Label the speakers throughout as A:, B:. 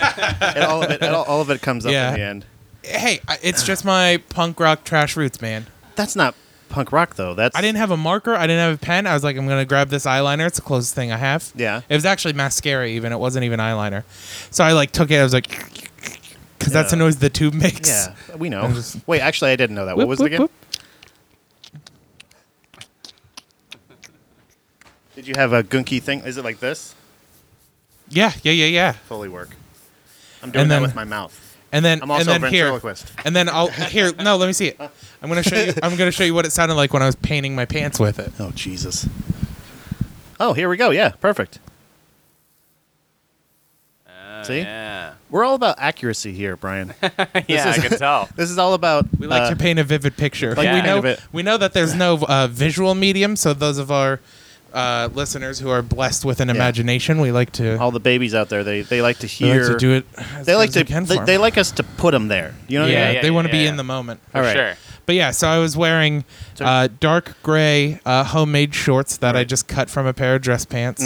A: and all of it, and all, all of it comes up
B: Yeah.
A: in the end.
B: Hey, I- it's just my punk rock trash roots, man.
A: That's not punk rock though. That's
B: I didn't have a marker. I didn't have a pen. I was like, I'm gonna grab this eyeliner. It's the closest thing I have.
A: Yeah.
B: It was actually mascara. Even it wasn't even eyeliner. So I like took it. I was like, because that's the
A: Yeah.
B: noise the tube makes.
A: Yeah, we know.
B: I'm just-
A: Wait, actually, I didn't know that. what was
B: Whoop, whoop,
A: it again?
B: whoop.
A: Did you have a gunky thing? Is it like this?
B: Yeah, yeah, yeah, yeah.
A: Fully work. I'm doing
B: then-
A: that with my mouth.
B: And then
A: I'm also
B: and then
A: a
B: here,
A: ventriloquist.
B: and then I'll here. No, let me see it. I'm gonna show you. I'm gonna show you what it sounded like when I was painting my pants with it.
A: Oh Jesus. Oh, here we go. Yeah, perfect.
C: Oh,
A: See?
C: Yeah.
A: We're all about accuracy here, Brian.
C: yeah,
A: is-
C: I can tell.
A: This is all about.
B: We like
A: uh,
B: to paint a vivid picture.
A: like
B: we
C: Yeah.
B: know
A: kind of it.
B: we know that there's no uh, visual medium, so those of our uh, listeners who are blessed with an imagination, we like to
A: all the babies out there. They they like to
B: we
A: hear.
B: like to do it. As
A: They
B: good
A: like
B: as
A: to.
B: we can
A: They,
B: for 'em.
A: they like us to put them there. You know what I
B: yeah,
A: mean?
C: yeah,
B: they want to
C: yeah,
B: be
C: yeah.
B: in the moment.
C: For
A: All right.
C: sure.
B: But yeah, so I was wearing
A: So-
B: uh, dark gray uh, homemade shorts that I
A: Right. Mm-hmm.
B: just cut from a pair of dress pants,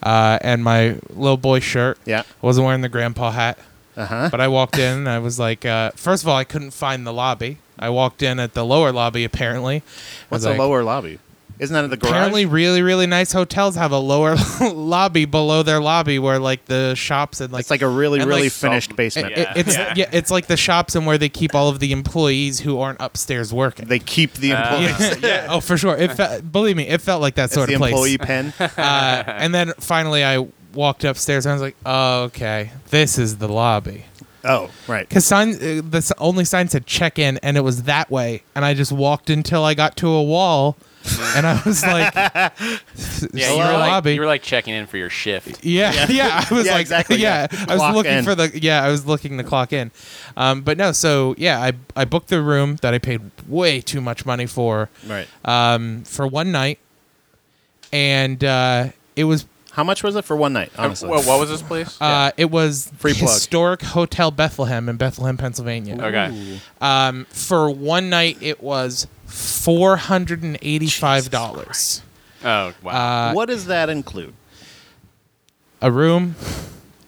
B: uh, and my little boy shirt.
A: Yeah.
B: I wasn't wearing the grandpa hat,
A: Uh huh.
B: but I walked in and I was like, uh, first of all, I couldn't find the lobby. I walked in at the lower lobby apparently. I
A: What's
B: was
A: a
B: like,
A: lower lobby? Isn't that in the garage?
B: Apparently, really, really nice hotels have a lower lobby below their lobby where like the shops and like
A: it's like a really
B: and,
A: really
B: like,
A: finished
C: some-
B: it,
A: basement.
B: it- it's yeah.
C: Yeah.
B: it's like the shops and where they keep all of the employees who aren't upstairs working.
A: They keep the
C: Uh,
A: employees.
B: yeah, oh for sure. It fe- believe me, it felt like that
A: It's
B: sort
A: the
B: of place.
A: employee pen.
B: Uh, and then finally, I walked upstairs and I was like, oh, okay, this is the lobby.
A: Oh, right.
B: Because sign, uh, the s- only sign said check in, and it was that way. And I just walked until I got to a wall, and I was like,
C: Yeah,
B: "Hello,
C: you were, like,
B: lobby."
C: you were like checking in for your shift.
B: Yeah, yeah. I was
A: Yeah,
B: like,
A: exactly,
B: yeah.
A: yeah.
B: I was
A: Clock
B: looking
A: in.
B: for the yeah. I was looking the clock in, um, but no. So yeah, I I booked the room that I paid way too much money for,
A: uh, Right.
B: um, for one night, and uh, it was
A: How much was it for one night? Honestly,
C: Well, what was this place?
B: uh, it was
A: Free plug.
B: historic Hotel Bethlehem in Bethlehem, Pennsylvania.
C: okay.
B: Um, for one night, it was four hundred and eighty-five dollars.
C: Oh wow.
B: Uh,
A: what does that include?
B: a room,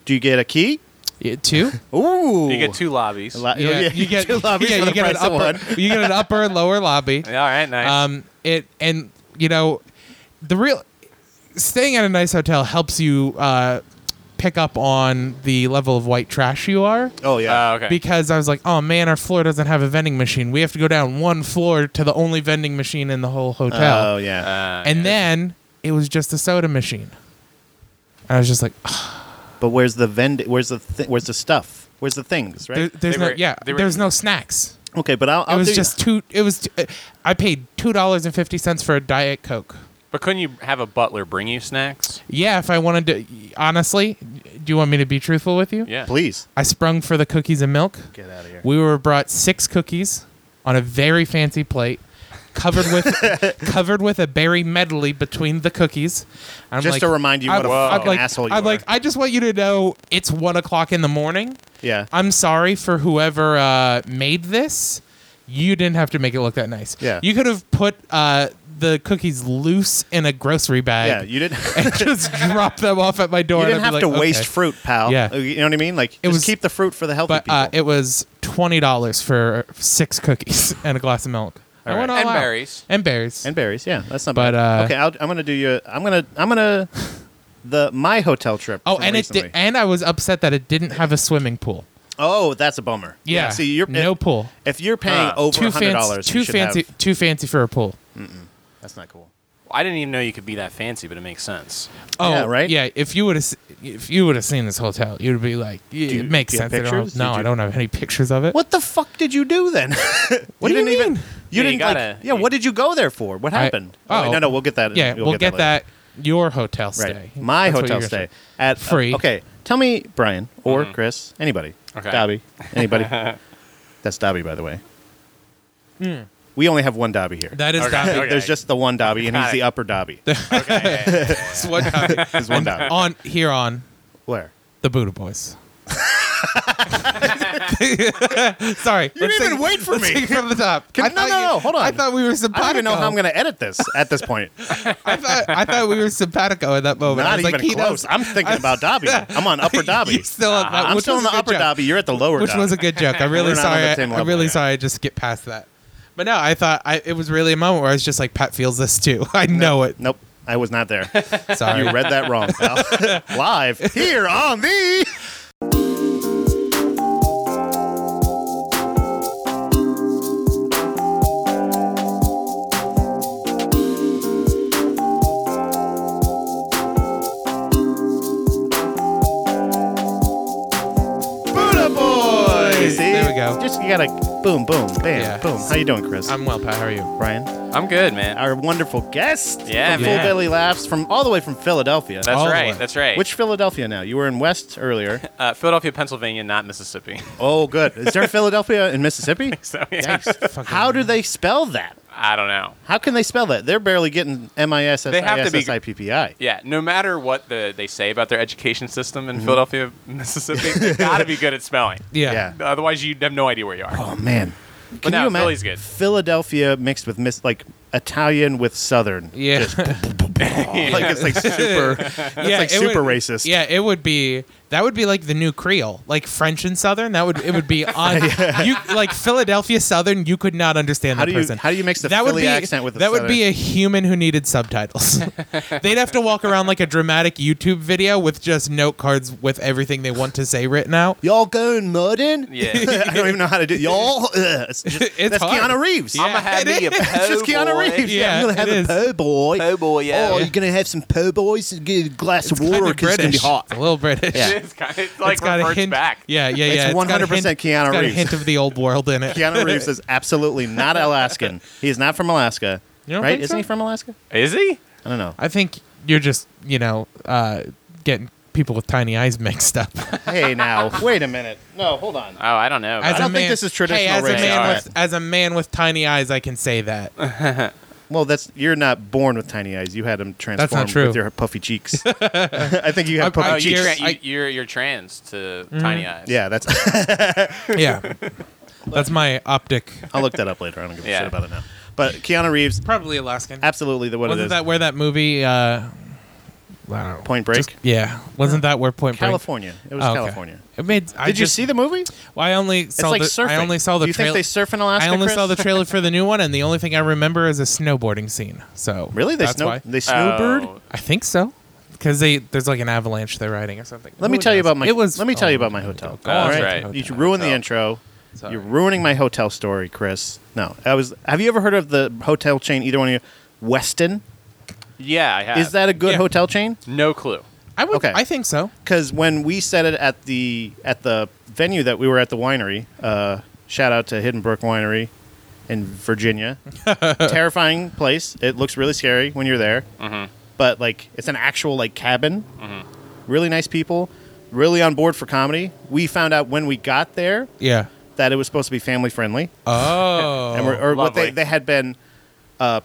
A: Do you get a key?
B: yeah, two.
A: Ooh,
C: you get two lobbies.
A: Lo-
B: Yeah, you get
A: two lobbies
B: yeah,
A: for
B: you
A: the
B: get an
A: price of one.
B: upper, you get an upper and lower lobby.
C: Yeah, all right. Nice. Uh,
B: Um, it and you know, the real staying at a nice hotel helps you uh, pick up on the level of white trash you are.
A: Oh yeah.
C: Uh, okay.
B: Because I was like, oh man, our floor doesn't have a vending machine. We have to go down one floor to the only vending machine in the whole hotel.
A: oh yeah.
C: Uh,
B: and
C: yeah.
B: then it was just a soda machine. I was just like,
A: but where's the vend? Where's the thi- where's the stuff? Where's the things?
B: there-
A: Right.
B: there's
C: They
B: no
C: were-
B: yeah,
C: they were- Oh,
B: there's no snacks.
A: okay, but I'll. I'll
B: it was
A: do-
B: just two. It was. uh, I paid two dollars and fifty cents for a diet coke.
C: but couldn't you have a butler bring you snacks?
B: Yeah, if I wanted to, honestly, do you want me to be truthful with you?
C: Yeah.
A: Please
B: I sprung for the cookies and milk.
A: get out of here.
B: We were brought six cookies on a very fancy plate, covered with covered with a berry medley between the cookies. I'm
A: Just
B: like-
A: to remind you what a
C: Whoa.
A: fucking
B: like,
A: asshole you
B: I'm
A: are.
B: like, I just want you to know it's one o'clock in the morning.
A: yeah.
B: I'm sorry for whoever uh, made this. You didn't have to make it look that nice.
A: Yeah.
B: You could have put uh, the cookies loose in a grocery
A: yeah.
B: bag
A: You didn't.
B: and just drop them off at my door.
A: You
B: and
A: didn't
B: I'd
A: have
B: be
A: to
B: like,
A: waste
B: okay.
A: fruit, pal.
B: Yeah.
A: Uh, You know what I mean? Like, just
B: was-
A: keep the fruit for the healthy
B: But
A: people.
B: uh, it was twenty dollars for six cookies and a glass of milk. I
A: All
B: went
C: right.
B: all
C: And
B: out.
C: berries.
B: And berries.
A: and berries. Yeah, that's not
B: But,
A: bad.
B: uh,
A: okay, I'll, I'm gonna do you. I'm gonna. I'm gonna. The my hotel trip.
B: oh,
A: from
B: and
A: recently.
B: it did, and I was upset that it didn't have a swimming pool.
A: Oh, that's a bummer.
B: Yeah.
A: See, you're
B: no
A: if,
B: pool.
A: if you're paying
C: Huh.
A: over
B: Too
A: hundred
B: fancy.
A: dollars,
B: Too fancy. Too fancy for a pool.
A: that's not cool.
C: I didn't even know you could be that fancy, but it makes sense.
B: Oh
A: Yeah, right?
B: Yeah, if you would have if you would have seen this hotel, you'd be like, yeah,
A: Do you-
B: it makes
A: do you have
B: sense. They don't have-
A: pictures?
B: no,
A: Did
B: I
A: you-
B: don't have any pictures of it.
A: What the fuck did you do then?
B: What do you
A: didn't even.
B: mean?
A: You
C: Yeah, you
A: didn't
C: gotta-
A: like. Yeah. What did you go there for? What
B: I-
A: happened? wait,
B: oh.
A: no, no. We'll get that.
B: Yeah, we'll, get,
A: later.
B: that, your hotel stay.
A: Right. My
B: That's what
A: hotel
B: you're
A: stay
B: gonna-
A: at
B: Free.
A: uh, okay, tell me, Brian or Chris, anybody,
C: Mm-hmm. Okay.
A: Dobby, anybody. That's Dobby, by the way. We only have one Dobby here.
B: Hmm. That is
C: Okay.
B: Dobby.
C: Okay.
A: There's just the one Dobby, and he's
C: Got
A: the
C: it.
A: upper Dobby.
C: Okay.
B: It's one Dobby.
A: There's one Dobby.
B: on here on
A: Where?
B: the Buddha Boys. Sorry. You
A: didn't even wait for me.
B: from the top.
A: Can-
B: I
A: no,
B: thought
A: no,
B: you-
A: no, hold on.
B: I thought we were
A: I
B: simpatico.
A: don't even know how I'm going to edit this at this point.
B: I thought I thought we were simpatico at that moment. I
A: Not
B: was
A: even
B: like, he
A: close.
B: knows-
A: I'm thinking about Dobby. I'm on upper Dobby.
B: You still on that,
A: I'm
B: which
A: still on
B: was
A: the
B: a good
A: upper
B: joke.
A: Dobby. You're at the lower
B: which
A: Dobby.
B: was a good joke. I'm really
A: We're not on
B: sorry.
A: the
B: I,
A: same
B: am
A: level,
B: really
A: yeah.
B: sorry. I just skipped past that. But no, I thought I, it was really a moment where I was just like, Pat feels this too. I know it.
A: Nope, I was not there.
B: Sorry.
A: You read that wrong. pal. Live here on the. Buddha Boys.
B: There we go.
A: Just you gotta boom, boom, bam,
B: Yeah.
A: boom. How you doing, Chris?
B: I'm well, Pat. How are you?
A: Brian.
C: I'm good, man.
A: Our wonderful guest.
C: Yeah,
A: from
C: man.
A: Full Daily Laughs from all the way from Philadelphia.
C: That's
B: All the
C: right.
B: way.
C: That's right.
A: Which Philadelphia now? You were in West earlier.
C: uh, Philadelphia, Pennsylvania, not Mississippi.
A: Oh, good. Is there a Philadelphia in Mississippi?
C: so yeah,
A: Yikes. How do they spell that?
C: I don't know.
A: How can they spell that? They're barely getting M I S S
C: They
A: I
C: have to
A: S
C: be-
A: S I P P I.
C: Yeah, no matter what the, they say about their education system in Philadelphia, Mississippi, they gotta be good at spelling.
B: Yeah.
A: Mm-hmm. Yeah.
C: Otherwise, you'd have no idea where you are.
A: Oh man. Can
C: no,
A: you imagine
C: Philly's good.
A: Philadelphia mixed with miss like Italian with Southern?
B: Yeah.
A: Just like it's like super. It's like
B: it
A: super
B: would-
A: racist.
B: Yeah, it would be. That would be like the new Creole, like French and Southern. That would it would be on you like Philadelphia Southern. You could not understand
A: How
B: that
A: do you-
B: person.
A: how do you mix the
B: that would
A: Philly
B: be,
A: accent with the
B: that would be
A: Southern?
B: a human who needed subtitles. They'd have to walk around like a dramatic YouTube video with just note cards with everything they want to say written out.
A: Y'all going mudding?
C: Yeah.
A: I don't even know how to do y'all. Uh, it's just,
B: It's
A: that's
B: hard.
A: Keanu Reeves.
B: Yeah.
C: I'ma have me a
A: It's just
C: po'
A: Keanu
C: boy.
A: Reeves.
B: Yeah,
A: I'm gonna have
B: it
A: a
B: is.
A: po' boy.
C: Po' boy, yeah.
A: Oh, you're gonna have some po' boys and get a glass of
B: Kinda
A: water because it's gonna be
B: British.
A: hot.
B: It's a little British.
A: Yeah.
C: It's, kind of, it's like
B: It's got a
C: reverts
B: hint.
C: back.
B: Yeah, yeah, yeah.
A: It's
B: got a hint-
A: 100% Keanu
B: it's got
A: Reeves.
B: a hint of the old world in it.
A: Keanu Reeves is absolutely not Alaskan. He is not from Alaska.
B: You don't
A: right?
B: think
A: Isn't
B: so?
A: he from Alaska?
C: Is he?
A: I don't know.
B: I think you're just you know uh, getting people with tiny eyes mixed up.
A: hey, now wait a minute. No, hold on.
C: Oh, I don't know.
A: I
B: As
A: don't
B: a
A: think
B: man-
A: this is traditional
B: hey, as
A: race,
B: A man
A: alright.
B: with, as a man with tiny eyes, I can say that.
A: Well, that's you're not born with tiny eyes. You had them transformed
B: not true.
A: with your puffy cheeks. I think you had
B: I- I-
A: puffy
C: oh, you
A: cheeks.
B: you're-
C: tra-
B: I-
C: you, you're, you're trans to tiny eyes.
A: Mm-hmm. Yeah, that's.
B: yeah, that's my optic.
A: I'll look that up later. I don't give a
C: Yeah.
A: shit about it now. But Keanu Reeves,
B: Probably Alaskan.
A: absolutely the what it
B: Wasn't
A: is.
B: that where that movie? Uh, wow.
A: Point Break?
B: yeah. Wasn't that where Point
A: California. It
B: Break?
A: was
B: Oh, okay.
A: California.
B: It made.
A: Did you see the movie? It's
B: Well, I only saw
A: like
B: the.
A: surfing.
B: I only saw the
A: Do you
B: trailer.
A: think they surf in Alaska?
B: I only
A: Chris?
B: saw the trailer for the new one, and the only thing I remember is a snowboarding scene. So
A: Really? They
B: that's
A: snow?
B: why.
A: They snowbird?
C: Oh.
B: I think so, because they there's like an avalanche they're riding or something.
A: Let me
B: Who
A: tell you
B: knows?
A: about my.
B: It was.
A: Let me tell
B: oh,
A: you about my hotel.
B: Go
A: All
C: on.
A: right?
C: That's right.
A: You
B: Hotel.
A: ruined the
C: Hotel.
A: intro.
B: Sorry.
A: You're ruining my hotel story, Chris. No, I was. Have you ever heard of the hotel chain? Either one of you, Weston.
C: Yeah, I have.
A: Is that a good
B: Uh, Yeah.
A: hotel chain?
C: no clue?
B: I would.
A: Okay.
B: I think so.
A: Because when we said it at the at the venue that we were at the winery, uh, shout out to Hidden Brook Winery in Virginia. Terrifying place. It looks really scary when you're there. Mm-hmm. But like, it's an actual like cabin. Really nice people. Really on board for comedy. We found out when we got there
B: Yeah.
A: that it was supposed to be family friendly,
B: Oh.
A: and we're, or what they
C: lovely.
A: they had been uh,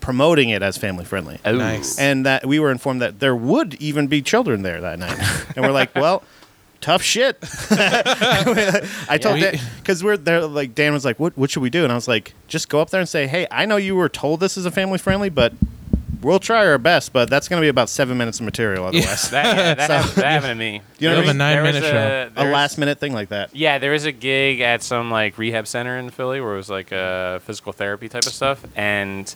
A: promoting it as family friendly
C: Oh.
B: Nice.
A: and that we were informed that there would even be children there that night. and we're like, well, tough shit. I told
B: Yeah.
A: Dan because we're there. Like Dan was like, what what should we do? And I was like, just go up there and say, hey, I know you were told this is a family friendly, but we'll try our best. But that's going to be about seven minutes of material otherwise.
C: That, yeah, that, happened, that happened to me.
A: You know what
C: There
A: I
C: was-
A: mean?
B: A
C: there was
B: nine-minute show.
A: a
C: there was-
A: last minute thing like that.
C: Yeah, there was a gig at some like rehab center in Philly where it was like a physical therapy type of stuff, and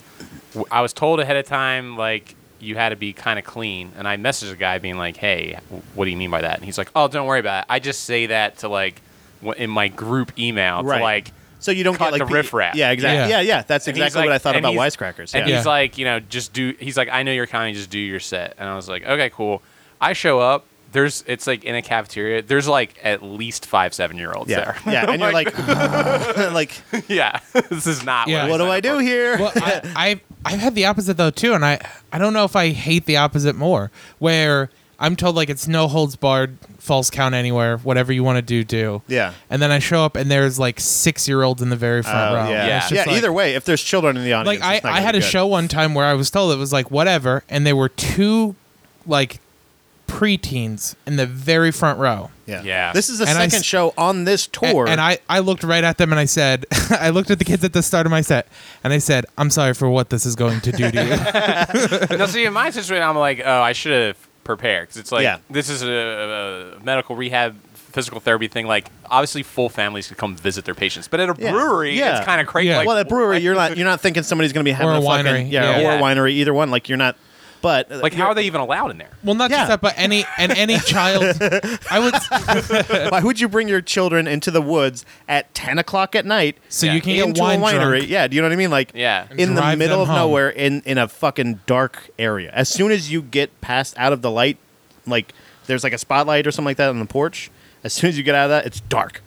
C: w- I was told ahead of time like you had to be kind of clean, and I messaged the guy being like, "Hey, w- what do you mean by that?" And he's like, "Oh, don't worry about it. I just say that to like w- in my group email to like."
A: so you don't
C: cut
A: get like
C: the riffraff.
A: Yeah, exactly. Yeah,
B: Yeah.
A: yeah. That's
C: and he's
A: exactly
C: like-
A: what I thought
C: and
A: about
C: he's-
A: wisecrackers.
C: And
A: yeah.
C: he's like, you know, just do. He's like, I know your comedy, just do your set. And I was like, okay, cool. I show up. There's, it's like in a cafeteria. There's like at least five seven year olds
A: yeah,
C: there.
A: yeah, and you're like, like,
C: yeah, this is not.
B: Yeah.
A: what do I do here?
B: well, I, I've I've had the opposite though too, and I I don't know if I hate the opposite more, where I'm told like it's no holds barred, false count anywhere, whatever you want to do, do.
A: Yeah.
B: And then I show up and there's like six year olds in the very front
A: Oh,
B: row.
A: Yeah,
B: And
A: yeah.
B: it's just like-
A: either way, if there's children in the audience,
B: Like I
A: it's not
B: I
A: gonna
B: had
A: be
B: a
A: good.
B: show one time where I was told it was like whatever, and there were two like preteens in the very front row.
A: Yeah.
C: Yeah.
A: This is the
B: And I
A: second
B: s-
A: show on this
B: A-
A: tour.
B: And I, I looked right at them and I said, I looked at the kids at the start of my set and I said, I'm sorry for what this is going to do to you.
C: now, see, in my situation, I'm like, oh, I should have prepared because it's like
A: Yeah.
C: this is a, a medical rehab, physical therapy thing. Like, obviously, full families could come visit their patients, but at a
A: Yeah.
C: brewery,
A: Yeah.
C: it's kind of crazy.
B: Yeah.
C: Like,
A: well, at brewery,
C: like-
A: you're not you're not thinking somebody's going to be having
B: Or a
A: fucking
B: winery,
A: yeah,
B: yeah.
A: or
C: Yeah.
A: a winery, either one. Like you're not. But uh,
C: like, how
A: you're-
C: are they even allowed in there?
B: well, not
A: Yeah.
B: just that, but any and any child. I would.
A: Why would you bring your children into the woods at ten o'clock at night?
B: So
C: Yeah.
B: you can get
A: into a
B: wine
A: winery.
B: drunk.
A: Yeah, do you know what I mean? Like,
C: Yeah. And
A: in the
B: drive
A: middle
B: them
A: of
B: home.
A: nowhere, in in a fucking dark area. As soon as you get past out of the light, like there's like a spotlight or something like that on the porch. As soon as you get out of that, it's dark.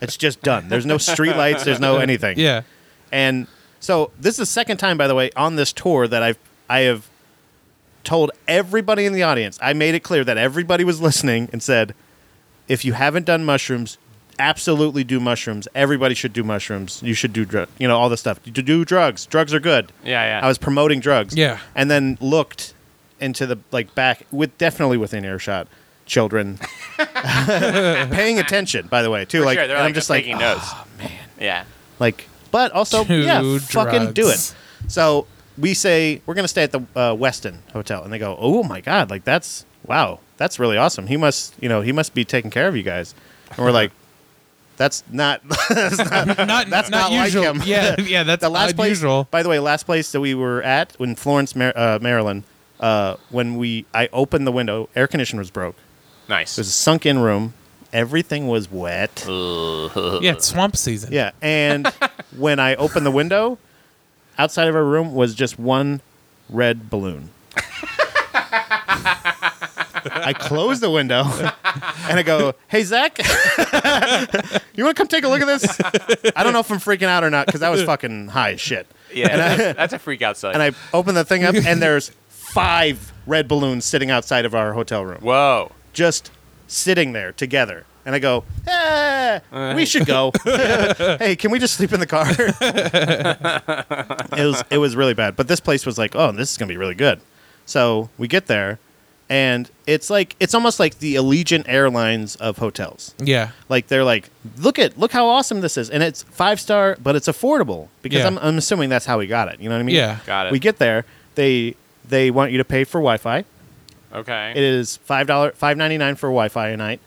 A: it's just done. There's no street lights. There's no anything.
B: Yeah.
A: And so this is the second time, by the way, on this tour that I've I have told everybody in the audience. I made it clear that everybody was listening and said, if you haven't done mushrooms, absolutely do mushrooms. Everybody should do mushrooms. You should do drug, you know, all this stuff. You should do drugs. Drugs are good.
C: Yeah, yeah.
A: I was promoting drugs.
B: Yeah.
A: And then looked into the like back with definitely within earshot children paying attention by the way too
C: For
A: like
C: sure,
A: and
C: they're
A: i'm
C: like
A: just like "Ah,
C: taking notes. man. Yeah.
A: like, but also,
B: To
A: yeah, fucking do it.
B: drugs.
A: So we say we're gonna stay at the uh, Weston Hotel, and they go, "Oh my god, like that's wow, that's really awesome. He must, you know, he must be taking care of you guys." And we're like, "That's not that's not
B: Not,
A: That's not like
B: usual.
A: him.
B: Yeah, yeah, that's
A: the last place."
B: unusual.
A: By the way, last place that we were at in Florence, Mar- uh, Maryland, uh, when we I opened the window, air conditioner was broke.
C: Nice.
A: It was a sunk-in room. Everything was wet.
B: yeah, it's swamp season.
A: Yeah, and when I opened the window, outside of our room was just one red balloon. I close the window and I go, "Hey Zach, you want to come take a look at this?" I don't know if I'm freaking out or not because I was fucking high as shit.
C: yeah.
A: and I-
C: that's, that's a freak out sight.
A: And I open the thing up and there's five red balloons sitting outside of our hotel room
C: Whoa.
A: just sitting there together. And I go, eh, we should go. hey, can we just sleep in the car? it was it was really bad. But this place was like, oh, this is gonna be really good. So we get there, and it's like it's almost like the Allegiant Airlines of hotels.
B: Yeah.
A: Like they're like, look at look how awesome this is, and it's five star, but it's affordable because
B: Yeah.
A: I'm I'm assuming that's how we got it. You know what I mean?
B: Yeah.
C: Got it.
A: We get there, they they want you to pay for Wi-Fi.
C: Okay.
A: It is five dollar five ninety nine for Wi Fi a night.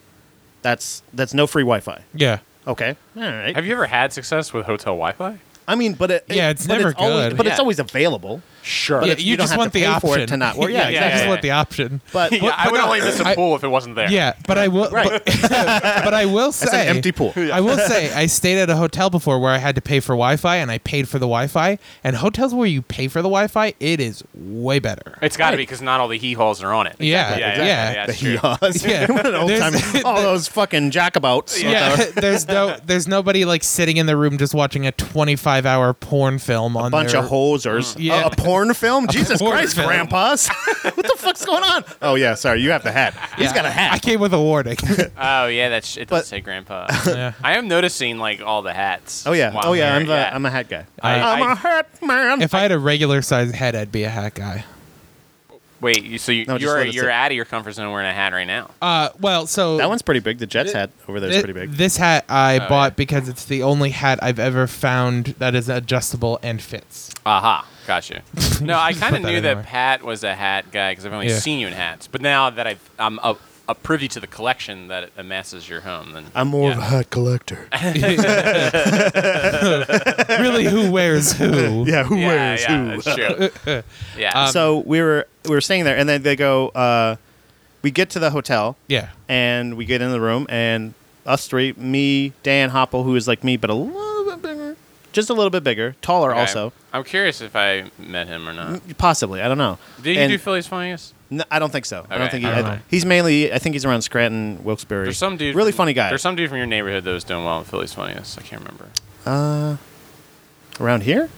A: That's that's no free Wi Fi.
B: Yeah.
A: Okay, all right.
C: Have you ever had success with hotel Wi-Fi?
A: I mean, but it,
B: Yeah, it's
A: but
B: never
A: Always,
B: good.
A: but it's
C: Yeah.
A: always available.
C: Sure.
A: But
B: yeah
A: it's-
B: you,
A: you don't
B: just
A: have
B: want
A: to
B: the
A: pay
B: option.
A: for it to not work. Yeah,
B: you
C: exactly.
B: just want the option.
A: But,
C: Yeah, I would only miss a
B: I-
C: pool if it wasn't there.
B: Yeah, but I will.
A: Right.
B: But, but I will say
A: it's an empty pool.
B: I will say I stayed at a hotel before where I had to pay for Wi-Fi and I paid for the Wi-Fi. And hotels where you pay for the Wi-Fi, it is way better.
C: It's got to be because not all the hee haws are on it.
B: Yeah,
C: Yeah.
B: exactly. Yeah.
C: Yeah. yeah,
A: The
C: that's
A: yaws.
C: true.
B: Yeah.
A: What an old
B: There's-
A: time- all those fucking jackabouts.
B: Yeah, there's no, there's nobody like sitting in the room just watching a 25 hour porn film on
A: A bunch
B: their, Mm.
A: of hosers.
B: Yeah.
A: A, a porn film? Jesus
B: porn
A: Christ,
B: film.
A: grandpas. what the fuck's going on? Oh, yeah, sorry. You have the hat. He's
B: Yeah,
A: got a
B: I
A: hat.
B: came with a warning.
C: Oh yeah, that's it. Does
A: But-
C: say grandpa.
B: Yeah.
C: I am noticing like all the hats.
A: Oh, yeah.
C: while
A: Oh, yeah.
C: there,
A: I'm, the, I'm a hat guy.
C: I-
A: am
C: I-
A: a hat man.
B: if I had a regular sized head, I'd be a hat guy.
C: Wait, you, so you,
A: No, just
C: you're
A: let it
C: you're
A: sit.
C: out of your comfort zone wearing a hat right now.
B: Uh, well, so
A: that one's pretty big. The Jets hat over there is
B: Thi-
A: pretty big.
B: This hat I
C: Oh,
B: bought
C: yeah.
B: because it's the only hat I've ever found that is adjustable and fits.
C: Aha, gotcha. No, I kind
B: Put
C: of
B: that
C: knew
B: in
C: that
B: there.
C: Pat was a hat guy because I've only
B: Yeah.
C: seen you in hats. But now that I've, I'm a, a privy to the collection that amasses your home, then
A: I'm more
C: yeah.
A: of a hat collector.
B: really, who wears who?
A: Yeah, who
C: yeah,
A: wears
C: yeah,
A: who?
C: That's true. yeah.
B: Um,
A: so we were we were staying there, and then they go. Uh, we get to the hotel,
B: Yeah.
A: and we get in the room, and us three, me, Dan Hopple, who is like me, but a little bit bigger, just a little bit bigger, taller
C: okay.
A: also,
C: I'm curious if I met him or not.
A: possibly. I don't know.
C: Did you
A: And-
C: do Philly's Funniest?
A: No, I don't think so. I
C: Okay,
A: don't think he,
B: I don't
A: I-
B: know.
A: he's mainly. I think he's around Scranton, Wilkes-Barre.
C: There's some dude.
A: Really
C: from-
A: funny guy.
C: There's some dude from your neighborhood that was doing well in Philly's Funniest. I can't remember.
A: around here.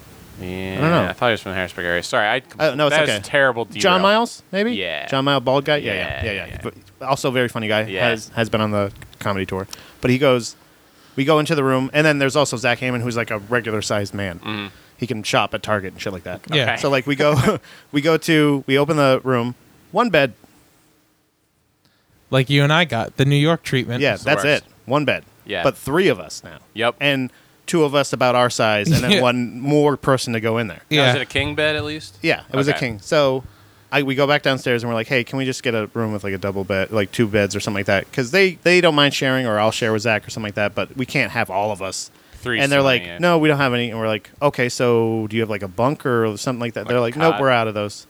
C: Yeah, I
A: don't know.
C: I thought he was from the Harrisburg area. Sorry, I.
A: Oh, no, it's
C: that was
A: okay.
C: a terrible deal.
A: John Miles, maybe.
C: Yeah.
A: John Miles, bald guy. Yeah, yeah,
C: Yeah,
A: yeah, yeah.
C: yeah.
A: But Also, a very funny guy.
C: Yeah.
A: Has has been on the comedy tour, but he goes. We go into the room, and then there's also Zach Hammond, who's like a regular sized man.
C: Mm-hmm.
A: He can shop at Target and shit like that.
B: Yeah.
A: So like we go, we go to we open the room, one bed,
B: like you and I got the New York treatment.
A: Yeah,
C: the
A: that's
C: worst.
A: it. One bed.
C: Yeah.
A: But three of us now.
C: Yep.
A: And two of us about our size, and then
B: Yeah.
A: one more person to go in there.
C: Now,
B: yeah.
C: is it a king bed at least?
A: Yeah, it was a
C: Okay.
A: king. So I, we go back downstairs and we're like, hey, can we just get a room with like a double bed, like two beds or something like that? Because they, they don't mind sharing, or I'll share with Zach or something like that, but we can't have all of us.
C: Three
A: and they're
C: so
A: like,
C: many, yeah.
A: no, we don't have any. And we're like, okay, so do you have like a bunker or something like that? they're
C: a
A: like, nope,
C: cot?
A: we're out of those.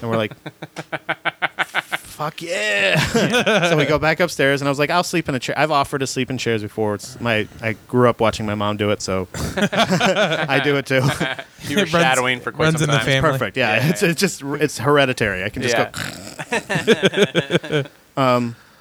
A: And we're like, fuck yeah. so we go back upstairs, and I was like, I'll sleep in a chair. I've offered to sleep in chairs before. It's my I grew up watching my mom do it, so I do it too.
C: You were
B: It runs-
C: shadowing for quite
B: runs
C: some
B: in the
C: time.
B: fam- Family.
A: Perfect. Yeah,
C: Yeah,
A: it's
C: yeah.
A: it's just it's hereditary. I can just
C: Yeah.
A: go.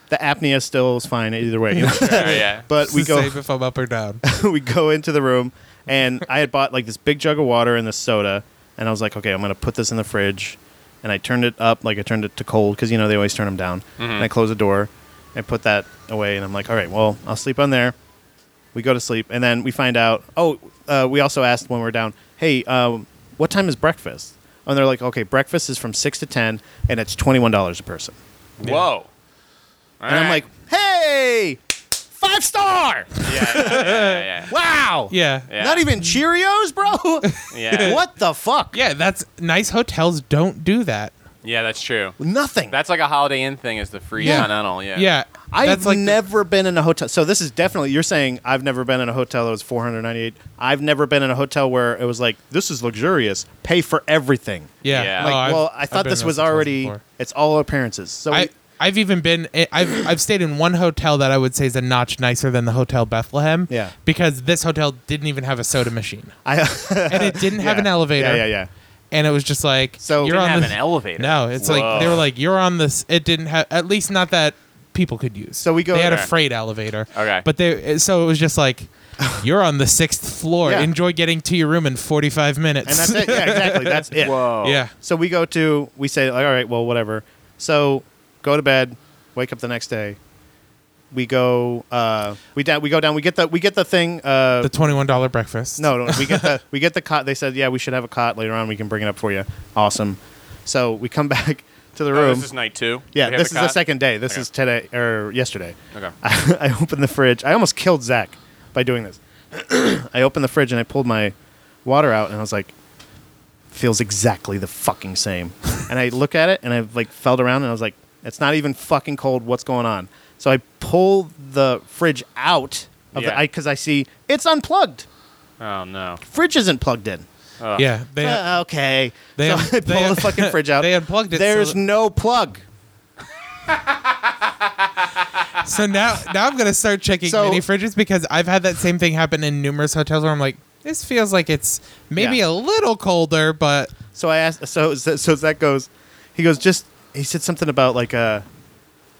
A: The apnea still is fine either way. you know?
C: Sure, yeah.
A: but we
B: It's
A: go
B: safe if I'm up or down.
A: we go into the room, and I had bought like this big jug of water and this soda, and I was like, okay, I'm gonna put this in the fridge, and I turned it up like I turned it to cold because you know they always turn them down,
C: Mm-hmm.
A: and I close the door, I put that away, and I'm like, all right, well I'll sleep on there. We go to sleep, and then we find out. Oh, uh, we also asked when we we're down. Hey, um, what time is breakfast? And they're like, okay, breakfast is from six to ten, and it's twenty one dollars a person.
C: Whoa. All
A: And I'm
C: right.
A: like, hey, five star!
C: yeah, yeah, yeah, yeah,
A: Wow!
B: Yeah.
C: Yeah.
A: Not even Cheerios, bro.
C: yeah. yeah.
A: what the fuck?
B: Yeah, that's nice hotels don't do that.
C: Yeah, that's true.
A: Nothing.
C: That's like a Holiday Inn thing is the free
B: Yeah.
C: continental. Yeah.
B: Yeah.
A: I've
B: that's like the-
A: never been in a hotel. So this is definitely you're saying I've never been in a hotel that was 498. I've never been in a hotel where it was like this is luxurious. Pay for everything.
B: yeah.
C: Yeah.
A: Like,
B: Oh, I've-
A: well, I
B: I've
A: thought
B: been
A: this
B: to
A: was
B: hotels
A: already
B: before.
A: it's all appearances. So
B: I,
A: we-
B: I've even been. eh, I've I've stayed in one hotel that I would say is a notch nicer than the Hotel Bethlehem.
A: Yeah.
B: Because this hotel didn't even have a soda machine,
A: I
B: and it didn't have
A: Yeah.
B: an elevator.
A: Yeah, yeah, yeah.
B: And it was just like
A: So-
B: you're
A: Didn't
B: on
C: Have
B: this,
C: an elevator.
B: No, it's like they were like you're on this. It didn't have at least not that people could use.
A: So we go
B: They had a
A: there.
B: freight elevator.
C: Okay.
B: But they so it was just like. You're on the sixth floor.
A: Yeah.
B: Enjoy getting to your room in 45 minutes.
A: And that's it. Yeah, exactly. That's it.
C: Whoa.
B: yeah.
A: So we go to we say like all right, well whatever. So go to bed, wake up the next day. We go uh we down we go down we get the we get the thing uh
B: The $21 breakfast.
A: No, no, we get the we get the cot. They said, yeah, we should have a cot later on. We can bring it up for you. Awesome. So we come back to the
C: Oh,
A: room.
C: this is night two.
A: yeah,
C: We
A: this
C: have a
A: is the
C: cot?
A: second day. This
C: Okay.
A: is today or yesterday.
C: Okay.
A: I, I opened the fridge. I almost killed Zach by doing this. I opened the fridge and I pulled my water out and I was like, feels exactly the fucking same. and I look at it and I like felt around and I was like, it's not even fucking cold. What's going on? So I pull the fridge out of the
C: Yeah.
A: I because I see it's unplugged.
C: Oh no.
A: Fridge isn't plugged in.
B: Yeah. They,
A: Uh, okay.
B: They
A: so
B: un-
A: I
B: they-
A: pull the fucking fridge out.
B: they unplugged it so
A: There's
B: that-
A: no plug.
B: So now, now I'm gonna start checking
A: So-
B: mini fridges because I've had that same thing happen in numerous hotels where I'm like, this feels like it's maybe
A: Yeah.
B: a little colder, but
A: So I asked. So so Zach goes. He goes. Just he said something about like uh,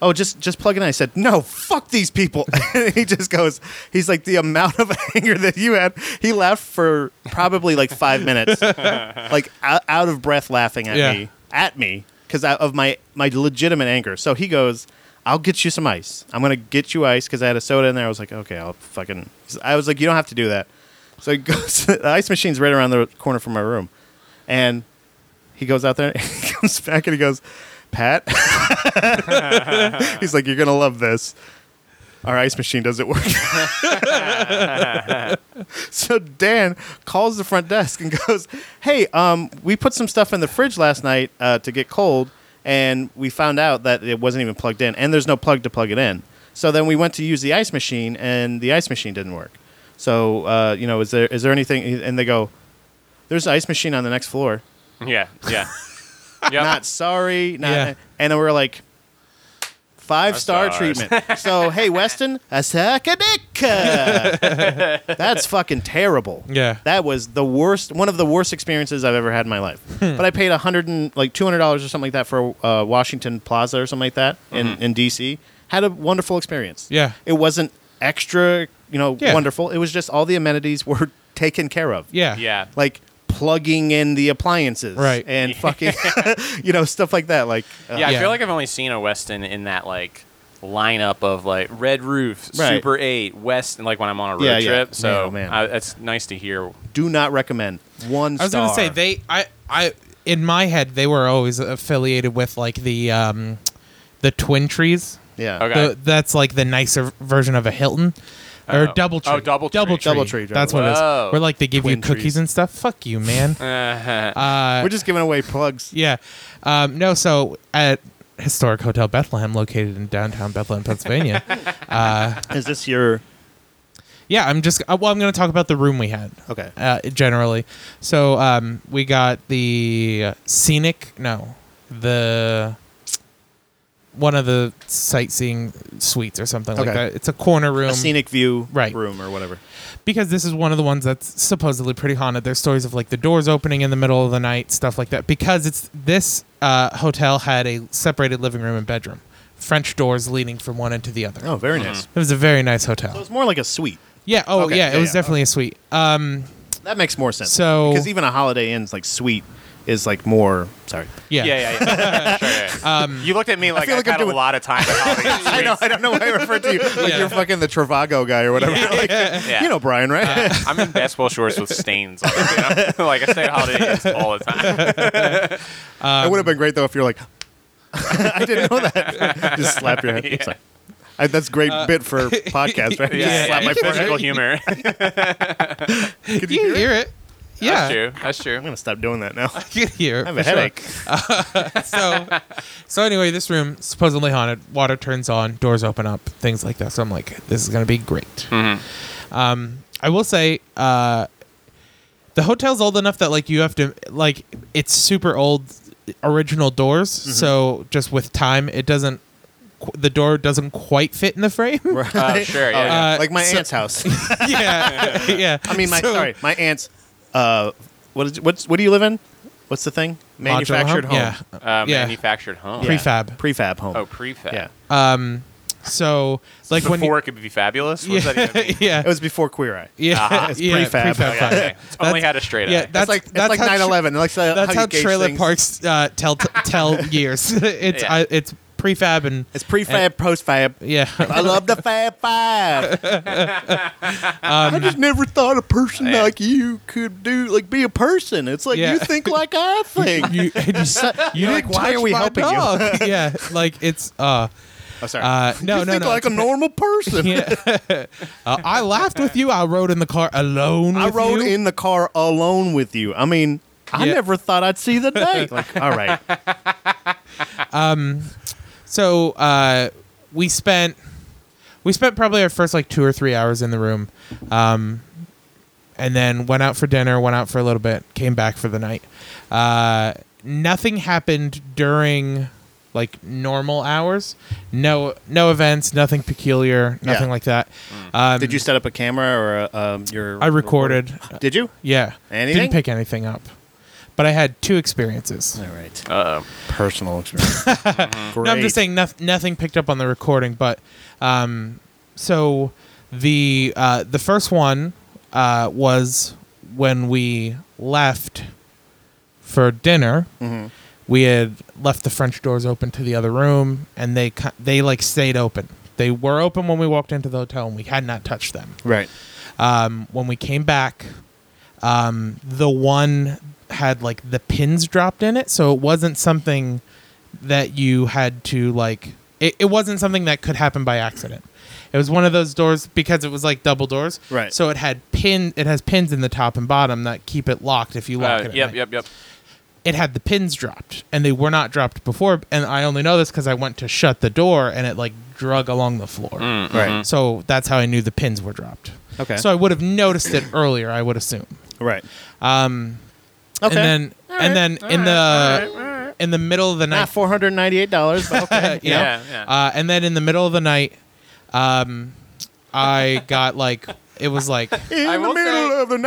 A: oh just just plug it in. I said no. Fuck these people. and he just goes. He's like the amount of anger that you had. He laughed for probably like five minutes, like out, out of breath, laughing at
B: Yeah.
A: me at me because of my my legitimate anger. So he goes. I'll get you some ice. I'm gonna get you ice because I had a soda in there. I was like, okay, I'll fucking. I was like, you don't have to do that. So he goes. the ice machine's right around the corner from my room, and he goes out there and he comes back and he goes, Pat. He's like, You're going to love this. Our ice machine doesn't work. so Dan calls the front desk and goes, Hey, um, we put some stuff in the fridge last night uh, to get cold, and we found out that it wasn't even plugged in, and there's no plug to plug it in. So then we went to use the ice machine, and the ice machine didn't work. So, uh, you know, is there is there anything? And they go, There's an ice machine on the next floor
C: Yeah. Yeah. Yeah.
A: not sorry, not,
B: Yeah.
A: and then we're like five star
C: stars.
A: treatment. so hey, Weston, a suck a dick. That's fucking terrible.
B: Yeah.
A: that was the worst, one of the worst experiences I've ever had in my life.
B: Hmm.
A: but I paid a hundred and like two hundred dollars or something like that for uh, Washington Plaza or something like that in in DC. Had a wonderful experience.
B: Yeah.
A: it wasn't extra, you know,
B: Yeah.
A: wonderful. It was just all the amenities were taken care of
B: yeah,
C: Yeah.
A: like plugging in the appliances
B: Right.
A: and fucking you know stuff like that like uh,
C: Yeah, I
B: Yeah.
C: feel like I've only seen a Weston in that like lineup of like Red Roof,
A: Right.
C: Super Eight, West, like when I'm on a road
A: Yeah, yeah.
C: trip. So
A: Oh, man.
C: I, that's nice to hear.
B: Uh-huh.
A: do not recommend one
B: I was gonna say
A: star.
B: they, I, I, in my head they were always affiliated with like the, um, the Twin Trees
A: Yeah.
C: Okay.
B: The, that's like the nicer version of a Hilton. Or
C: Oh.
B: double tree.
C: Oh, Doubletree.
B: Double tree.
A: Doubletree,
B: That's what it is.
C: Whoa. Eh.
B: Where like they give
A: Twin
B: you cookies
A: trees.
B: and stuff. Fuck you, man. Uh,
A: We're just giving away plugs.
B: Yeah. Um, no, so at Historic Hotel Bethlehem, located in downtown Bethlehem, Pennsylvania.
A: Is this your
B: yeah, I'm just, uh, well, I'm going to talk about the room we had.
A: okay?
B: Uh, generally. So um, we got the scenic, no, the one of the sightseeing suites or something like
A: Okay.
B: that. It's a corner room.
A: A scenic view
B: Um, Right.
A: room or whatever.
B: because this is one of the ones that's supposedly pretty haunted. There's stories of like the doors opening in the middle of the night, stuff like that. Because it's this uh, hotel had a separated living room and bedroom, French doors leading from one end to the other.
A: Oh, very
C: Mm-hmm.
A: nice.
B: It was a very nice hotel.
A: So it's more like a suite.
B: yeah. Oh,
A: Okay,
B: yeah. It
A: yeah,
B: was
A: yeah,
B: definitely a suite. Um,
A: That makes more sense.
B: So-
A: because even a Holiday Inn's like suite is like more. Sorry.
B: yeah.
C: yeah, yeah, yeah. sure, yeah, yeah. you looked at me like I
A: Um, feel
C: have
A: like I'm
C: had a
A: doing-
C: lot of time. at Hollywood
A: I know.
C: Suites.
A: I don't know why I referred to you like
B: Yeah.
A: you're fucking the Travago guy or whatever. Like,
C: Yeah.
A: You know Brian, right?
B: Uh,
C: I'm in basketball shorts with stains on. them, You know? like I stay at Holiday Inns all the time.
A: it
B: Um,
A: would have been great though if you're like, I didn't know that. Just slap your head. Sorry. I, that's great
B: Uh,
A: bit for podcast, right? Just
C: Yeah, yeah,
A: slap my
C: my
A: forehead.
C: physical humor.
A: Could hear
B: You
A: it?
B: hear it?
C: That's
B: Yeah.
C: true. That's true.
A: I'm gonna stop doing that now. I
B: You hear it.
A: have
B: for
A: a
B: sure.
A: headache.
B: so so anyway this room supposedly haunted water turns on doors open up things like that so i'm like this is going to be great
A: Mm-hmm.
B: um, i will say uh, the hotel's old enough that like you have to like it's super old original doors
A: Mm-hmm.
B: so just with time it doesn't qu- the door doesn't quite fit in the frame
C: Uh, sure. Yeah. yeah.
B: Uh,
A: like my
B: so-
A: aunt's house.
B: yeah yeah
A: I mean, my
B: So-
A: sorry, my aunt's. Uh, what is what's what do you live in? What's the thing?
B: Modular
A: Manufactured home.
B: yeah
C: uh,
B: yeah.
C: Manufactured home.
A: Yeah.
B: Prefab. Uh,
A: Prefab home.
C: Oh, prefab.
A: yeah.
B: so like
C: Before
B: when you,
C: it could be fabulous. What
B: yeah,
C: does that even mean?
B: yeah
A: It was before Queer Eye.
B: yeah,
C: Uh-huh.
A: It's
B: yeah,
A: prefab. Oh,
B: prefab
A: Okay,
B: fab.
C: Okay. It's only
B: That's-
C: had a straight
B: yeah,
C: eye.
B: that's
A: It's like
B: that's
A: it's like
B: how tra-
A: 9/11. That's how,
B: That's
A: you
B: how,
A: gauge
B: trailer
A: things.
B: parks uh, tell t- tell years. It's
C: Yeah.
B: I, it's prefab and
A: It's prefab, postfab.
B: yeah.
A: I love the Fab Five.
B: Um,
A: I just never thought a person
C: Yeah.
A: like you could do like be a person. It's like
B: Yeah.
A: you think like I think.
B: You, and you, su- you
A: You're
B: didn't
A: like, why
B: touch
A: are we
B: my
A: helping you?
B: dog. yeah, like it's uh,
A: oh, sorry.
B: uh no
A: you
B: no
A: think
B: no.
A: like a normal person.
B: yeah. uh, I laughed with you. I rode in the car alone.
A: I
B: with
A: rode
B: you.
A: in the car alone with you. I mean, I
B: Yeah.
A: never thought I'd see the day. Like, all right,
B: So uh, we spent we spent probably our first like two or three hours in the room, um, and then went out for dinner, went out for a little bit, came back for the night. Uh, nothing happened during like normal hours. No, no events, nothing peculiar, nothing
A: Yeah. Mm.
B: like that. Um,
A: did you set up a camera or a, um, your?
B: I recorded.
A: Did you?
B: Yeah,
A: Anything?
B: didn't pick anything up, but I had two experiences.
A: All right.
C: Uh,
A: Personal experience.
B: No, I'm just saying noth- nothing picked up on the recording, but um, so the uh, the first one uh, was when we left for dinner.
A: Mm-hmm.
B: We had left the French doors open to the other room, and they ki- they like stayed open. They were open when we walked into the hotel, and we had not touched them.
A: Right.
B: Um, when we came back, um, the one had like the pins dropped in it, so it wasn't something that you had to like. It, it wasn't something that could happen by accident. It was one of those doors because it was like double doors,
A: Right.
B: So it had pin. It has pins in the top and bottom that keep it locked if you lock
C: uh,
B: it. at
C: yep,
B: night.
C: yep, yep.
B: It had the pins dropped, and they were not dropped before. And I only know this because I went to shut the door, and it like drug along the floor.
C: Mm.
A: Right.
B: So that's how I knew the pins were dropped.
A: Okay.
B: So I would have noticed it earlier, I would assume.
A: Right.
B: Um,
A: Okay.
B: And then,
A: All right.
B: and then
A: All
B: in
A: right.
B: the
A: All right. All right.
B: in the middle of the night,
A: not four hundred ninety-eight dollars. Okay.
B: you know?
C: Yeah, yeah.
B: Uh, and then in the middle of the night, um, I got like it was like
A: In
C: I
A: the
C: will
A: middle
C: say-
A: of the
C: I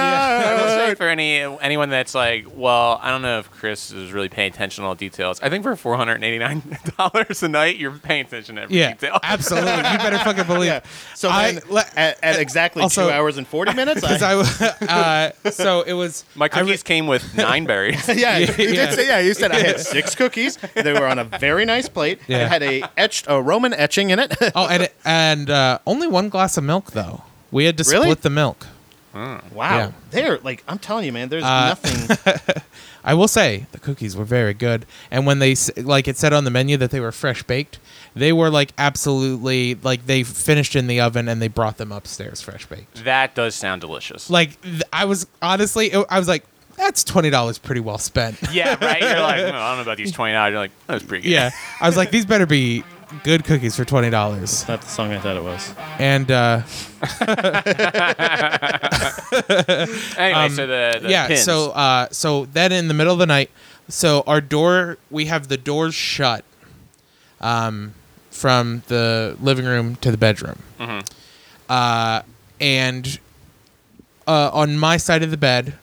C: will
A: night.
C: say for any anyone that's like, well, I don't know if Chris is really paying attention to all details. I think for four hundred and eighty nine dollars a night, you're paying attention to every
B: yeah,
C: detail.
B: absolutely. You better fucking believe.
A: Yeah. So
B: I-
A: then
B: le-
A: at, at exactly
B: also-
A: two hours and forty minutes. I,
B: Because I, uh, so it was
C: My
B: I re-
C: cookies came with nine berries.
A: yeah, you
B: Yeah.
A: did say yeah. You said I had six cookies. They were on a very nice plate.
B: Yeah.
A: It had a etched a Roman etching in it.
B: oh, and and uh, only one glass of milk though. We had to
A: Really?
B: split the milk.
A: Wow.
B: Yeah.
A: They're like, I'm telling you, man, there's
B: Uh,
A: nothing.
B: I will say the cookies were very good, and when they s- like it said on the menu that they were fresh baked, they were like absolutely like they finished in the oven and they brought them upstairs fresh baked.
C: That does sound delicious.
B: Like th- I was honestly, it- I was like, that's twenty dollars pretty well spent.
C: yeah, right. You're like, "Mm, I don't know about these twenty dollars. You're like, that was pretty good.
B: yeah, I was like, these better be good cookies for twenty dollars.
A: not the song I thought it was.
B: And uh,
C: Anyway, so the, the
B: um, yeah,
C: pins.
B: so uh, so then in the middle of the night, so our door we have the doors shut, um, from the living room to the bedroom.
C: Mm-hmm.
B: Uh, and uh, on my side of the bed,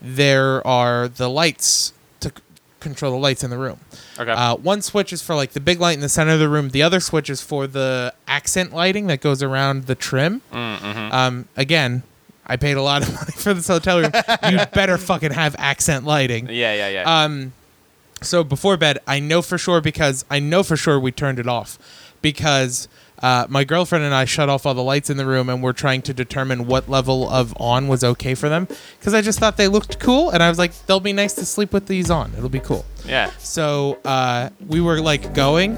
B: there are the lights to c- control the lights in the room.
C: Okay.
B: Uh, one switch is for like the big light in the center of the room. The other switch is for the accent lighting that goes around the trim. Um, again, I paid a lot of money for this hotel room. you better fucking have accent lighting.
C: yeah, yeah, yeah.
B: um, So before bed, I know for sure because I know for sure we turned it off because uh, my girlfriend and I shut off all the lights in the room and we're trying to determine what level of on was okay for them because I just thought they looked cool and I was like, they'll be nice to sleep with these on. It'll be cool.
C: yeah.
B: So uh, we were like going,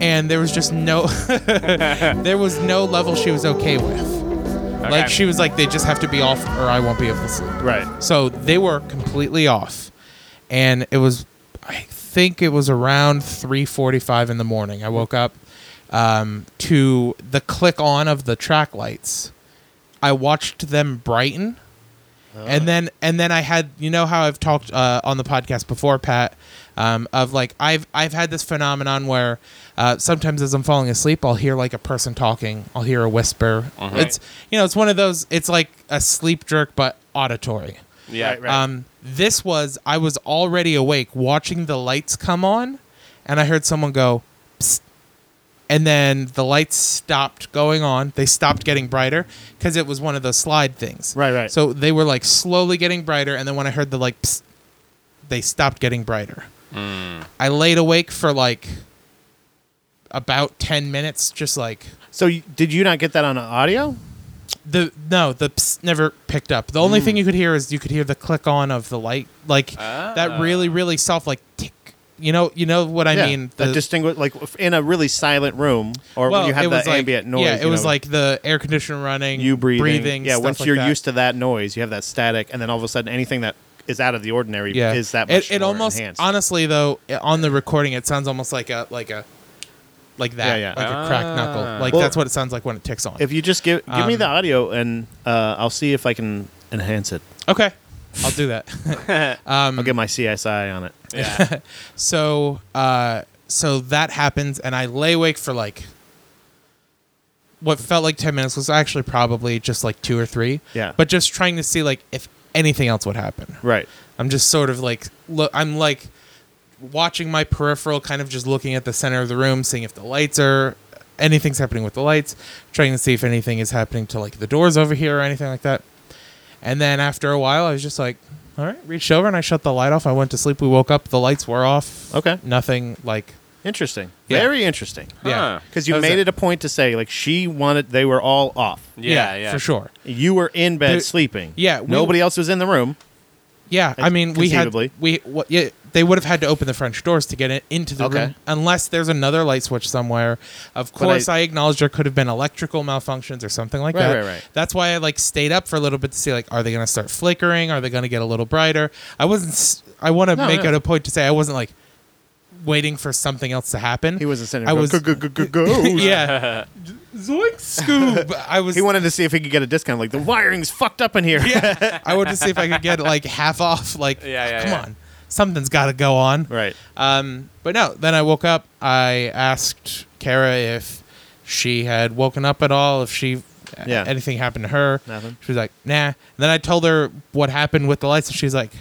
B: and there was just no, there was no level she was okay with. Like she was like, they just have to be off, or I won't be able to sleep.
A: Right.
B: So they were completely off, and it was, I think it was around three forty-five in the morning. I woke up um, to the click on of the track lights. I watched them brighten, and then and then I had you know how I've talked uh, on the podcast before, Pat, um, of like I've I've had this phenomenon where uh, sometimes as I'm falling asleep, I'll hear like a person talking, I'll hear a whisper. It's you know it's one of those. It's like a sleep jerk, but auditory.
C: yeah.
A: Right, right.
B: Um, this was I was already awake watching the lights come on, and I heard someone go, Psst. and then the lights stopped going on. They stopped getting brighter because it was one of those slide things.
A: Right, right.
B: So they were like slowly getting brighter, and then when I heard the like, Psst, they stopped getting brighter. I laid awake for like about ten minutes, just like
A: So y- did you not get that on audio?
B: the no the psst never picked up the only
A: Mm.
B: thing you could hear is you could hear the click on of the light like that really really soft like tick you know you know what i mean
A: Ah. that distinguish like if- in a really silent room or when you have that
B: like,
A: ambient noise.
B: yeah it
A: you
B: was
A: know,
B: like the air conditioner running
A: you breathing. yeah,
B: stuff
A: once
B: like
A: you're
B: that.
A: used to that noise, you have that static, and then all of a sudden, anything that is out of the ordinary
B: yeah
A: is that
B: it,
A: much
B: it
A: more
B: almost
A: enhanced.
B: honestly though i- on the recording it sounds almost like a like a like that
A: Yeah, yeah.
B: like a cracked knuckle like
A: Well-
B: that's what it sounds like when it ticks on
A: if you just give give me
B: Um,
A: the audio, and uh, I'll see if I can enhance it.
B: okay i'll do that Um,
A: I'll get my CSI on it.
C: yeah.
B: So uh so that happens and I lay awake for like what felt like 10 minutes was actually probably just like 2 or 3.
A: Yeah.
B: But just trying to see like if anything else would happen.
A: Right.
B: I'm just sort of like look I'm like watching my peripheral kind of just looking at the center of the room seeing if the lights are anything's happening with the lights, trying to see if anything is happening to like the doors over here or anything like that. And then after a while I was just like all right, reached over and I shut the light off. I went to sleep. We woke up. The lights were off.
A: Okay.
B: Nothing like
A: Interesting.
B: Yeah.
A: Very interesting.
B: yeah.
C: Huh.
A: Because you
B: That was
A: made
B: it.
A: it a point to say like she wanted they were all off.
C: Yeah, yeah.
B: for sure.
A: You were in bed
B: There-
A: sleeping.
B: yeah, we-
A: Nobody else was in the room.
B: Yeah, I mean, we had
A: Conceivably.
B: we what, yeah, they would have had to open the French doors to get it into the
A: Okay.
B: room, unless there's another light switch somewhere. Of course,
A: I-
B: I, acknowledge there could have been electrical malfunctions or something like
A: Right,
B: that.
A: right, right.
B: That's why I like stayed up for a little bit to see like, are they going to start flickering? Are they going to get a little brighter? I wasn't. s- I want to
A: No,
B: make
A: no.
B: it a point to say I wasn't like waiting for something else to happen.
A: He wasn't sitting.
B: I
A: There going,
B: was.
A: "Go, go, go, go, go."
B: yeah. Zoink Scoob. I was.
A: He wanted to see if he could get a discount. Like the wiring's fucked up in here.
B: yeah. I wanted to see if I could get like half off. Like,
C: Yeah, yeah,
B: come
C: yeah.
B: on, something's got to go on.
A: right.
B: Um, but no, then I woke up. I asked Kara if she had woken up at all, if she
A: Yeah.
B: anything happened to her.
A: Nothing.
B: She was like, nah. And then I told her what happened with the lights, and she's like,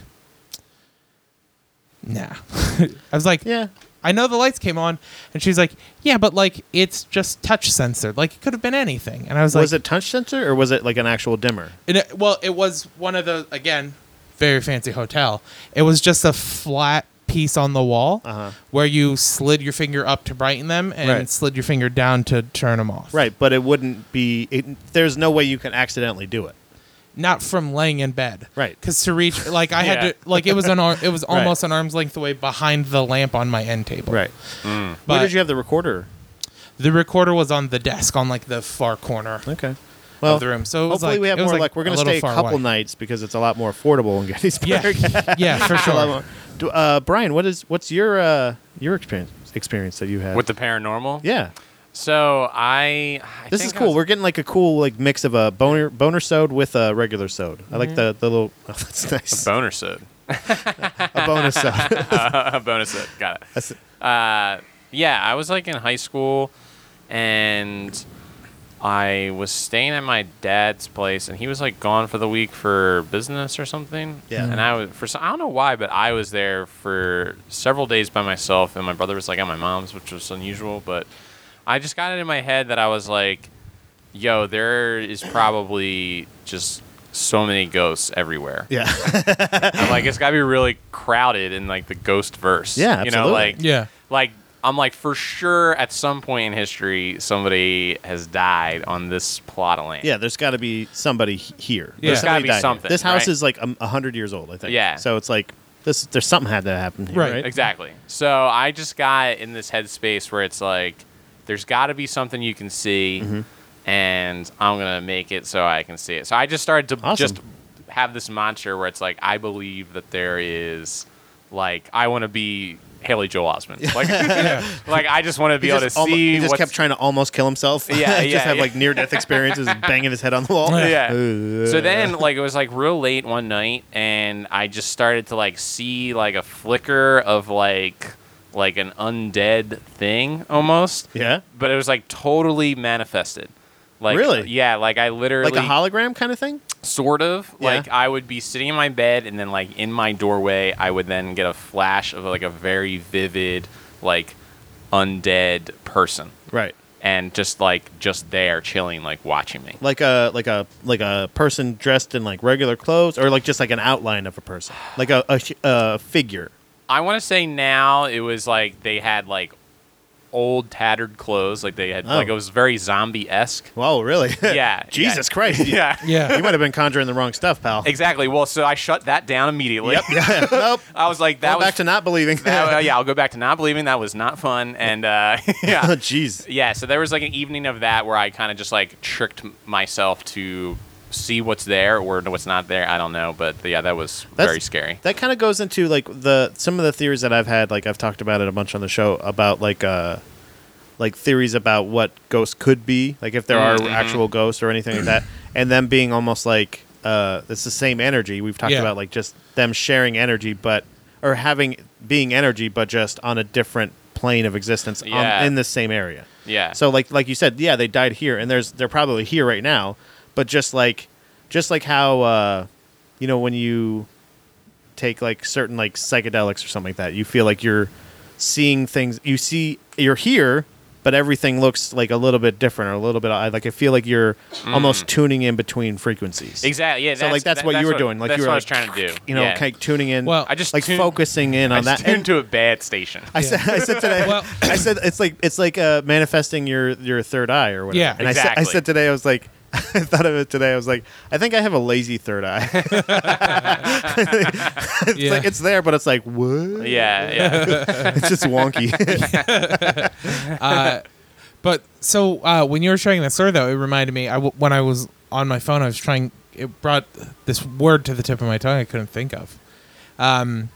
B: nah. I was like,
A: Yeah.
B: I know the lights came on, and she's like, yeah, but like it's just touch censored. Like it could have been anything. And I was like,
A: was it touch sensor or was it like an actual dimmer?
B: and it- well, it was one of the again, very fancy hotel. It was just a flat piece on the wall
A: Uh-huh.
B: where you slid your finger up to brighten them and
A: Right.
B: slid your finger down to turn them off.
A: Right, but it wouldn't be. It, there's no way you can accidentally do it.
B: not from laying in bed.
A: Right.
B: Because to reach, like I
C: Yeah.
B: had to, like it was an, ar- it was
A: Right.
B: almost an arm's length away behind the lamp on my end table.
A: Right. Where
B: But
A: did you have the recorder?
B: the recorder was on the desk on like the far corner.
A: Okay. Well,
B: of the room. So it was
A: hopefully
B: like-
A: we have
B: it was
A: more
B: like
A: luck. We're going
B: a
A: to
B: little
A: stay a
B: far
A: couple
B: away.
A: nights because it's a lot more affordable in Gettysburg.
B: Yeah, yeah, for
A: A lot more-
B: sure.
A: Do- uh, Brian, what is what's your uh, your experience experience that you had
C: With the paranormal?
A: Yeah,
C: So I. I
A: this is
C: think I
A: cool.
C: was-
A: We're getting like a cool like mix of a boner boner sode with a regular sode. I like the the little. Oh, that's nice.
C: boner sode.
A: a boner sode.
C: A bonus sode. Got it.
A: That's-
C: uh, yeah, I was like in high school, and I was staying at my dad's place, and he was like gone for the week for business or something.
A: Yeah.
C: And I was for some, I don't know why, but I was there for several days by myself, and my brother was like at my mom's, which was unusual. But I just got it in my head that I was like, "Yo, there is probably just." So many ghosts everywhere.
A: yeah,
C: I'm like, it's gotta be really crowded in like the ghost verse.
A: Yeah,
C: you know,
A: absolutely.
C: like
B: Yeah.
C: like I'm like for sure at some point in history somebody has died on this plot of land.
A: yeah. There's got to be somebody he- here.
B: Yeah.
A: There's
B: There's gotta
A: somebody
C: be
A: down here.
C: something,
A: This house
C: right?
A: is like um, hundred years old, I think.
C: Yeah.
A: So it's like this. There's something had to happen here,
B: Right.
A: right?
C: Exactly. So I just got in this headspace where it's like there's got to be something you can see
A: Mm-hmm.
C: and I'm going to make it so I can see it. So I just started to
A: Awesome.
C: just have this mantra where it's like I believe that there is like I want to be Haley Joel Osment. Like like I just want to be
A: He
C: able to
A: just, almo-
C: see
A: he just
C: what's
A: kept trying to almost kill himself.
C: Yeah,
A: just
C: yeah,
A: have
C: yeah.
A: like near death experiences, banging his head on the wall.
C: yeah.
A: Uh,
C: So then, like, it was like real late one night, and I just started to like see like a flicker of like like an undead thing almost.
A: yeah,
C: But it was like totally manifested. Like
A: Really?
C: Yeah. Like I literally
A: like a hologram kind of thing.
C: sort of
A: Yeah.
C: like I would be sitting in my bed, and then like in my doorway, I would then get a flash of like a very vivid like undead person,
A: Right.
C: and just like just there chilling, like watching me.
A: Like a like a like a person dressed in like regular clothes, or like just like an outline of a person, like a a, sh- a figure.
C: I want to say now it was like they had like old tattered clothes, like they had
A: Oh.
C: like it was very zombie esque.
A: Wow, really?
C: Yeah,
A: Jesus
C: yeah.
A: Christ.
C: Yeah,
A: You
B: Yeah.
A: might have been conjuring the wrong stuff, pal.
C: exactly. Well, so I shut that down immediately.
A: Yep. Yeah. nope.
C: I was like, that
A: Go
C: was
A: back to not believing.
C: that- uh, yeah. I'll go back to not believing that was not fun, and uh, yeah,
A: Oh, jeez.
C: yeah. So there was like an evening of that where I kind of just like tricked m- myself to see what's there or what's not there. I don't know, but yeah, that was
A: That's-
C: very scary.
A: That kind of goes into like the some of the theories that I've had. Like I've talked about it a bunch on the show about like uh like theories about what ghosts could be, like if there are
C: Mhm.
A: actual ghosts or anything like that, and them being almost like uh it's the same energy we've talked
B: Yeah.
A: about, like just them sharing energy, but or having being energy, but just on a different plane of existence on-
C: Yeah.
A: in the same area.
C: Yeah.
A: So like like you said, yeah, they died here, and there's they're probably here right now, but just like just like how uh, you know when you take like certain like psychedelics or something like that, you feel like you're seeing things. You see you're here, but everything looks like a little bit different or a little bit I- like I feel like you're
C: Mm.
A: almost tuning in between frequencies.
C: Exactly. Yeah.
A: So like that's
C: that-
A: what you were
C: what-
A: doing. Like
C: that's
A: you were
C: what
A: like,
C: I was trying to do.
A: You know,
C: yeah.
A: kind of tuning in.
B: Well,
C: I just
A: like
C: tuned-
A: focusing in on
C: I
A: that.
C: tuned
A: And-
C: to a bad station.
A: I said, I said today,
B: Well-
A: I said it's like it's like uh, manifesting your your third eye or whatever.
B: Yeah.
A: and I said, I
C: Exactly.
A: said today, I was like, I thought of it today. I was like, I think I have a lazy third eye. it's
B: Yeah.
A: like it's there, but it's like what?
C: yeah, yeah.
A: it's just wonky.
B: uh, but so uh, when you were sharing that story, though, it reminded me. I w- when I was on my phone, I was trying. It brought this word to the tip of my tongue. I couldn't think of. Um,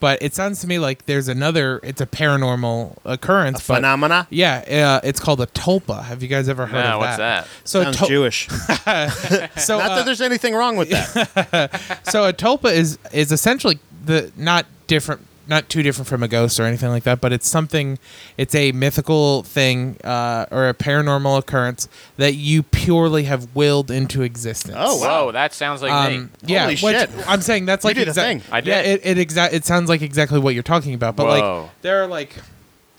B: but it sounds to me like there's another. It's a paranormal occurrence. but
A: Phenomena.
B: yeah, uh, it's called a tulpa. Have you guys ever heard of
C: No,
B: that?
C: Ah, what's that?
B: So
A: Sounds
B: tul-
A: Jewish.
B: So
A: Not
B: uh,
A: that there's anything wrong with that.
B: so a tulpa is is essentially the not different not too different from a ghost or anything like that but it's something it's a mythical thing uh, or a paranormal occurrence that you purely have willed into existence
A: Oh, wow.
C: Whoa, that sounds like me.
B: um, yeah,
A: Holy
B: which-
A: shit.
B: I'm saying that's like
A: did a
B: exact-
A: thing.
C: I did.
B: Yeah, it it, exa- it sounds like exactly what you're talking about, but
C: Whoa.
B: like there are like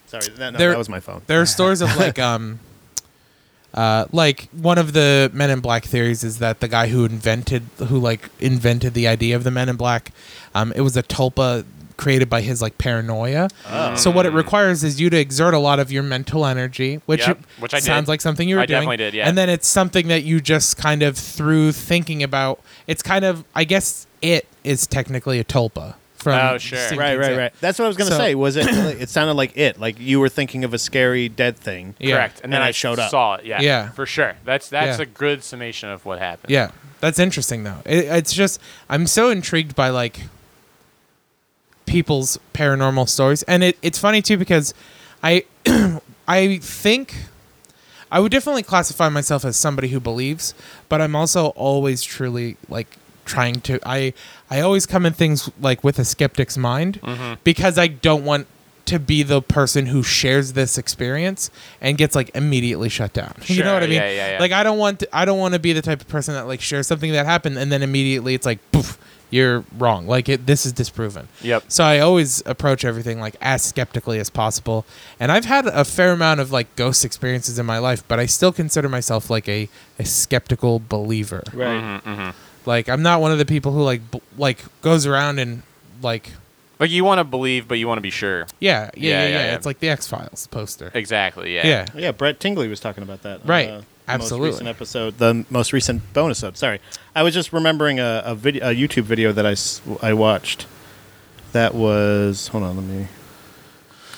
A: Sorry, that, no,
B: There-
A: that was my phone.
B: there are stories of like um uh like one of the men in black theories is that the guy who invented who like invented the idea of the men in black um it was a tulpa created by his like paranoia.
A: Oh.
B: So
C: Um.
B: what it requires is you to exert a lot of your mental energy, which
C: Yep,
B: it
C: which I did.
B: sounds like something you were
C: I
B: doing.
C: definitely did, yeah.
B: And then it's something that you just kind of through thinking about. It's kind of I guess it is technically a tulpa. From
C: Oh, sure.
B: Stephen
A: Right,
B: King's
A: right,
B: It.
A: right. That's what I was gonna
B: So-
A: say. Was it? It sounded like it. Like you were thinking of a scary dead thing.
B: Yeah.
C: Correct. And then
A: And
C: I
A: it showed up.
C: Saw it. Yeah.
B: Yeah.
C: For sure. That's that's
B: Yeah.
C: a good summation of what happened.
B: Yeah, that's interesting though. It, it's just I'm so intrigued by like people's paranormal stories, and it, it's funny too because I I think I would definitely classify myself as somebody who believes, but I'm also always truly like trying to I I always come in things like with a skeptic's mind
C: Mm-hmm.
B: because I don't want to be the person who shares this experience and gets like immediately shut down. you know
C: Sure,
B: what I mean?
C: yeah, yeah, yeah.
B: Like I don't want to, I don't want to be the type of person that like shares something that happened and then immediately it's like poof you're wrong. Like it, this is disproven.
C: Yep.
B: So I always approach everything like as skeptically as possible. And I've had a fair amount of like ghost experiences in my life, but I still consider myself like a, a skeptical believer.
A: Right.
C: Mm-hmm.
B: Like I'm not one of the people who like b- like goes around and like
C: Like you want to believe, but you want to be sure.
B: yeah, yeah, yeah,
C: Yeah,
B: yeah.
C: yeah, yeah.
B: It's like the X Files poster.
C: Exactly. Yeah.
B: Yeah.
A: Yeah, Brett Tingley was talking about that. on
B: Right.
A: the
B: Absolutely.
A: Most recent episode, the most recent bonus episode. Sorry, I was just remembering a, a video, a YouTube video that I s- I watched. That was hold on, let me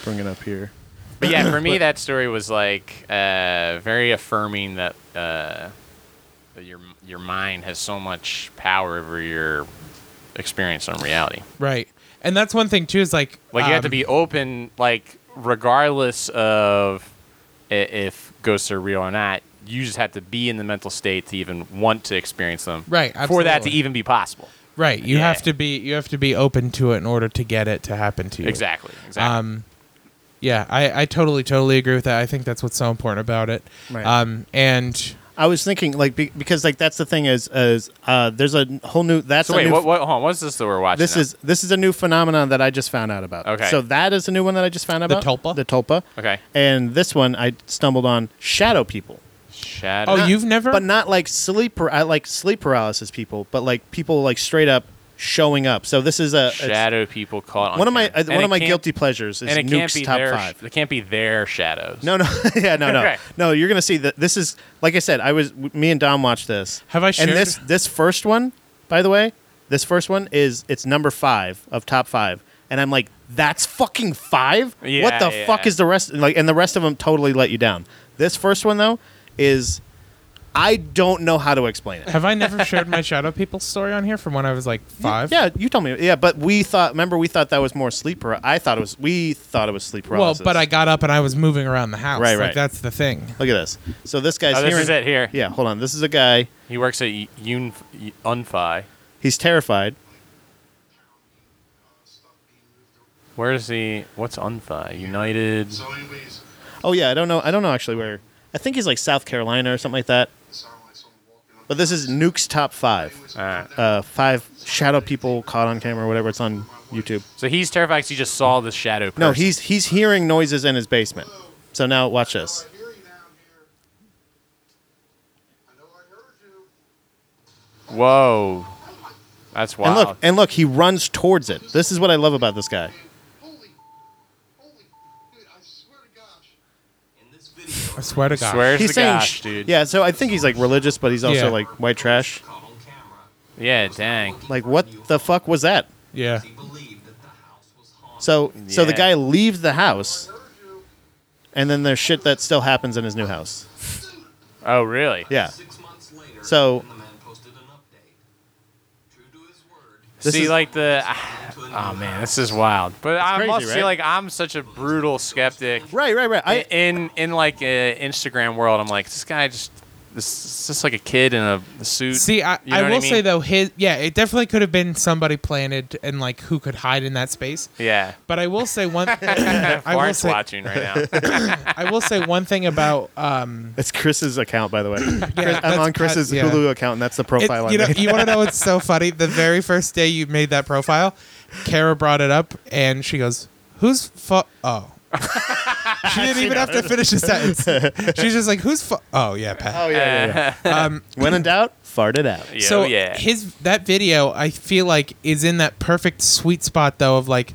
A: bring it up here.
C: But yeah, for me, that story was like uh, very affirming that uh, that your your mind has so much power over your experience on reality.
B: Right. And that's one thing too is like
C: Like you have to
B: um,
C: be open, like regardless of i- if ghosts are real or not. You just have to be in the mental state to even want to experience them.
B: Right,
C: For that to
B: absolutely.
C: even be possible.
B: Right. You
C: Yeah.
B: have to be you have to be open to it in order to get it to happen to you.
C: Exactly. Exactly.
B: Um yeah, I, I totally, totally agree with that. I think that's what's so important about it.
A: Right.
B: Um and
A: I was thinking like be, because like that's the thing is is uh, there's a whole new that's
C: so
A: a
C: wait,
A: new
C: what, what? Hold on. What's this that we're watching?
A: this
C: now?
A: is this is a new phenomenon that I just found out about.
C: Okay.
A: So that is a new one that I just found out
B: The
A: about.
B: tulpa?
A: The tulpa.
C: Okay.
A: And this one I stumbled on shadow people.
C: shadow.
B: Oh,
A: Not-
B: you've never
A: but not like sleep par- I like sleep paralysis people, but like people like straight up showing up. So this is a uh, it's-
C: shadow people caught on
A: one of my uh,
C: camera.
A: one
C: And
A: of
C: it
A: my
C: can't-
A: guilty pleasures is
C: and it can't
A: Nuke's
C: be
A: top
C: their,
A: five.
C: It can't be their shadows.
A: No, no, yeah, no, no,
C: Okay.
A: no. You're gonna see that this is like I said. I was w- me and Dom watched this.
B: Have I shared-
A: And this this first one, by the way, this first one is it's number five of top five, and I'm like, that's fucking five. what
C: Yeah,
A: the
C: yeah.
A: fuck is the rest like? And the rest of them totally let you down. This first one though is, I don't know how to explain it.
B: have I never shared my shadow people story on here from when I was like five?
A: Yeah, you told me. Yeah, but we thought. Remember, we thought that was more sleep. Par- I thought it was. We thought it was sleep
B: Well,
A: paralysis.
B: but I got up and I was moving around the house.
A: Right,
B: Like
A: right.
B: that's the thing.
A: look at this. So this guy's
C: Oh, this
A: hearing-
C: is it here.
A: Yeah, hold on. This is a guy.
C: He works at Y- Yun- Y- Unfi.
A: He's terrified.
C: Where is he? What's Unfi? United.
D: So, anyways,
A: Oh yeah, I don't know. I don't know actually where. I think he's like South Carolina or something like that.
D: it sounded like someone walking up.
A: But this is Nuke's top five.
C: Alright.
A: Uh, five shadow people caught on camera or whatever. It's on YouTube.
C: So he's terrified 'cause he just saw this shadow. Person.
A: No, he's he's hearing noises in his basement. So now watch this.
D: I hear you down here. I know I heard you.
C: Whoa. That's wild.
A: And look, and look, he runs towards it. This is what I love about this guy.
D: Holy, holy, dude, I swear to gosh.
B: I swear to God.
C: Swears
A: He's
C: to
A: saying,
C: gosh,
A: sh-
C: dude.
A: yeah. So I think he's like religious, but he's also
B: Yeah.
A: like white trash.
C: Yeah, dang.
A: Like, what the fuck was that?
B: Yeah.
A: So, so the
C: Yeah.
A: guy leaves the house, and then there's shit that still happens in his new house.
C: Oh, really?
A: Yeah.
E: Six months later,
A: So-
E: and the man posted an update. True to his word,
A: This
C: See,
A: is-
C: like the.
D: Ah,
C: Oh man, this is wild. But I
A: crazy,
C: must say,
A: right?
C: like, I'm such a brutal skeptic.
A: Right, right, right. I,
C: in in like a Instagram world, I'm like, this guy just this is just like a kid in a suit.
B: See, I,
C: You know
B: I
C: what
B: will
C: mean?
B: say though, his yeah, it definitely could have been somebody planted and like who could hide in that space.
C: Yeah.
B: But I will say one. I will
C: Florence
B: say,
C: watching right now.
B: I will say one thing about um,
A: It's Chris's account, by the way. Chris,
B: that's
A: I'm on Chris's
B: Pat- yeah.
A: Hulu account, and that's the
B: It-
A: profile
B: you
A: I
B: know,
A: made.
B: you want to know what's so funny? The very first day you made that profile, Kara brought it up, and she goes, "Who's fu- Oh, she didn't even have to finish the sentence. She's just like, "Who's fu- Oh yeah, Pat.
A: oh yeah, yeah. yeah. um, when in doubt, fart it out.
C: Yeah,
B: so
C: yeah.
B: his that video, I feel like, is in that perfect sweet spot though of like,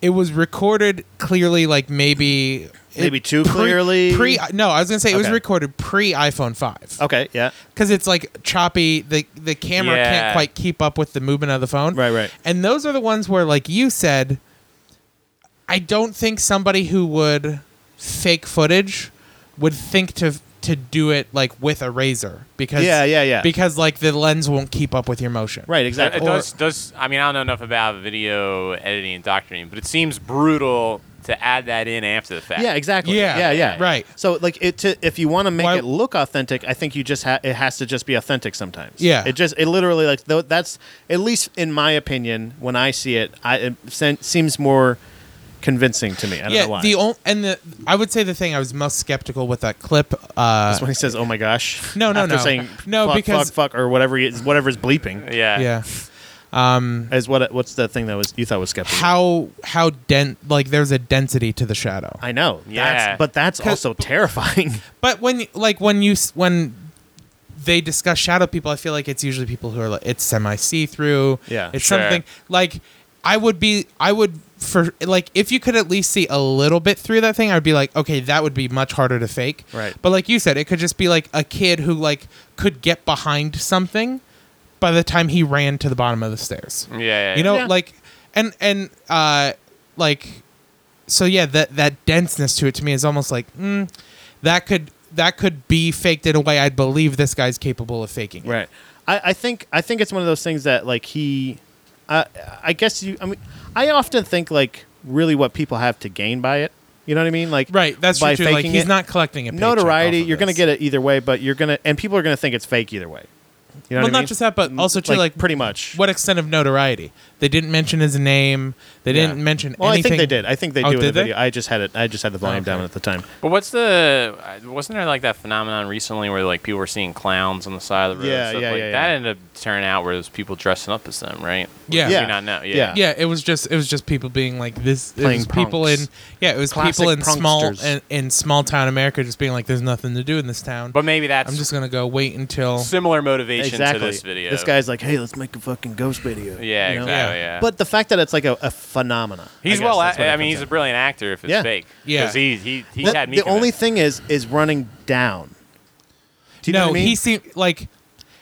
B: it was recorded clearly, like maybe it-
A: Maybe too clearly?
B: Pre, no, I was gonna say it was
A: Okay.
B: recorded pre iPhone five
A: Okay, yeah.
B: because it's like choppy. The the camera
C: Yeah.
B: can't quite keep up with the movement of the phone.
A: Right, right.
B: And those are the ones where, like you said, I don't think somebody who would fake footage would think to to do it like with a razor because
A: Yeah, yeah, yeah.
B: because like the lens won't keep up with your motion.
A: Right,
C: It,
A: exactly.
C: it does does I mean I don't know enough about video editing and doctoring, but it seems brutal to add that in after the fact.
A: yeah, exactly.
B: Yeah,
A: yeah, yeah.
B: right.
A: So, like, it to, if you want to make
B: Why-
A: it look authentic, I think you just ha- it has to just be authentic sometimes.
B: Yeah.
A: It just it literally like though that's at least in my opinion when I see it, I it sen- seems more convincing to me. I don't
B: yeah,
A: know why.
B: the only and the I would say the thing I was most skeptical with that clip. Uh,
A: That's when he says, "Oh my gosh!"
B: No, no,
A: After
B: no.
A: saying
B: No,
A: fuck,
B: because-
A: fuck, fuck, or whatever he is, whatever's bleeping
C: Yeah.
B: yeah,
A: is what. What's the thing that was you thought was skeptical?
B: how how dent like there's a density to the shadow.
A: I know.
C: Yeah.
A: that's, but that's
B: 'Cause-
A: also terrifying.
B: But when like when you s- when they discuss shadow people, I feel like it's usually people who are like it's semi see through.
A: Yeah,
B: it's
C: sure.
B: something like I would be I would for like if you could at least see a little bit through that thing, I'd be like okay, that would be much harder to fake.
A: Right.
B: But like you said, it could just be like a kid who like could get behind something by the time he ran to the bottom of the stairs.
C: Yeah, yeah,
B: You know,
A: Yeah.
B: like and and uh like so yeah, that that denseness to it to me is almost like mm, that could that could be faked in a way I'd believe this guy's capable of faking. it.
A: Right. I, I think I think it's one of those things that like he, I I guess you. I mean, I often think like really what people have to gain by it. You know what I mean? Like
B: Right, that's
A: by
B: true. too. Like
A: faking
B: he's
A: it,
B: not collecting a paycheck
A: notoriety.
B: off of
A: you're gonna
B: this.
A: get it either way, but you're gonna and people are gonna think it's fake either way. You know
B: well,
A: what I
B: not
A: mean? Mm,
B: just that, but also too,
A: like,
B: like,
A: pretty much.
B: what extent of notoriety? They didn't mention his name. They
A: Yeah.
B: didn't mention
A: Well,
B: anything.
A: I think they did. I think they
B: Oh,
A: do in
B: did
A: the
B: they?
A: video. I just had it. I just had the volume
B: Okay.
A: down at the time.
C: But what's the uh, wasn't there like that phenomenon recently where like people were seeing clowns on the side of the road?
A: Yeah,
C: and stuff
A: yeah,
C: like
A: yeah,
C: That
A: yeah.
C: ended up turning out where there's people dressing up as them, right?
B: Yeah.
C: We
A: Yeah.
C: not know. Yeah.
A: Yeah.
B: yeah it was just it was just people being like this it
A: Playing
B: was people in
A: punks.
B: yeah it was
A: Classic
B: people in small
A: punksters.
B: in, in small town america just being like there's nothing to do in this town
C: But maybe that's
B: i'm just gonna go wait until
C: similar motivation
A: exactly.
C: to this video.
A: guy's like, hey, let's make a fucking ghost video.
C: Yeah,
A: you know?
B: Yeah.
C: exactly. Yeah.
A: But the fact that it's like a, a phenomena.
C: he's
A: I guess
C: well.
A: that's
C: act-
A: what it
C: I
A: comes
C: mean, he's
A: down
C: a brilliant actor if it's
A: Yeah.
C: fake. 'Cause
B: Yeah.
C: he he he
A: the,
C: had me.
A: the only
C: convinced.
A: thing is is running down. Do you
B: no
A: know what I mean?
B: he seemed like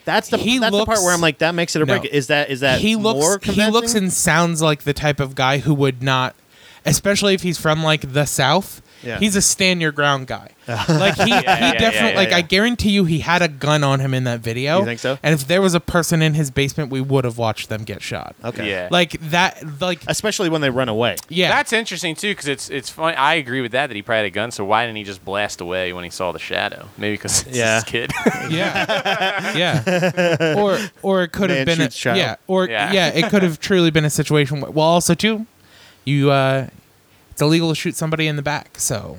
A: that's the
B: he
A: that's the part
B: looks-
A: where I'm like that makes it or break
B: No.
A: it. Is that is that
B: he
A: more
B: looks he looks
A: convincing?
B: and sounds like the type of guy who would not especially if he's from like the south
A: Yeah.
B: he's a stand your ground guy like he, he
C: yeah,
B: definitely
C: yeah, yeah,
B: like
A: yeah.
B: i guarantee you he had a gun on him in that video
A: You think so?
B: and if there was a person in his basement we would have watched them get shot
A: okay.
C: Yeah.
B: like that like
A: especially when they run away.
B: yeah
C: That's interesting too, because it's it's funny. I agree with that that he probably had a gun. So why didn't he just blast away when he saw the shadow? Maybe because it's
A: Yeah.
C: his kid.
B: Yeah, yeah. Or or it could
A: Man
B: have been a,
A: shoots child.
B: yeah. Or yeah.
C: Yeah.
B: it could have truly been a situation. Where, well, also too, you uh, it's illegal to shoot somebody in the back. So,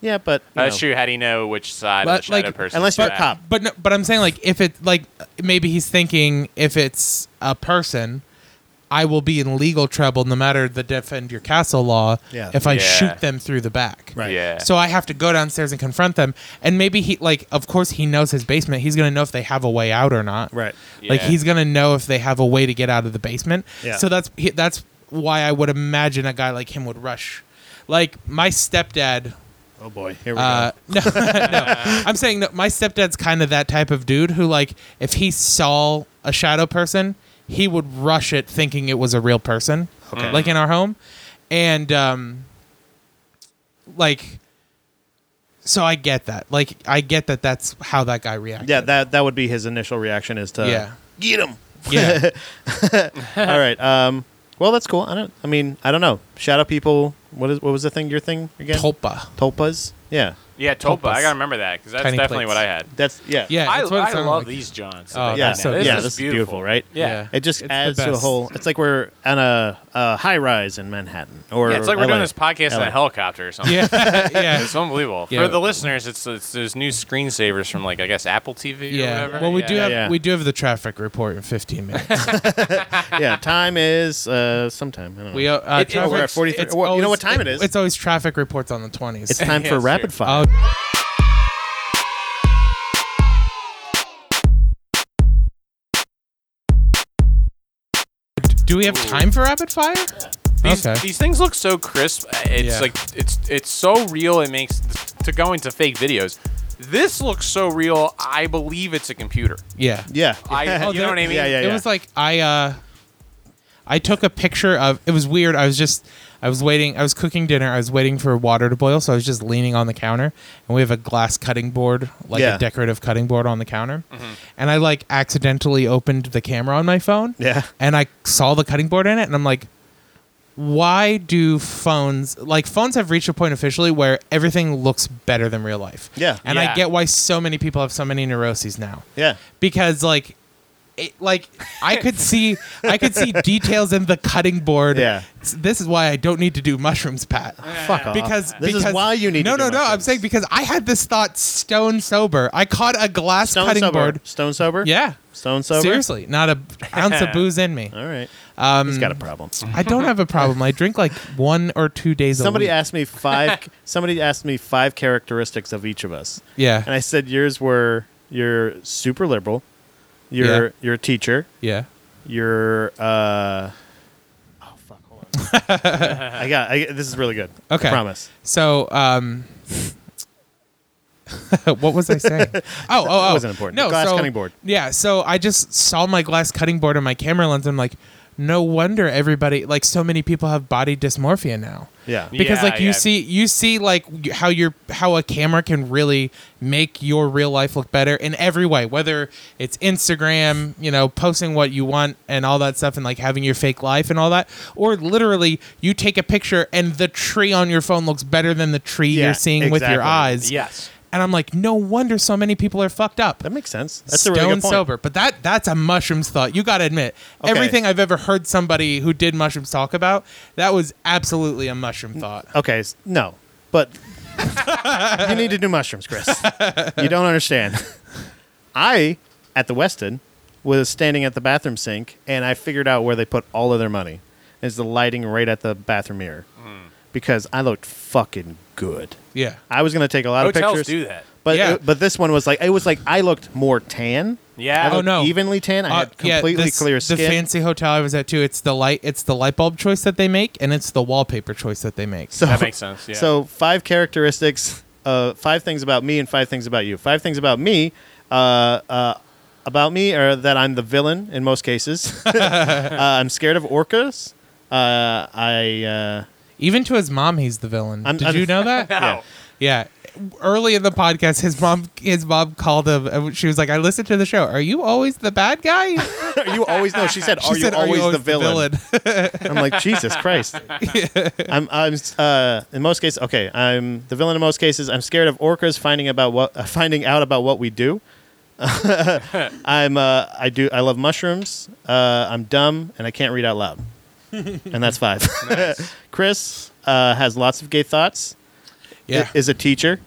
A: Yeah, but you
C: That's
A: know,
C: true. How do you know which side
B: But,
C: of the shadow
B: like,
C: person?
A: Unless you're a cop.
B: Uh, but no, but I'm saying like if it like maybe he's thinking if it's a person. I will be in legal trouble no matter the defend your castle law
A: Yeah.
B: if I
C: Yeah.
B: shoot them through the back.
A: Right.
C: Yeah.
B: So I have to go downstairs and confront them. And maybe he like of course he knows his basement. He's gonna know if they have a way out or not.
A: Right.
B: Like
C: Yeah.
B: he's gonna know if they have a way to get out of the basement.
A: Yeah.
B: So that's he- that's why I would imagine a guy like him would rush. Like my stepdad.
A: Oh boy, here we
B: Uh,
A: go.
B: no, no, I'm saying that my stepdad's kind of that type of dude who, like, if he saw a shadow person, he would rush it thinking it was a real person,
A: Okay.
B: like in our home, and um, like, so I get that. Like, I get that. That's how that guy reacted.
A: Yeah, that that would be his initial reaction is to
B: Yeah.
A: get him.
B: yeah.
A: All right. Um. Well, that's cool. I don't. I mean, I don't know. Shadow people. What is? What was the thing? Your thing again?
B: Tulpa.
A: Tulpas. Yeah.
C: yeah, Topa.
B: Tulpas.
C: I gotta remember that because that's
B: Tiny
C: definitely
B: plates.
C: what I had.
A: That's yeah.
B: Yeah,
C: I,
B: that's what it
C: I
B: sounded
C: love
B: like.
C: these Johns.
B: Oh,
C: that they
A: Yeah.
B: that's
C: got
B: so-
C: now.
B: this
A: yeah.
B: is
A: This is beautiful, right?
C: Yeah.
B: Yeah.
A: It just
B: It's the
A: adds to a
B: best.
A: whole. It's like we're on a, a high rise in Manhattan, or
C: Yeah, it's like we're
A: LA.
C: doing this podcast in
A: LA.
C: a helicopter or something.
B: Yeah, yeah.
C: It's unbelievable.
B: Yeah.
C: For the listeners, it's, it's there's new screensavers from like I guess Apple TV or
B: Yeah.
C: whatever.
B: Well, we do have
A: yeah.
B: we do have the traffic report in 15 minutes.
A: yeah, time is uh, sometime. I don't know.
B: We uh,
C: It- it-
B: traffic-
A: we're at 43.
B: it's
A: Well, you know what time it is.
B: It's always traffic reports on the 20s.
A: it's time
C: Yeah,
A: for
C: sure.
A: rapid fire.
B: oh, do we have time for rapid fire?
C: These,
B: Okay.
C: these things look so crisp. Uh, It's
B: Yeah.
C: like it's it's so real. It makes to go into fake videos. This looks so real. I believe it's a computer.
B: Yeah.
A: Yeah. Oh,
C: I, you know
B: there-
C: what I mean?
A: Yeah, yeah,
B: it was like I uh I took a picture of it was weird. I was just I was waiting I was cooking dinner, I was waiting for water to boil, so I was just leaning on the counter and we have a glass cutting board, like
A: Yeah. Mm-hmm.
B: a decorative cutting board on the counter. And I like accidentally opened the camera on my phone.
A: Yeah.
B: And I saw the cutting board in it and I'm like why do phones like phones have reached a point officially where everything looks better than real life?
A: Yeah.
B: And
C: Yeah.
B: I get why so many people have so many neuroses now
A: Yeah.
B: because like it, like I could see I could see details in the cutting board.
A: Yeah.
B: S- This is why I don't need to do mushrooms, Pat.
A: Fuck off.
B: Because
A: this
B: because-
A: is why you need
B: no
A: to do
B: no no I'm
A: mushrooms.
B: saying because I had this thought stone sober. I caught a glass
A: stone
B: cutting
A: sober.
B: board.
A: Stone sober.
B: Yeah,
A: Stone sober.
B: seriously, not a ounce of booze in me.
A: All right.
B: Um,
A: He's got a problem.
B: I don't have a problem. I drink like one or two days
A: Somebody
B: a week.
A: asked me five. somebody asked me five characteristics of each of us,
B: yeah,
A: and I said yours were you're super liberal, you're
B: Yeah.
A: you're a teacher,
B: yeah.
A: you're uh. oh, fuck, hold on. I got I, this is really good.
B: Okay.
A: I promise.
B: So, um, what was I saying? Oh, oh, oh,
A: wasn't important.
B: No,
A: Glass
B: so-
A: cutting board.
B: Yeah, so I just saw my glass cutting board and my camera lens. And I'm like, no wonder everybody, like, so many people have body dysmorphia now.
A: Yeah.
B: Because
C: Yeah,
B: like you
C: yeah.
B: see, you see like y- how your how a camera can really make your real life look better in every way. Whether it's Instagram, you know, posting what you want and all that stuff, and like having your fake life and all that, or literally you take a picture and the tree on your phone looks better than the tree
A: Yeah,
B: you're seeing with your
A: exactly.
B: eyes.
C: Yes.
B: And I'm like, no wonder so many people are fucked up.
A: That makes sense. That's
B: Stone
A: a really good point.
B: sober, but that that's a mushrooms thought. You got to admit,
A: Okay.
B: everything I've ever heard somebody who did mushrooms talk about, that was absolutely a mushroom thought.
A: Okay, s- no, but you need to do mushrooms, Chris. You don't understand. I, at the Westin, was standing at the bathroom sink, and I figured out where they put all of their money. Is the lighting right at the bathroom mirror?
C: Hmm.
A: Because I looked fucking good.
B: Yeah.
A: I was gonna take a lot
C: Hotels
A: of pictures,
C: do that.
A: but
B: Yeah.
A: but this one was like it was like I looked more tan.
C: Yeah.
A: I
C: Oh,
A: looked
B: no.
A: evenly tan. I
B: Uh,
A: had completely
B: this-
A: clear skin.
B: The fancy hotel I was at too. It's the light. It's the light bulb choice that they make, and it's the wallpaper choice that they make.
A: So
C: That makes sense, yeah.
A: So five characteristics, uh, five things about me, and five things about you. Five things about me, uh, uh, about me are that I'm the villain in most cases. uh, I'm scared of orcas. Uh, I uh,
B: Even to his mom, he's the villain.
A: I'm-
B: Did
A: I'm-
B: you know that?
A: yeah.
B: yeah. Early in the podcast, his mom his mom called him. and She was like, "I listened to the show. Are you always the bad guy?"
A: Are you always no? She said,
B: She
A: "Are
B: said,
A: you always, the, villain?
B: villain?"
A: I'm like Jesus Christ. I'm I'm uh, in most cases okay. I'm the villain in most cases. I'm scared of orcas finding about what uh, finding out about what we do. I'm uh, I do I love mushrooms. Uh, I'm dumb and I can't read out loud, and that's five. Chris uh, has lots of gay thoughts.
B: yeah.
A: Is a teacher,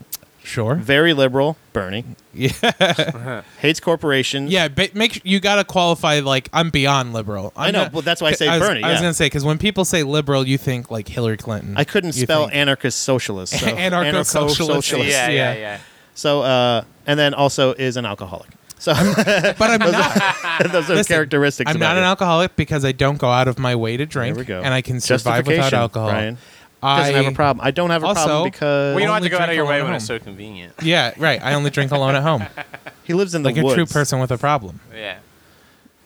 B: sure.
A: very liberal. Bernie
B: Yeah.
A: hates corporations.
B: Yeah, but make sure you gotta qualify like I'm beyond liberal. I'm
A: I know, well, that's why I say
B: was-
A: Bernie,
B: I was
A: yeah.
B: gonna say because when people say liberal, you think like Hillary Clinton.
A: I couldn't
B: You
A: spell
B: think-
A: anarchist socialist. So
B: Anarcho-socialist.
A: anarcho-socialist.
C: Yeah,
B: Yeah.
C: yeah, yeah.
A: So, uh, and then also is an alcoholic. So
B: but I'm not.
A: those are
B: Listen,
A: characteristics.
B: I'm
A: about
B: not an
A: you.
B: alcoholic because I don't go out of my way to drink.
A: There we go.
B: And I can survive without
A: Justification,
B: alcohol.
A: Brian
B: I
A: doesn't have a problem. I don't have a
B: Also-
A: problem because
C: Well, you don't have
B: Only
C: to go out of
B: drink
C: your way
B: alone
C: when
B: at
C: it's
B: home.
C: so convenient.
B: Yeah, right. I only drink alone at home,
A: he lives in the
B: like
A: woods.
B: a true person with a problem.
C: Yeah.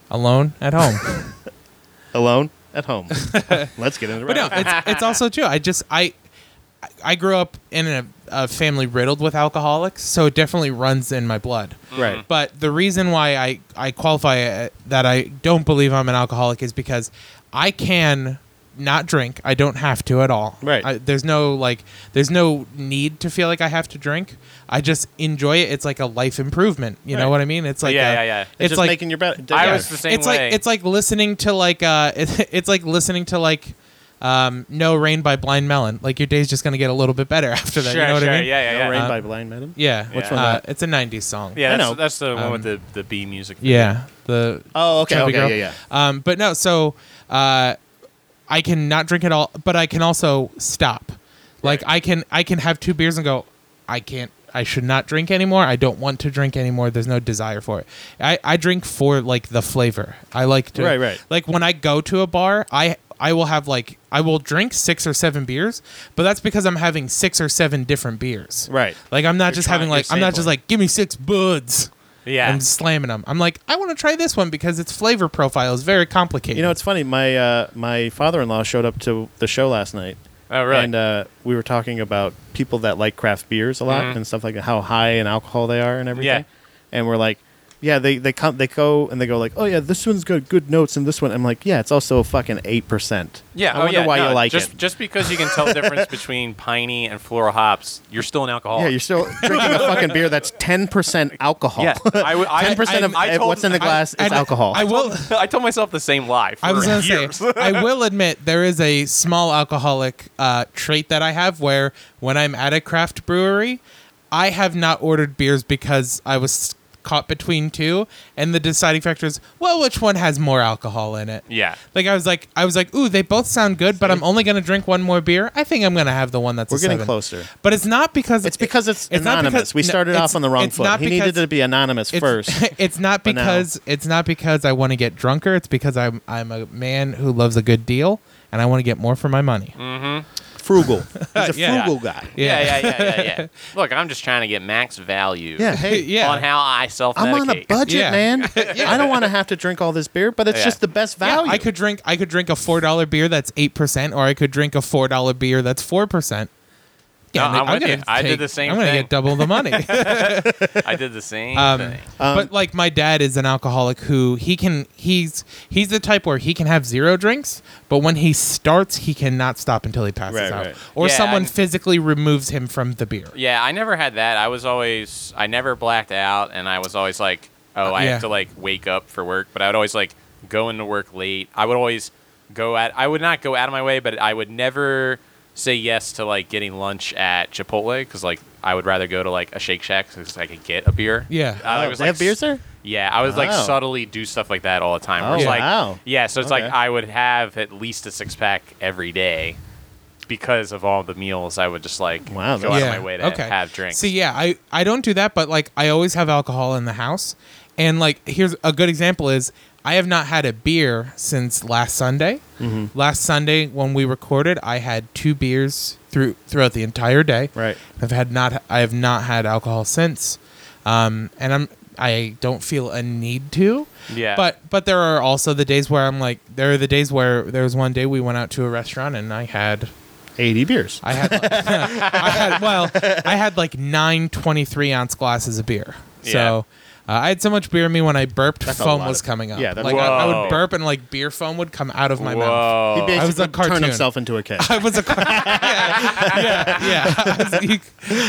B: Alone at home.
A: alone at home. Let's get into
B: but no,
A: it.
B: it's it's also true. I just I I grew up in a, a family riddled with alcoholics, so it definitely runs in my blood.
A: right.
B: But the reason why I, I qualify it, that I don't believe I'm an alcoholic is because I can not drink. I don't have to at all.
A: Right.
B: I, there's no like there's no need to feel like I have to drink. I just enjoy it. It's like a life improvement. You know
A: Right.
B: what I mean? It's like
C: Yeah,
B: a-
C: yeah, yeah. It's
A: It's,
B: It's,
A: just
B: like
A: making your better.
C: I
A: yeah.
C: was the same
B: it's
C: way.
B: like it's like listening to like uh it, it's like listening to like um No Rain by Blind Melon. Like your day's just gonna get a little bit better after that.
C: sure,
B: you know what
C: sure,
B: I mean?
C: yeah,
A: No
C: yeah,
A: Rain
C: yeah.
A: by Blind Madam.
B: Yeah.
C: Which
B: Uh,
C: one
A: that?
B: it's a '90s song.
C: yeah,
A: Uh, I
C: that's,
A: know.
C: that's the one with
B: Um,
C: the, the B music.
B: Yeah. The
A: Oh, okay,
B: chubby
A: okay,
B: girl.
A: yeah, yeah.
B: Um, but no, so uh, I can not drink at all, but I can also stop. Like I can, I can have two beers and go. I can't. I should not drink anymore. I don't want to drink anymore. There's no desire for it. I, I drink for like the flavor. I like to
A: Right, right.
B: Like when I go to a bar, I I will have like I will drink six or seven beers, but that's because I'm having six or seven different beers.
A: Right.
B: Like I'm not
A: You're
B: just
A: trying-
B: having
A: you're
B: like I'm not just
A: sampling.
B: like give me six buds.
C: Yeah.
B: I'm slamming them. I'm like I want to try this one because its flavor profile is very complicated.
A: You know, it's funny. My uh, my father in law showed up to the show last night.
C: Oh, really?
A: And uh, we were talking about people that like craft beers a lot
C: Mm-hmm.
A: and stuff like that, how high in alcohol they are and everything. And we're like, yeah, they they come, they go and they go like, oh yeah, this one's got good notes and this one. I'm like, yeah, it's also fucking eight percent.
C: Yeah.
A: I
C: oh,
A: wonder
C: yeah,
A: why
C: no,
A: you like
C: just,
A: it.
C: Just because you can tell the difference between piney and floral hops, you're still an alcoholic.
A: yeah, you're still drinking a fucking beer that's ten percent alcohol.
C: Yeah, I would- I-
A: ten percent of
C: I- I
A: eh,
C: told-
A: what's in the
C: I-
A: glass is
B: And
A: alcohol.
B: I will.
C: I told myself the same lie for
B: I was gonna
C: years.
B: say, I will admit there is a small alcoholic uh, trait that I have where when I'm at a craft brewery, I have not ordered beers because I was caught between two, and the deciding factor is well, which one has more alcohol in it?
C: Yeah.
B: Like I was like, I was like, ooh, they both sound good, but I'm only gonna drink one more beer. I think I'm gonna have the one that's. a
A: we're getting
B: seven.
A: closer.
B: But it's not because
A: It's because it's,
B: not
A: anonymous. we
B: no,
A: started
B: it's-
A: off on the wrong
B: it's
A: foot.
B: not
A: He needed
B: because-
A: to be anonymous first.
B: it's, it's not
A: but now-
B: because it's not because I want to get drunker. It's because I'm I'm a man who loves a good deal and I want to get more for my money.
A: frugal. He's a
B: Yeah.
A: frugal guy.
C: Mm. yeah, yeah, yeah, yeah, yeah. Look, I'm just trying to get max value
A: Yeah, hey,
B: yeah.
C: on how I self medicate.
A: I'm on a budget,
B: Yeah.
A: man. I don't want to have to drink all this beer, but it's
C: Yeah.
A: just the best value.
B: I could drink I could drink a four dollar beer that's eight percent, or I could drink a four dollar beer that's four percent.
C: No, I'm with you. I did the same
B: I'm gonna
C: thing.
B: get double the money.
C: I did the same
B: Um,
C: thing.
A: Um,
B: but like my dad is an alcoholic who he can he's he's the type where he can have zero drinks, but when he starts, he cannot stop until he passes
A: Right,
B: out,
A: right.
B: or
C: Yeah,
B: someone
C: I'm-
B: physically removes him from the beer.
C: Yeah, I never had that. I was always I never blacked out, and I was always like, oh, I
B: Yeah.
C: have to like wake up for work. But I would always like go into work late. I would always go at I would not go out of my way, but I would never say yes to like getting lunch at Chipotle because like I would rather go to like a Shake Shack because I could get a beer.
B: Yeah.
C: I
A: Oh,
C: was,
A: they
C: like,
A: have beers there?
C: Yeah, I was like
A: Wow.
C: subtly do stuff like that all the time.
A: Oh,
C: where it's like,
A: wow.
C: Yeah, so it's like
A: Okay.
C: I would have at least a six pack every day because of all the meals. I would just like
A: Wow,
C: go out
A: that's-
C: of my way to have drinks.
B: See, yeah, I I don't do that, but like I always have alcohol in the house, and like here's a good example is I have not had a beer since last Sunday.
C: Mm-hmm.
B: Last Sunday when we recorded, I had two beers through throughout the entire day.
A: Right.
B: I've had not I have not had alcohol since, um, and I'm I don't feel a need to.
C: Yeah.
B: But but there are also the days where I'm like there are the days where there was one day we went out to a restaurant and I had
A: 80 beers.
B: I had, like, I had well, I had like nine 23 ounce glasses of beer. So uh, I had so much beer in me when I burped,
A: That's a
B: foam
A: lot
B: was
A: of-
B: coming up.
A: yeah, that's
B: like
A: a
B: I,
A: lot.
B: I
C: Whoa.
B: would burp and like beer foam would come out of my mouth.
C: Whoa.
A: he basically
B: I was a cartoon.
A: turned himself into a kid.
B: I was a car- yeah, yeah, yeah. I was- you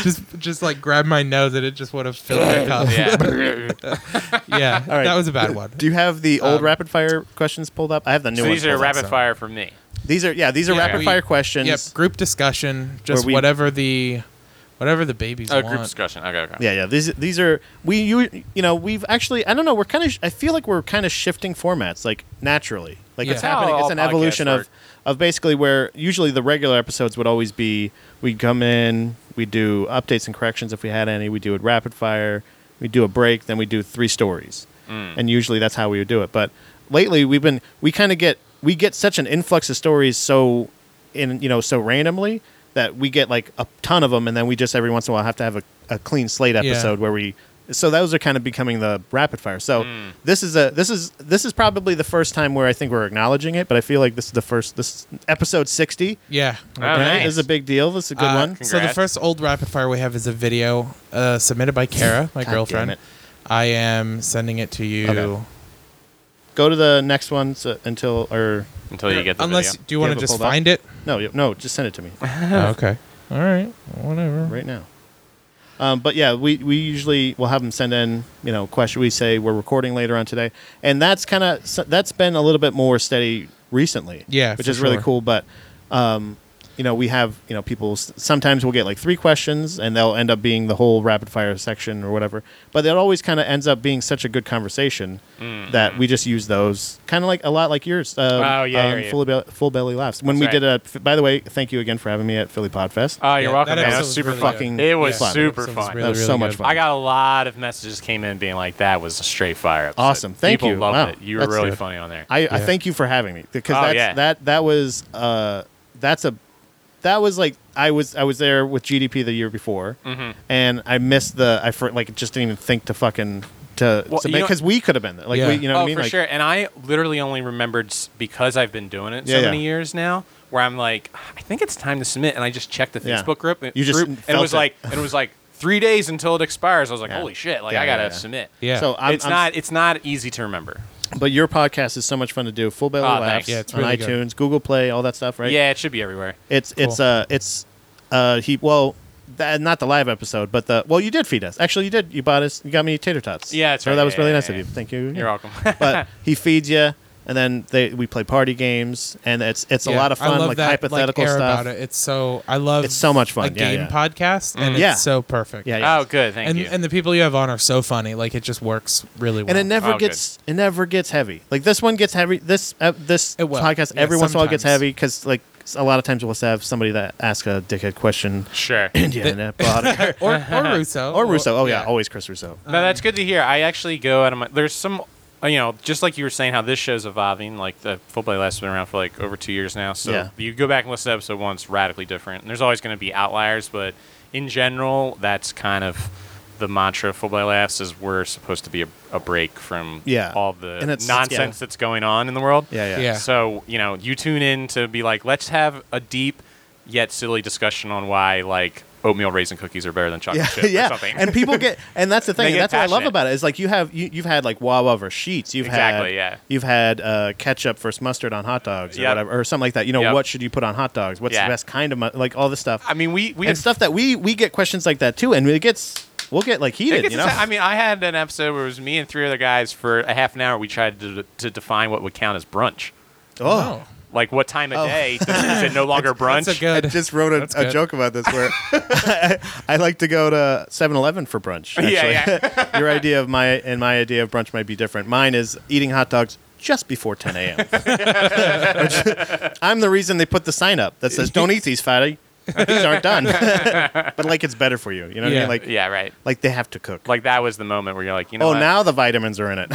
B: just just like grabbed my nose and it just would have filled my cup.
C: yeah.
B: yeah.
A: All right.
B: That was a bad one.
A: Do you have the old
B: Um,
A: rapid fire questions pulled up? I have the new
C: so
A: ones.
C: these are
A: pulled up.
C: rapid fire for me.
A: These are yeah, these are
B: Yeah,
A: rapid
B: we-
A: fire questions.
B: Yep, group discussion, just
A: we-
B: whatever the whatever the babies
C: Oh,
B: want.
C: group discussion. Okay, okay.
A: Yeah, yeah. These these are we you you know we've actually I don't know we're kind of I feel like we're kind of shifting formats like naturally like
B: Yeah.
A: it's
B: That's how
A: happening it's
C: all
A: an evolution
C: podcasts
A: of
C: work.
A: of basically where usually the regular episodes would always be we come in we do updates and corrections if we had any we do it rapid fire we do a break then we do three stories and usually that's how we would do it but lately we've been we kind of get we get such an influx of stories so in you know so randomly that we get like a ton of them and then we just every once in a while have to have a, a clean slate
B: Yeah.
A: episode where we so those are kind of becoming the rapid fire so
C: Hmm.
A: this is a this is this is probably the first time where i think we're acknowledging it but i feel like this is the first this episode 60
B: Yeah.
C: Oh,
A: right,
C: nice. Ah,
A: is a big deal this is a good
B: Uh,
A: one
B: So the
C: Congrats.
B: first old rapid fire we have is a video uh, submitted by Kara, my
A: God damn
B: girlfriend.
A: it.
B: I am sending it to you.
A: Okay. go to the next one so, until or
C: Until you get the
B: Unless
C: video.
B: do you want
A: have
B: to
A: it
B: just
A: pulled up?
B: find it?
A: no you- no just send it to me
B: Oh, okay. All right. Whatever.
A: right now um, but yeah we, we usually will have them send in you know question we say we're recording later on today and that's kind of that's been a little bit more steady recently
B: Yeah,
A: which
B: for
A: is really
B: sure.
A: cool but you know, we have, you know, people s- sometimes we'll get like three questions and they'll end up being the whole rapid fire section or whatever. But it always kind of ends up being such a good conversation that we just use those kind of like a lot like yours. Um,
C: Mm. Oh, yeah, I hear
A: um,
C: you.
A: full, belly, full belly laughs. When
C: That's
A: we
C: right.
A: did a, by the way, thank you again for having me at Philly Podfest.
C: Oh, you're
B: Yeah,
C: welcome,
B: that
C: man. It
B: episode
C: was
B: was
C: super
B: really
C: fun.
A: fucking
C: It was
A: fun.
C: super
B: That
C: fun.
B: sounds really,
A: That was so
B: really
A: much
B: good.
A: fun.
C: I got a lot of messages came in being like, "That was a straight fire." Episode.
A: Awesome. Thank
C: People
A: you.
C: Loved
A: Wow.
C: it. You were
A: That's
C: really
A: good.
C: funny on there.
A: I, I
B: Yeah.
A: thank you for having me because
C: Oh,
A: that's,
C: yeah.
A: that that was uh, that's a that was like I was I was there with GDP the year before,
C: Mm-hmm.
A: and I missed the I for, like just didn't even think to fucking to
C: Well, you know-
A: because we could have been there like we,
B: Yeah.
A: you know what
C: oh,
A: I mean
C: for
A: like
C: sure. And I literally only remembered s- because I've been doing it so
A: Yeah, yeah.
C: many years now, where I'm like, I think it's time to submit, and I just checked the
A: Yeah.
C: Facebook group. uh,
A: You just
C: group, and it
A: felt
C: was
A: it.
C: like, and it was like three days until it expires. I was like,
A: Yeah.
C: holy shit! Like
A: Yeah,
C: I gotta
A: yeah, yeah.
C: submit.
B: Yeah.
A: so I'm,
C: it's
A: I'm-
C: not. It's not easy to remember.
A: but your podcast is so much fun to do full belly
C: Oh,
A: laughs
C: thanks. Yeah,
B: it's
A: on
B: really good.
A: iTunes Google Play all that stuff right
C: Yeah, it should be everywhere.
A: It's it's
B: Cool.
A: uh it's uh he well that, not the live episode but the well you did feed us actually you did you bought us you got me tater tots
C: Yeah, that's
A: so
C: right.
A: that was
C: Yeah,
A: really
C: yeah,
A: nice
C: yeah,
A: of you
C: yeah.
A: thank you
C: You're welcome.
A: but he feeds you and then they we play party games and it's it's a
B: Yeah,
A: lot of
B: I
A: fun
B: love
A: like
B: that,
A: hypothetical
B: air
A: stuff
B: About it. It's so I love
A: It's so much fun.
B: A
A: Yeah,
B: game
A: yeah.
B: podcast
C: Mm.
B: and
A: Yeah.
B: it's so perfect.
A: yeah, yeah.
C: oh, good. Thank
B: and
C: you.
B: and the people you have on are so funny. Like it just works really well.
A: and it never
C: Oh, good.
A: gets it never gets heavy like this one gets heavy this uh, this
B: It will.
A: podcast
B: Yeah,
A: every once in a while gets
B: sometimes.
A: heavy because like a lot of times we'll have somebody that ask a dickhead question
C: sure.
A: India and it brought her-
B: or or Russo
A: or Russo oh yeah always Chris Russo
B: Uh,
C: No, that's good to hear. I actually go out of my. There's some, uh, you know, just like you were saying, how this show's evolving. Like the full play last has been around for like over two years now. So
A: Yeah.
C: you go back and listen to episode one, it's radically different. And there's always going to be outliers, but in general, that's kind of the mantra of full play laughs is we're supposed to be a, a break from
A: Yeah.
C: all the
A: And it's-
C: nonsense
A: yeah.
C: that's going on in the world.
A: yeah yeah
B: Yeah.
C: So you know, you tune in to be like, let's have a deep yet silly discussion on why like oatmeal raisin cookies are better than chocolate chip or something.
A: and people get, and that's the
C: They
A: thing.
C: get
A: that's what I love
C: passionate.
A: about it. Is like you have you, you've had like Wawa versus Sheets. You've
C: Exactly,
A: had
C: yeah.
A: You've had uh, ketchup versus mustard on hot dogs or
C: Yep.
A: whatever or something like that. You know
C: Yep.
A: what should you put on hot dogs? What's
C: Yeah.
A: the best kind of mu- like all this stuff
C: I mean, we we
A: and
C: have
A: stuff that we we get questions like that too, and it gets we'll get like
C: It
A: heated.
C: gets
A: You
C: us-
A: know,
C: I mean, I had an episode where it was me and three other guys for a half an hour. We tried to, to define what would count as brunch,
A: oh.
C: like what time of day does, is it no longer brunch?
B: That's a good.
A: I just wrote
B: That's
A: a, a
B: good.
A: joke about this where I like to go to 7-Eleven for brunch. Actually.
C: Yeah,
A: Your idea of my and my idea of brunch might be different. Mine is eating hot dogs just before 10 a.m. Which- I'm the reason they put the sign up that says "Don't eat these, fatty. These aren't done." but like, it's better for you. You know what I
B: Yeah.
A: mean? Like,
C: yeah, right.
A: like they have to cook.
C: Like that was the moment where you're like, you know,
A: oh,
C: what?
A: now the vitamins are in it.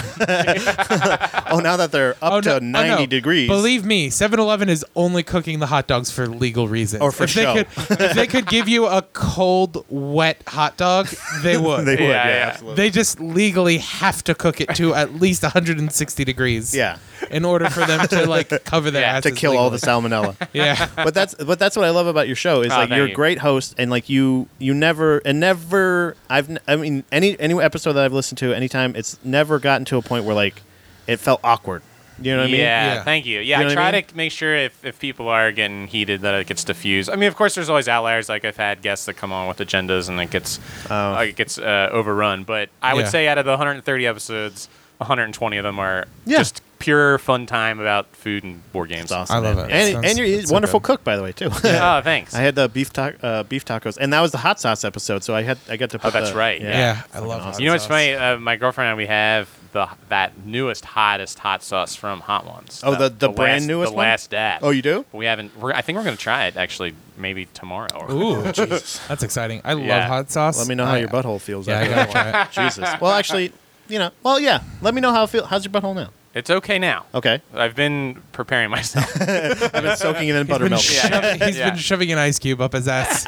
A: oh, now that they're up to 90 degrees.
B: Believe me, 7-Eleven is only cooking the hot dogs for legal reasons.
A: Or for
B: if
A: show.
B: They could, if they could give you a cold, wet hot dog, they would.
A: they would,
C: Yeah,
A: yeah,
C: yeah.
A: absolutely.
B: They just legally have to cook it to at least 160 degrees.
A: Yeah.
B: In order for them to like cover their
C: Yeah,
B: asses
A: to kill all the
B: legally.
A: salmonella.
B: Yeah.
A: but that's but that's what I love about your show is
C: Oh,
A: like
C: thank
A: you're
C: you.
A: a great host and like you you never and never I've n- I mean any any episode that I've listened to anytime it's never gotten to a point where like it felt awkward. You know what I mean?
C: yeah,
B: Yeah.
C: thank you. Yeah,
A: You know what
C: I
A: I
C: try
A: mean?
C: to make sure if, if people are getting heated that it gets diffused. I mean, of course, there's always outliers. Like I've had guests that come on with agendas and it gets
A: Oh.
C: uh, it gets uh, overrun. But I would
B: Yeah.
C: say out of the 130 episodes, 120 of them are
A: Yeah.
C: just pure fun time about food and board games.
A: It's awesome.
B: I love
A: man.
B: it.
A: And,
B: Sounds-
A: and you're a
B: that's so
A: wonderful
B: good.
A: cook by the way too.
C: Oh, thanks.
A: I had the beef ta- uh, beef tacos and that was the hot sauce episode so I had I got to put
C: that's
A: the-
C: right,
B: Yeah. I love
A: awesome.
B: hot
C: You know what's
B: sauce.
C: funny? Uh, my girlfriend and we have the that newest, hottest hot sauce from Hot Ones.
A: Oh, the- the brand
C: last,
A: newest
C: the
A: one?
C: last dab.
A: Oh, you do?
C: We haven't. We're, I think we're gonna try it actually, maybe tomorrow. Or
B: Ooh, Jesus. That's exciting. I love
C: Yeah.
B: hot sauce.
A: Let me know how
B: I-
A: your butthole feels
B: Yeah, I
A: after that
B: gotta try it.
A: one. Jesus. Well, actually, you know, well, yeah. Let me know how it feel. How's your butthole now?
C: It's okay now.
A: Okay.
C: I've been preparing myself.
A: I've been soaking it in buttermilk.
B: He's
C: Yeah.
B: been shoving- he's
C: Yeah.
B: been shoving an ice cube up his ass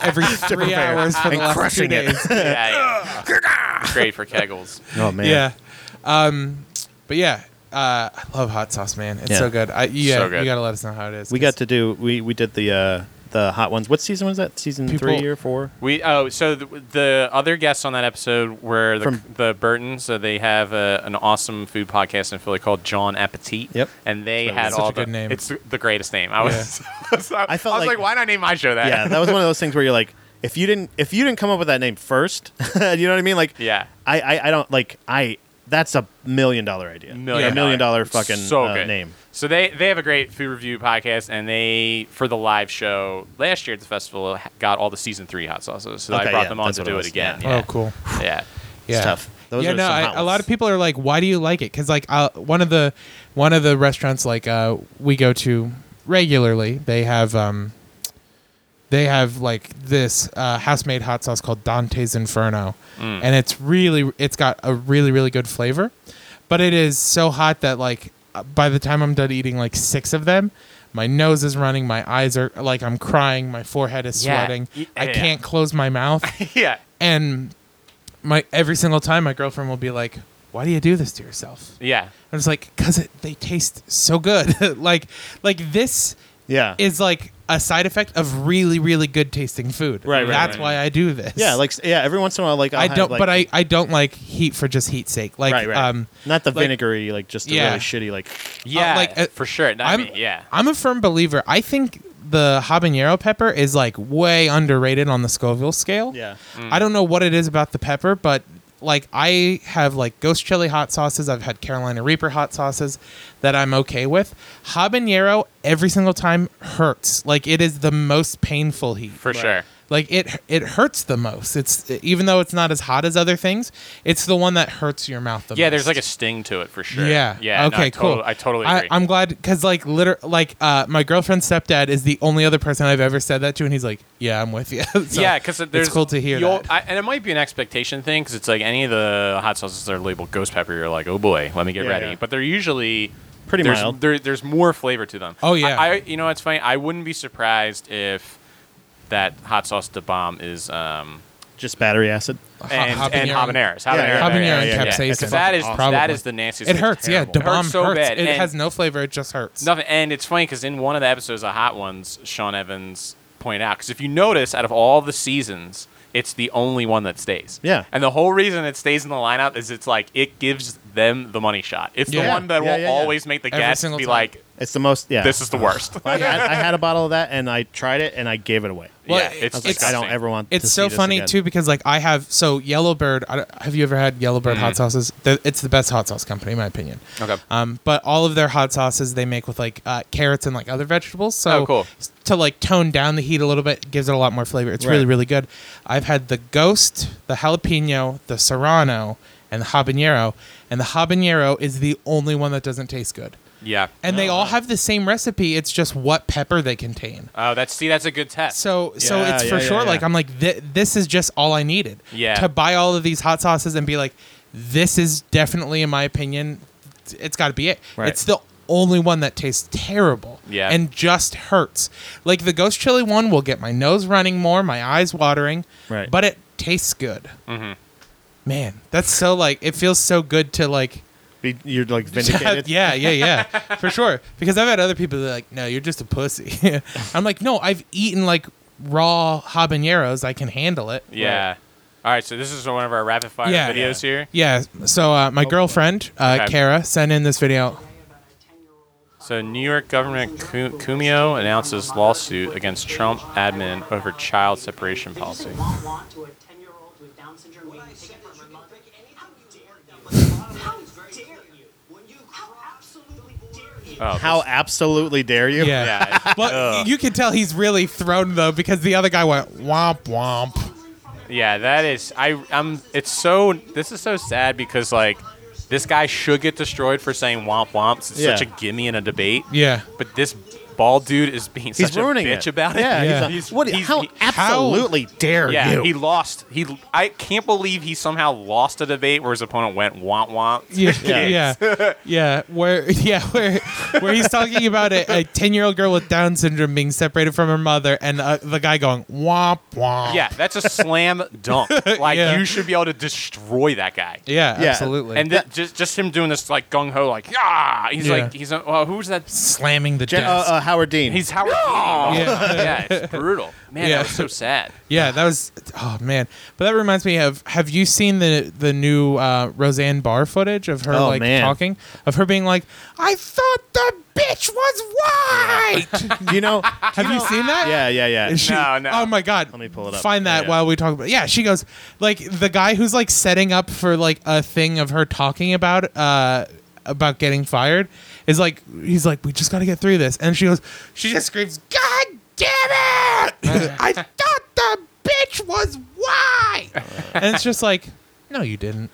B: every three
A: prepare.
B: hours for
A: And
B: the last two
A: crushing it.
B: days.
C: yeah, yeah. It's Great for kegels.
A: Oh man.
B: Yeah. Um, but yeah, uh, I love hot sauce, man. It's
A: Yeah.
B: so good. I, yeah,
C: So good.
B: you gotta let us know how it is.
A: We got to do we we did the uh the hot ones. What season was that? Season
B: People-
A: three or four?
C: We oh so the, the other guests on that episode were the,
A: From-
C: the Burtons. So they have a, an awesome food podcast in Philly called John Appetit.
A: Yep.
C: and they
A: That's
C: had
B: such
C: all
B: a
C: the
B: good name.
C: It's the greatest name. I was so- I,
A: I felt
C: was
A: like-
C: like, why not name my show that?
A: Yeah, that was one of those things where you're like, if you didn't if you didn't come up with that name first, you know what I mean? Like,
C: yeah.
A: I, I I don't like I That's a million dollar idea.
C: Million
A: a million
C: dollar.
A: dollar fucking
C: So
A: uh,
C: good.
A: name.
C: So they they have a great food review podcast, and they for the live show last year at the festival ha- got all the season three hot sauces. So
A: Okay,
C: I brought
A: yeah,
C: them on
A: that's
C: to
A: what it
C: do it,
A: was,
C: again.
A: yeah.
C: Yeah.
B: Oh, cool.
C: Yeah.
B: Yeah.
A: It's tough. Those
B: yeah,
A: are
B: no,
A: some
B: I-
A: hot
B: a lot
A: ones.
B: of people are like, "Why do you like it?" Because like uh, one of the one of the restaurants like uh, we go to regularly, they have um, they have like this uh, house made hot sauce called Dante's Inferno, and it's really it's got a really really good flavor, but it is so hot that like uh, by the time I'm done eating like six of them. My nose is running. My eyes are like I'm crying. My forehead is
C: Yeah.
B: sweating.
C: Y-
B: I
C: yeah.
B: can't close my mouth
C: yeah.
B: and my every single time my girlfriend will be like why do you do this to yourself
C: Yeah.
B: i'm just like because they taste so good like like this
A: Yeah.
B: is like a side effect of really really good tasting food
A: Right, right,
B: that's
C: right.
B: why i do this
A: yeah, like yeah, every once in a while like I'll
B: i
A: have,
B: don't
A: like-
B: but i i don't like heat for just heat's sake like
A: right, right.
B: um
A: not the
B: like-
A: vinegary like just the
B: Yeah.
A: really shitty like
C: Yeah.
B: like, uh,
C: for sure. No, I
B: I'm,
C: mean, yeah.
B: I'm a firm believer i think the habanero pepper is like way underrated on the scoville scale
A: yeah.
B: I don't know what it is about the pepper, but like I have like ghost chili hot sauces. I've had Carolina Reaper hot sauces that I'm okay with. Habanero every single time hurts. Like it is the most painful heat.
C: For sure.
B: Like it it hurts the most. It's even though it's not as hot as other things, it's the one that hurts your mouth the most.
C: Yeah, there's like a sting to it for sure.
B: Yeah.
C: Yeah. no,
B: Okay.
C: I
B: cool.
C: total- I totally agree.
B: I, am glad because like liter like uh, my girlfriend's stepdad is the only other person I've ever said that to, and he's like, "Yeah, I'm with you." So
C: yeah, because there's
B: it's cool to hear.
C: you'll-
B: That.
C: I, and it might be an expectation thing because it's like any of the hot sauces that are labeled ghost pepper, you're like, oh boy, let me get
A: Yeah,
C: ready.
A: yeah.
C: But they're usually
A: Pretty
C: there's,
A: mild.
C: There, there's more flavor to them.
B: Oh, yeah.
C: I, I you know it's funny. I wouldn't be surprised if that hot sauce to bomb is um
A: Just battery acid.
C: and
B: habanero.
C: and
A: Yeah, yeah,
C: habaneros, habanero, pepper,
B: Habanero
C: yeah,
B: and
C: yeah, yeah.
B: capsaicin.
C: Because That is
B: Probably.
C: that is the nastiest.
B: it
C: thing.
B: hurts. Yeah,
A: terrible.
B: the
A: It
B: bomb
C: hurts so bad,
B: It
C: and-
B: has no flavor. It just hurts.
C: Nothing. And it's funny because in one of the episodes of Hot Ones, Sean Evans pointed out because if you notice, out of all the seasons, it's the only one that stays.
A: Yeah.
C: And the whole reason it stays in the lineup is it's like it gives them the money shot. It's the
B: Yeah.
C: one that
A: Yeah,
C: will
A: yeah, yeah.
C: always make the
B: Every
C: guests
B: single
C: be
B: time.
C: like,
A: It's the most yeah.
C: "This is the worst."
A: I, had, I had a bottle of that and I tried it and I gave it away.
B: Well,
C: yeah,
B: it-
C: it's,
A: I was like,
C: disgusting.
A: I don't ever want. to
B: It's
A: see
B: so
A: this
B: funny
A: again.
B: too because like I have so Yellowbird. I don't- have you ever had Yellowbird
C: Mm-hmm.
B: hot sauces? They're- It's the best hot sauce company in my opinion.
C: Okay.
B: Um, but all of their hot sauces they make with like uh, carrots and like other vegetables. So
C: Oh, cool.
B: s- to like tone down the heat a little bit gives it a lot more flavor. It's
A: Right.
B: really really good. I've had the ghost, the jalapeno, the serrano, and the habanero, and the habanero is the only one that doesn't taste good.
C: Yeah.
B: And they
C: Ah.
B: all have the same recipe. It's just what pepper they contain.
C: Oh, that's see, that's a good test.
B: So so
A: Yeah,
B: it's for
A: yeah, yeah,
B: sure.
A: yeah.
B: Like I'm like th- this is just all I needed.
C: Yeah.
B: To buy all of these hot sauces and be like, this is definitely, in my opinion, it's got to be it.
A: Right.
B: It's the only one that tastes terrible.
C: Yeah.
B: And just hurts. Like the ghost chili one will get my nose running more, my eyes watering.
A: Right. Mm-hmm.
B: But it tastes good. Man, that's so like it feels so good to like.
A: Be- You're like vindicated.
B: yeah, yeah, yeah, for sure. Because I've had other people that are like, no, you're just a pussy. I'm like, no, I've eaten like raw habaneros. I can handle it.
C: yeah. All right. So this is one of our rapid fire
B: Yeah.
C: videos here.
B: Yeah. So uh, my girlfriend, uh,
C: Okay.
B: Kara, sent in this video.
C: So New York government Cu- Cumio announces lawsuit against Trump admin over child separation policy. Oh,
A: How absolutely dare you?
B: Yeah.
C: Yeah. it's-
B: Well, you can tell he's really thrown though because the other guy went womp womp.
C: yeah, that is I I'm it's so this is so sad because like this guy should get destroyed for saying womp womps. It's such a
A: Yeah.
C: gimme in a debate.
B: Yeah.
C: But this bald dude is being
A: He's
C: such
A: ruining
C: a
A: it.
C: bitch about
A: yeah,
C: it.
B: Yeah.
A: He's like, what?
C: he's-
A: how
C: he-
A: absolutely dare
C: Yeah,
A: you?
C: he lost. He I can't believe he somehow lost a debate where his opponent went womp womp.
B: Yeah,
A: Yeah.
B: yeah, yeah. Where, yeah, where, where he's talking about a a ten year old girl with Down syndrome being separated from her mother, and uh, the guy going womp womp.
C: Yeah, that's a slam dunk. Like
B: Yeah.
C: you should be able to destroy that guy.
B: yeah,
A: Yeah.
B: absolutely.
C: And th- just just him doing this like gung ho like yeah. He's
B: Yeah.
C: like he's uh, well, who's that?
B: slamming the
A: Je- uh,
B: desk.
A: uh, Howard Dean.
C: He's Howard. Dean.
B: Yeah.
C: yeah, it's brutal. Man,
B: Yeah.
C: that was so sad.
B: Yeah, that was oh man. But that reminds me of have you seen the the new uh, Roseanne Barr footage of her
A: Oh,
B: like
A: man.
B: talking of her being like, I thought the bitch was white.
A: Do you know?
B: have you seen that?
A: Yeah, yeah, yeah.
B: And she-
C: No, no.
B: Oh my god.
A: Let me pull it up.
B: Find
A: Yeah,
B: that
A: yeah.
B: while we talk about. Yeah, she goes like the guy who's like setting up for like a thing of her talking about uh about getting fired is like he's like we just got to get through this and she goes she just screams god damn it I thought the bitch was white and it's just like no you didn't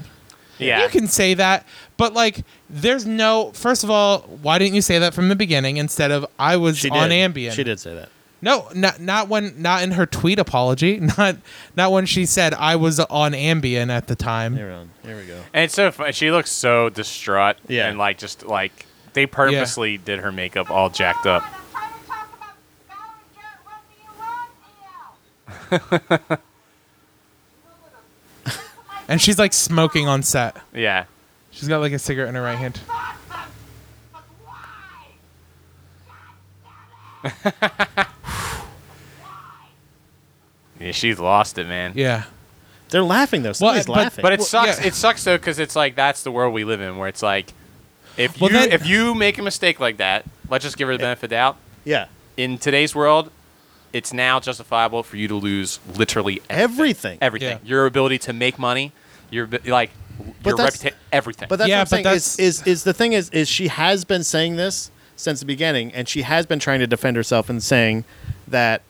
C: Yeah.
B: you can say that, but like, there's no. First of all, why didn't you say that from the beginning instead of I was
A: She did.
B: on Ambien?
A: She did say that.
B: No, not not when not in her tweet apology, not not when she said I was on Ambien at the time.
A: Here, on. Here we go.
C: and it's so fun. She looks so distraught.
A: Yeah.
C: And like just like they purposely did her makeup all jacked up.
B: And she's like smoking on set.
C: Yeah.
B: She's got like a cigarette in her right hand.
C: Yeah, she's lost it, man.
B: Yeah.
A: They're laughing though. Somebody's
B: but-
A: laughing.
C: But it
B: Well,
C: sucks.
B: yeah.
C: It sucks though because it's like that's the world we live in, where it's like, if
B: Well,
C: you
B: then-
C: if you make a mistake like that, let's just give her the benefit of the doubt.
A: yeah,
C: In today's world, it's now justifiable for you to lose literally
A: everything.
C: everything.
B: Yeah.
C: Your ability to make money, your abi- like your
A: that's-
C: reputation, everything.
A: But that's
B: Yeah,
A: what I'm saying.
B: but that's-
A: is, is is the thing is is she has been saying this since the beginning, and she has been trying to defend herself and saying that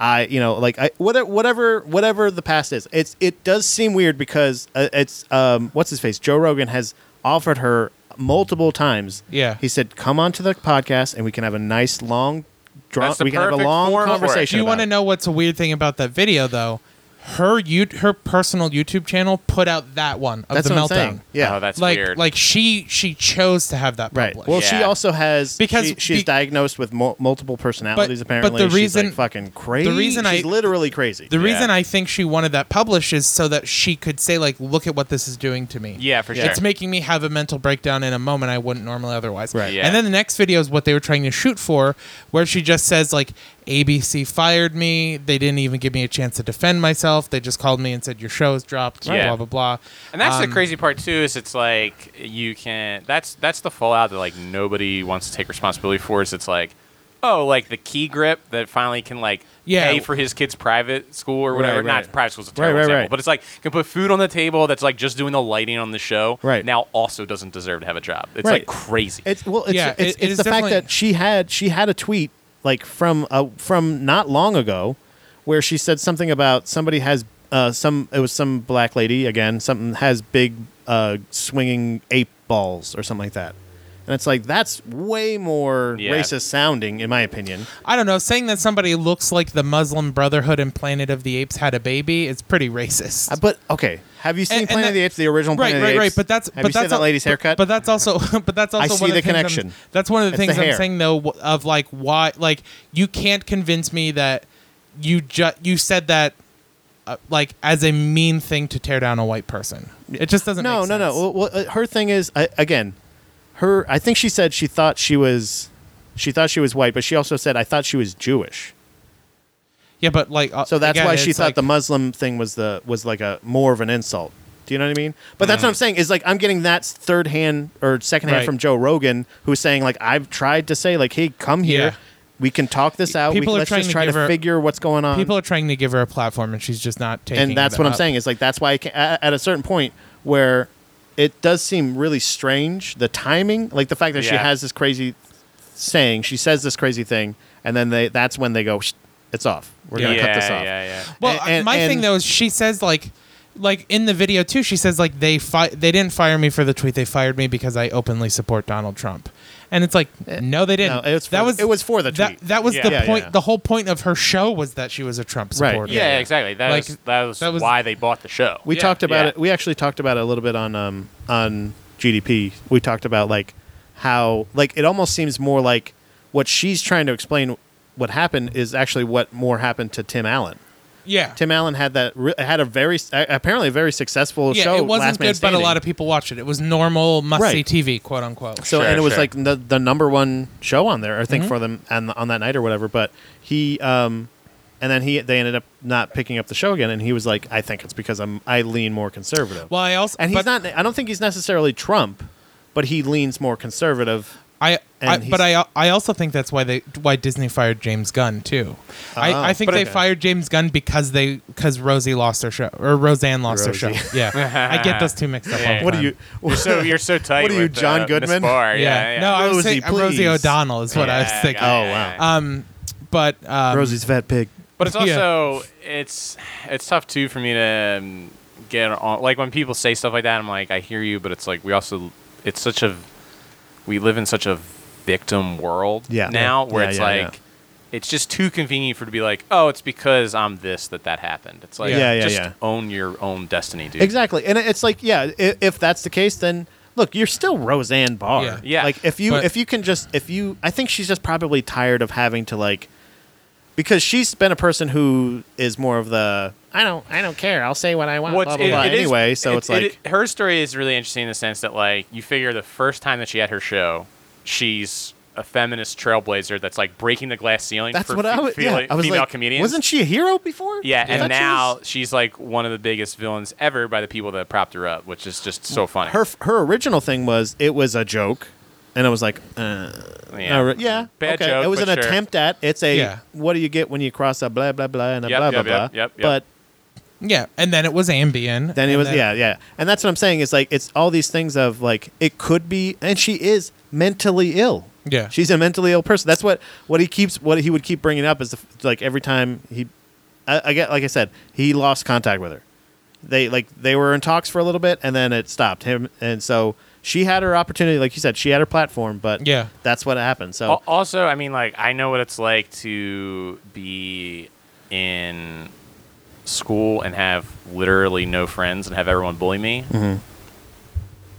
A: I, you know, like I whatever whatever whatever the past is. It's it does seem weird because uh, it's um what's his face Joe Rogan has offered her multiple times.
B: Yeah.
A: he said, "Come on to the podcast, and we can have a nice long." Drawn,
C: That's the
A: we can have a
C: perfect
A: long
C: forum for it.
A: conversation.
B: Do you
A: about
B: want
A: it.
B: to know what's a weird thing about that video though? Her you her personal YouTube channel put out that one of
A: That's
B: the
A: what I'm
B: meltdown.
A: saying. Yeah,
C: Oh, that's
B: like
C: weird.
B: like she she chose to have that
A: Right.
B: published.
A: Well, she
C: Yeah.
A: also has
B: Because
A: she, she's
B: be-
A: diagnosed with mul- multiple personalities.
B: But- but
A: apparently,
B: the
A: she's
B: reason-
A: like fucking crazy.
B: the reason I-
A: she's literally crazy.
B: The
C: Yeah.
B: reason I think she wanted that published is so that she could say, like, look at what this is doing to me.
C: yeah, for
A: Yeah.
C: sure.
B: It's making me have a mental breakdown in a moment I wouldn't normally otherwise.
A: Right.
C: Yeah.
B: And then the next video is what they were trying to shoot for, where she just says, like, ABC fired me. They didn't even give me a chance to defend myself. They just called me and said, your show is dropped,
C: Right.
B: blah, blah, blah.
C: And that's
B: Um,
C: the crazy part too. Is it's like you can. That's that's the fallout that like nobody wants to take responsibility for. Is it's like, oh, like the key grip that finally can like
B: Yeah.
C: pay for his kid's private school or whatever.
A: Right, right.
C: Not private school's a
A: Right,
C: terrible
A: right,
C: example,
A: right.
C: but it's like can put food on the table. That's like just doing the lighting on the show.
A: Right.
C: now, also doesn't deserve to have a job. It's
A: Right.
C: like crazy.
A: It's well, it's,
B: Yeah,
A: it's,
B: it- it
A: it's
B: is
A: the fact
B: definitely-
A: that she had she had a tweet like from uh, from not long ago, where she said something about somebody has uh, some it was some black lady again something has big uh, swinging ape balls or something like that, and it's like that's way more
C: Yeah.
A: racist sounding in my opinion.
B: I don't know. Saying that somebody looks like the Muslim Brotherhood and Planet of the Apes had a baby is pretty racist.
A: Uh, but okay, have you seen
B: And- and
A: Planet of
B: that-
A: the Apes, the original
B: right,
A: Planet
B: right,
A: of the
B: right.
A: Apes?
B: But that's
A: have
B: but
A: you
B: that's
A: seen that
B: al-
A: lady's
B: but-
A: haircut?
B: But, that's also but that's also
A: I see
B: one of
A: the
B: things I'm-
A: connection.
B: that's one of the
A: It's the
B: things I'm
A: hair.
B: saying though w- of like why like you can't convince me that you ju- you said that uh, like as a mean thing to tear down a white person. It just doesn't.
A: no,
B: make
A: no, no.
B: sense.
A: Well, well, uh, her thing is I, again, her. I think she said she thought she was, she thought she was white, but she also said I thought she was Jewish.
B: Yeah, but like uh,
A: So that's
B: again,
A: why she
B: it's
A: thought
B: like-
A: the Muslim thing was the was like a more of an insult. Do you know what I mean? But that's what I'm saying is like I'm getting that third hand or second hand
B: Mm-hmm. Right.
A: from Joe Rogan, who's saying like I've tried to say like, hey, come here,
B: Yeah.
A: we can talk this out.
B: People
A: we,
B: are
A: let's
B: trying
A: just
B: to
A: try to
B: give her-
A: figure what's going on.
B: people are trying to give her a platform and she's just not taking.
A: and that's
B: it
A: what I'm
B: up.
A: saying is like that's why I can, at at a certain point where it does seem really strange the timing like the fact that she
C: Yeah.
A: has this crazy saying she says this crazy thing and then they that's when they go "Shh, it's off we're
C: yeah,
A: gonna cut this off
C: yeah, yeah.
B: Well,
A: And-
B: my
A: and-
B: thing though is she says like, like in the video too, she says like they fi- they didn't fire me for the tweet, they fired me because I openly support Donald Trump, and it's like no, they didn't.
A: Eh, no, it was for-
B: that was
A: it was for the
B: that,
A: tweet.
B: that was
C: Yeah.
B: the
C: Yeah,
B: point.
A: yeah.
B: The whole point of her show was that she was a Trump
A: Right,
B: supporter.
C: Yeah, exactly. That,
B: Like,
C: was, that, was
B: that was-
C: why they bought the show.
A: we
B: Yeah.
A: talked about
C: Yeah.
A: it we actually talked about it a little bit on um on GDP we talked about like how like it almost seems more like what she's trying to explain what happened is actually what more happened to Tim Allen
B: Yeah.
A: Tim Allen had that re- had a very s- a- apparently a very successful
B: yeah,
A: show.
B: it wasn't
A: Last Man
B: good, but
A: Standing.
B: a lot of people watched it. It was normal must see
A: Right.
B: TV, quote unquote.
A: So
C: Sure,
A: and it was
C: sure.
A: like the the number one show on there, I
B: Mm-hmm.
A: think, for them and on that night or whatever. But he um, and then he they ended up not picking up the show again, and he was like, I think it's because I'm I lean more conservative.
B: Well, I also
A: and he's
B: but
A: not. I don't think he's necessarily Trump, but he leans more conservative.
B: I,
A: and
B: I
A: he's-
B: but I I also think that's why they why Disney fired James Gunn too.
A: Oh,
B: I, I think
A: but
B: they
A: okay.
B: fired James Gunn because they because Rosie lost her show or Roseanne lost her
A: Rosie.
B: show. Yeah, I get those two mixed up. all
C: Yeah.
B: the
A: What are
B: time.
A: you?
C: You're so you're so tight.
A: What are you,
C: with,
A: John
C: uh, Miss
A: Goodman?
C: Barr. Yeah, yeah.
B: No, I was
A: Rosie,
B: thinking Rosie
A: please.
B: O'Donnell is what I was
C: Yeah,
B: thinking.
A: Oh,
C: yeah,
A: wow.
B: Um, but um,
A: Rosie's fat pig.
C: But it's
B: Yeah.
C: also it's it's tough too for me to um, get on. Like when people say stuff like that, I'm like, I hear you, but it's like we also it's such a we live in such a victim world
A: Yeah.
C: now
A: Yeah.
C: where
A: Yeah,
C: it's
A: yeah, yeah.
C: like it's just too convenient for it to be like, oh, it's because I'm this that that happened. It's like
A: Yeah, yeah,
C: just
A: yeah.
C: own your own destiny, dude.
A: Exactly, and it's like, yeah, i- if that's the case, then look, you're still Roseanne Barr.
B: Yeah.
C: Yeah.
A: Like if you
B: But-
A: if you can just if you, I think she's just probably tired of having to like, because she's been a person who is more of the I don't I don't care. I'll say what I want.
C: What's-
A: blah blah
C: it-
A: blah.
C: it is-
A: anyway, so
C: it-
A: it's like.
C: it- her story is really interesting in the sense that like you figure the first time that she had her show, she's a feminist trailblazer that's like breaking the glass ceiling
A: that's
C: for
A: what I
C: fe-
A: was.
C: fele-
A: Yeah, I was
C: female
A: like,
C: comedians.
A: wasn't she a hero before?
C: yeah,
A: I
C: and
A: thought she
C: now
A: was-
C: she's like one of the biggest villains ever by the people that propped her up, which is just so funny.
A: her her original thing was it was a joke, and I was like, uh,
C: Yeah.
A: all right, yeah,
C: Oh, Bad
A: okay.
C: joke,
A: It was
C: but
A: an
C: sure.
A: attempt at it's a
B: Yeah.
A: what do you get when you cross a blah blah blah and a
C: Yep,
A: blah
C: yep,
A: blah
C: yep,
A: blah.
C: yep, yep.
A: But
B: yeah, and then it was Ambien.
A: then it
B: and
A: was yeah yeah, and that's what I'm saying is like it's all these things of like it could be, and she is mentally ill.
B: Yeah.
A: she's a mentally ill person. That's what what he keeps what he would keep bringing up is the, f- like every time he, I, I get like I said, he lost contact with her. They like they were in talks for a little bit, and then it stopped him, and so she had her opportunity. Like you said, she had her platform, but
B: Yeah.
A: that's what happened. So
C: Al- Also, I mean, like I know what it's like to be in school and have literally no friends and have everyone bully me.
A: Mm-hmm.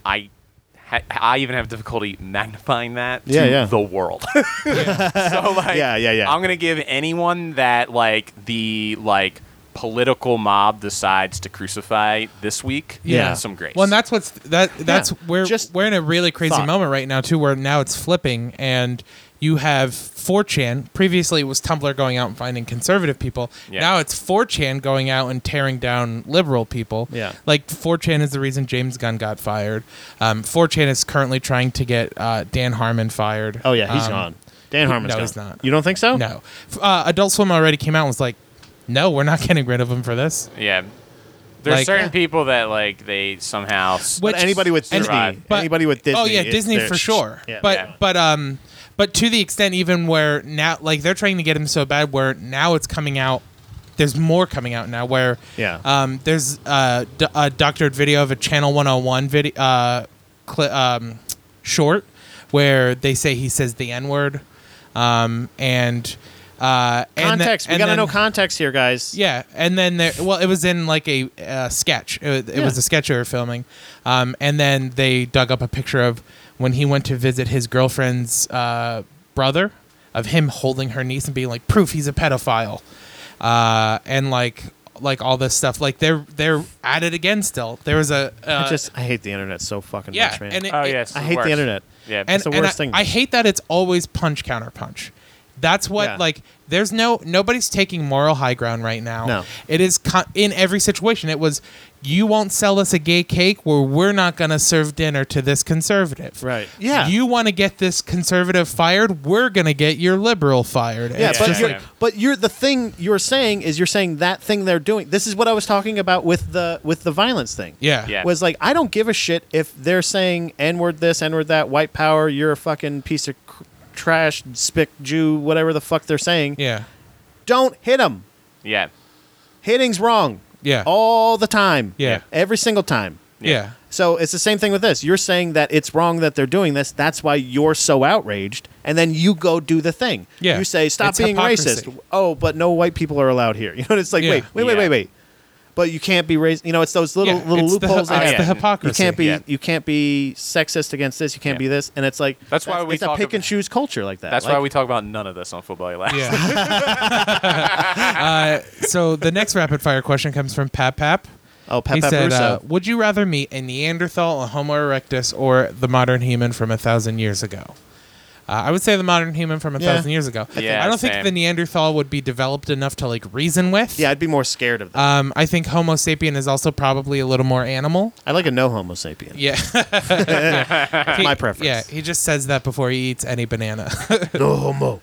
C: I. ha- I even have difficulty magnifying that
A: Yeah,
C: to
A: yeah.
C: the world. so like,
A: Yeah, yeah, yeah.
C: I'm gonna give anyone that like the like political mob decides to crucify this week,
A: Yeah.
C: some grace.
B: Well, and that's what's that. That's where
A: just
B: we're in a really crazy
A: thought.
B: moment right now too, where now it's flipping, and you have 4chan. Previously, it was Tumblr going out and finding conservative people.
C: Yeah.
B: Now it's 4chan going out and tearing down liberal people.
A: Yeah.
B: like 4chan is the reason James Gunn got fired. Um, 4chan is currently trying to get uh, Dan Harmon fired.
A: oh yeah, he's
B: he's
A: gone. Dan Harmon's
B: Um, no,
A: gone.
B: he's not.
A: You don't think so?
B: No, F- uh, Adult Swim already came out and was like, "No, we're not getting rid of him for this."
C: yeah. There's
B: Like- uh,
C: certain people that like they somehow s-
A: But
B: Which-
A: anybody with
B: and-
A: Disney,
C: Survive.
B: but-
A: anybody with Disney.
B: Oh yeah,
A: it-
B: Disney
A: they're-
B: for sure.
A: Yeah.
B: but
C: Yeah.
B: but um, but to the extent even where now, like they're trying to get him so bad where now it's coming out. There's more coming out now where
A: Yeah.
B: um, there's uh, d- a doctored video of a Channel 101 video uh, cli um, short where they say he says the N word, um, and uh, and the-
A: context. we
B: and
A: gotta
B: then-
A: know context here, guys.
B: yeah, and then there, well, it was in like a uh, sketch. It, wa- it was
A: Yeah.
B: a sketch they were filming, um, and then they dug up a picture of when he went to visit his girlfriend's uh, brother, of him holding her niece and being like, "Proof he's a pedophile," uh, and like like all this stuff. Like they're they're at it again. Still, there was a uh,
A: I just I hate the internet so fucking
B: yeah,
A: much, man.
B: and it,
C: Oh
B: it-
C: yes,
A: I hate the internet.
C: Yeah,
B: and,
A: It's the
B: and
A: worst
B: I,
A: thing.
B: I hate that it's always punch counter punch. That's what
A: Yeah.
B: like. There's no nobody's taking moral high ground right now.
A: No.
B: it is con- in every situation. It was you won't sell us a gay cake where we're not gonna serve dinner to this conservative.
A: Right. Yeah.
B: You want to get this conservative fired? We're gonna get your liberal fired.
A: yeah,
B: It's
A: but
B: just
A: you're,
C: like-
A: but you're the thing you're saying is you're saying that thing they're doing. This is what I was talking about with the with the violence thing.
B: yeah.
C: Yeah.
A: Was like I don't give a shit if they're saying n word this, n word that, white power, you're a fucking piece of cr- trash, spick Jew, whatever the fuck they're saying.
B: Yeah.
A: Don't hit them.
C: yeah.
A: Uh, Hitting's wrong.
B: Yeah.
A: All the time.
B: Yeah.
A: Every single time.
B: Yeah.
A: So it's the same thing with this. You're saying that it's wrong that they're doing this. That's why you're so outraged, and then you go do the thing.
B: Yeah.
A: You say stop
B: It's
A: being
B: hypocrisy.
A: racist. Oh, but no white people are allowed here. You know, it's like
B: Yeah.
A: wait, wait, wait,
C: Yeah.
A: wait, wait. but you can't be raised. You know, it's those little
B: Yeah,
A: little
B: it's the-
A: loopholes.
B: it's
A: in
C: the
A: it.
B: hypocrisy,
A: You can't be
C: yeah.
A: you can't be sexist against this. You can't be
C: Yeah.
A: this, and it's like
C: That's why we
A: it's a
C: talk
A: pick
C: ab-
A: and choose culture like that.
C: That's
A: Like,
C: why we talk about none of this on Football Last.
B: Yeah. uh, so the next rapid fire question comes from Pap Pap.
A: oh Pep
B: he
A: Pep
B: said,
A: Russo.
B: uh, "Would you rather meet a Neanderthal, a Homo erectus, or the modern human from a thousand years ago?" Uh, I would say the modern human from a
A: Yeah.
B: thousand years ago.
C: Yeah,
B: I don't
C: same.
B: think the Neanderthal would be developed enough to like reason with.
A: yeah, I'd be more scared of that.
B: Um, I think Homo sapien is also probably a little more animal.
A: I like a no Homo sapien.
B: Yeah. He-
A: My preference.
B: Yeah, he just says that before he eats any banana.
A: No Homo.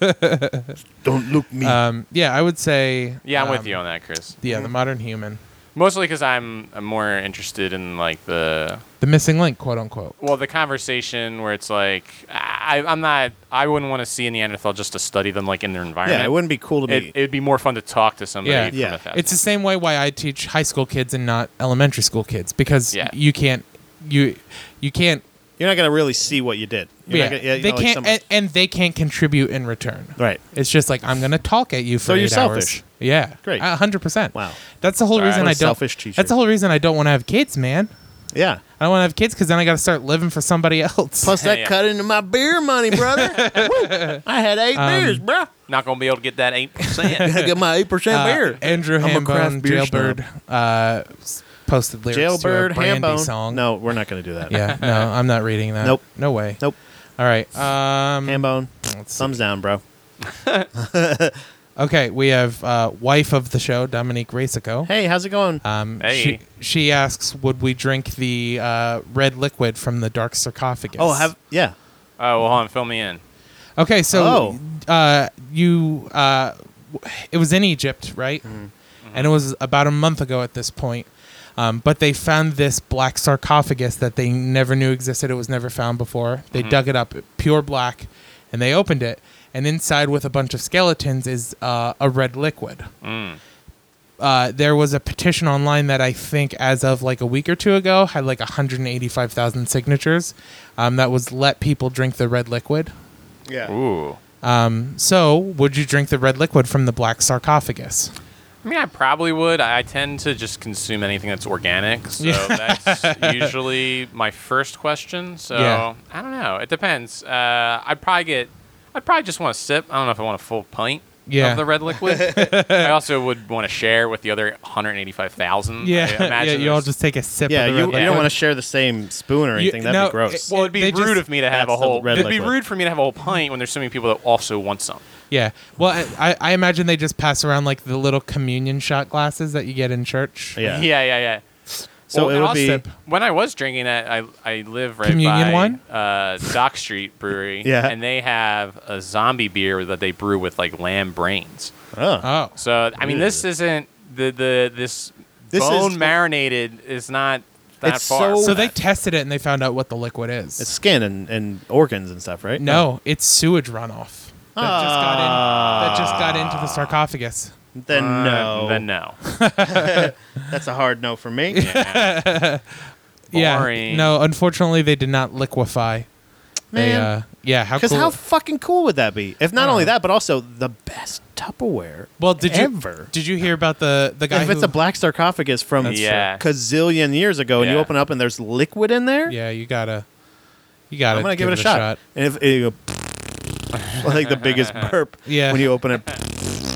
A: Don't look me.
B: um, yeah, I would say.
C: Yeah, I'm
B: um,
C: with you on that, Chris.
B: Yeah,
A: Mm-hmm.
B: the modern human,
C: Mostly because I'm, I'm more interested in like the
B: the missing link, quote unquote.
C: well the conversation where it's like I, I'm not I wouldn't want to see a Neanderthal just to study them like in their environment.
A: yeah, it wouldn't be cool to
C: It,
A: me.
C: it'd be more fun to talk to somebody.
B: Yeah.
C: from
A: Yeah.
C: a thousand-
B: It's the same way why I teach high school kids and not elementary school kids because
C: Yeah.
B: you can't you you can't
A: You're not gonna really see what you did. You're
B: yeah,
A: not gonna, yeah, you
B: they
A: know, like
B: can't
A: someone-
B: and, and they can't contribute in return.
A: right.
B: It's just like I'm gonna talk at you for
A: So you're
B: eight hours.
A: selfish.
B: Yeah,
A: Great.
B: hundred percent.
A: Wow.
B: that's the whole
C: Sorry.
B: reason
A: What a
B: I don't.
A: selfish teacher.
B: That's the whole reason I don't want to have kids, man.
A: Yeah.
B: I don't want to have kids because then I got to start living for somebody else.
A: Plus that
C: Yeah.
A: cut into my beer money, brother. Woo. I had eight
B: Um,
A: beers, bruh.
C: not gonna be able to get that eight percent.
A: I got my eight percent
B: Uh,
A: beer.
B: Andrew
A: I'm a
B: Hambone,
A: craft beer
B: Jailbird, uh, s- posted lyrics
A: Jailbird,
B: to a Brandy
A: Hambone.
B: song.
A: No, we're not gonna do that.
B: yeah, no, I'm not reading that.
A: Nope.
B: no way.
A: Nope.
B: All right. Um,
A: Hambone.
B: let's see.
A: Thumbs down, bro.
B: Okay, we have uh, wife of the show, Dominique Racico.
A: Hey, how's it going?
B: Um,
C: Hey.
B: She, she asks, would we drink the uh, red liquid from the dark sarcophagus?
A: oh, have yeah.
C: oh, well, hold on, fill me in.
B: Okay, so uh, you, uh, w- it was in Egypt, right? And it was about a month ago at this point. Um, but they found this black sarcophagus that they never knew existed. It was never found before. They dug it up, pure black, and they opened it. And inside, with a bunch of skeletons, is uh, a red liquid. Uh, there was a petition online that I think, as of like a week or two ago, had like 185,000 signatures um, that was let people drink the red liquid.
A: Yeah.
C: Ooh.
B: So, would you drink the red liquid from the black sarcophagus?
A: Mm,
C: I mean, I probably would. I I tend to just consume anything that's organic, so that's usually my first question. So
B: Yeah.
C: I don't know. It depends. Uh, I'd probably get. I'd probably just want to sip. I don't know if I want a full pint
B: Yeah.
C: of the red liquid. I also would want to share with the other 185,000. I
B: yeah.
C: imagine
B: You all
C: there's-
B: just take a sip.
A: Yeah,
B: of the
A: you,
B: red
A: you
B: liquid.
A: don't want to share the same spoon or
B: You-
A: anything. That'd
B: no,
A: be gross.
B: it-
C: Well, it'd be
B: they
C: rude
B: just-
C: of me to have a
A: That's the
C: whole.
A: red
C: It'd be
A: liquid.
C: rude for me to have a whole pint when there's so many people that also want some.
B: Yeah. Well, I, I- I imagine they just pass around like the little communion shot glasses that you get in church.
A: yeah.
C: yeah, yeah. yeah.
A: So
C: Well,
A: it
C: and
A: would
C: I'll
A: be
B: sip.
C: When I was drinking that, I I live right
B: Communion
C: by
B: wine?
C: Uh, Dock Street Brewery.
A: Yeah.
C: and they have a zombie beer that they brew with like lamb brains.
A: oh.
B: Oh.
C: So I mean, this
A: Ew.
C: isn't the the this,
A: This is-
C: bone marinated is not that
A: It's
C: far.
A: so-
C: from
B: So they
C: that.
B: tested it and they found out what the liquid is.
A: it's skin and, and organs and stuff, right?
B: no, it's sewage runoff that just got in. That just got into
A: Ah.
B: the sarcophagus.
A: Then
C: Uh,
A: no.
C: Then no.
A: That's a hard no for me.
C: Yeah.
B: Yeah.
C: Boring.
B: No, unfortunately, they did not liquefy. They,
A: Man.
B: uh, yeah. How
A: Because
B: cool.
A: how fucking cool would that be? If not
B: Uh.
A: only that, but also the best Tupperware.
B: well, did you
A: ever.
B: did you hear about the the guy
A: if
B: who,
A: it's a black sarcophagus from
C: That's Yeah. true.
A: kazillion years ago, and you
C: Yeah.
A: open it up and there's liquid in there,
B: Yeah, you gotta, you gotta.
A: I'm gonna give, it a shot. And if and you go, like the biggest burp,
B: Yeah.
A: when you open it,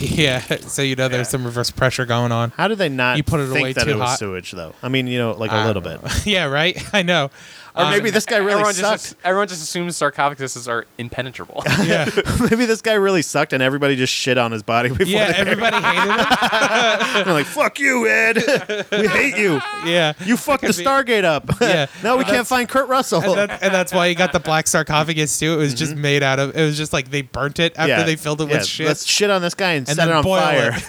B: Yeah, so you know there's some reverse pressure going on.
A: how did they not
B: You put it
A: think
B: away
A: that
B: too
A: it was
B: hot?
A: sewage though? I mean, you know, like a
B: I
A: little bit,
B: don't yeah, right. I know.
A: or
B: Um,
A: maybe this guy really
C: everyone
A: sucked.
C: just everyone just assumes sarcophaguses are impenetrable.
B: Um, Yeah,
A: maybe this guy really sucked, and everybody just shit on his body before.
B: yeah.
A: they-
B: Everybody hated it.
A: and they're like, "Fuck you, Ed. we hate you.
B: Yeah.
A: You fucked the
B: could be-
A: Stargate up.
B: Yeah.
A: now we can't find Kurt Russell."
B: And, that, and that's why you got the black sarcophagus too. It was just made out of. It was just like they burnt it after they filled it
A: Mm-hmm. yeah,
B: with shit
A: Let's shit on this guy and,
B: and
A: set
B: then
A: it on
B: boil
A: fire.
B: it.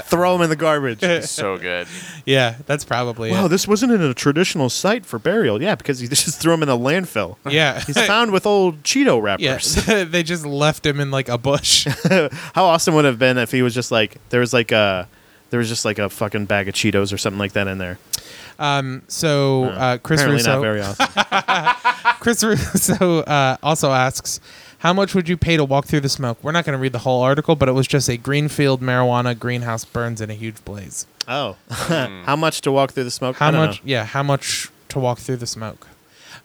A: Throw him in the garbage.
C: so good.
B: yeah. That's probably.
A: Wow,
B: it.
A: this wasn't in a traditional site for burial. Yeah, because he just threw him in a landfill.
B: yeah.
A: He's found with old Cheeto
B: Yeah,
A: wrappers.
B: they just left him in like a bush.
A: How awesome would it have been if he was just like there was like a there was just like a fucking bag of Cheetos or something like that in there.
B: Um, so uh, Chris
A: Apparently
B: Russo,
A: not very awesome.
B: Chris Russo uh, also asks, How much would you pay to walk through the smoke? We're not going to read the whole article, but it was just a greenfield marijuana greenhouse burns in a huge blaze.
A: Oh, how much to walk through the smoke? I
B: How
A: don't
B: much?
A: know.
B: Yeah, how much to walk through the smoke?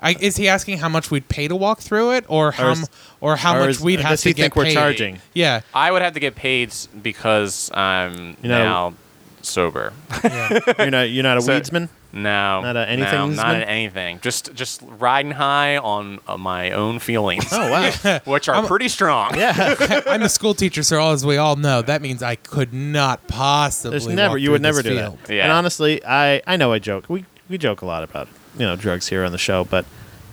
B: I, is he asking how much we'd pay to walk through it, or how
A: Or
B: m-
A: is-
B: or how
A: or
B: much
A: is-
B: we'd
A: or
B: have
A: does
B: to
A: he
B: get
A: think we're
B: paid?
A: charging?
B: Yeah,
C: I would have to get paid s- because I'm
A: You know-
C: now sober.
B: yeah.
A: You're not you're not a
C: So-
A: weedsman.
C: No,
A: Not a
C: no,
A: anything's
C: not
A: man?
C: an anything. Just just riding high on uh, my own feelings,
A: Oh wow.
C: which are pretty strong.
A: yeah.
B: I'm a school teacher, so all as we all know, that means I could not possibly.
A: There's never
B: walk
A: you would
B: through
A: never
B: this
A: do
B: field.
A: that.
C: Yeah.
A: And honestly, I I know I joke. We we joke a lot about you know drugs here on the show, but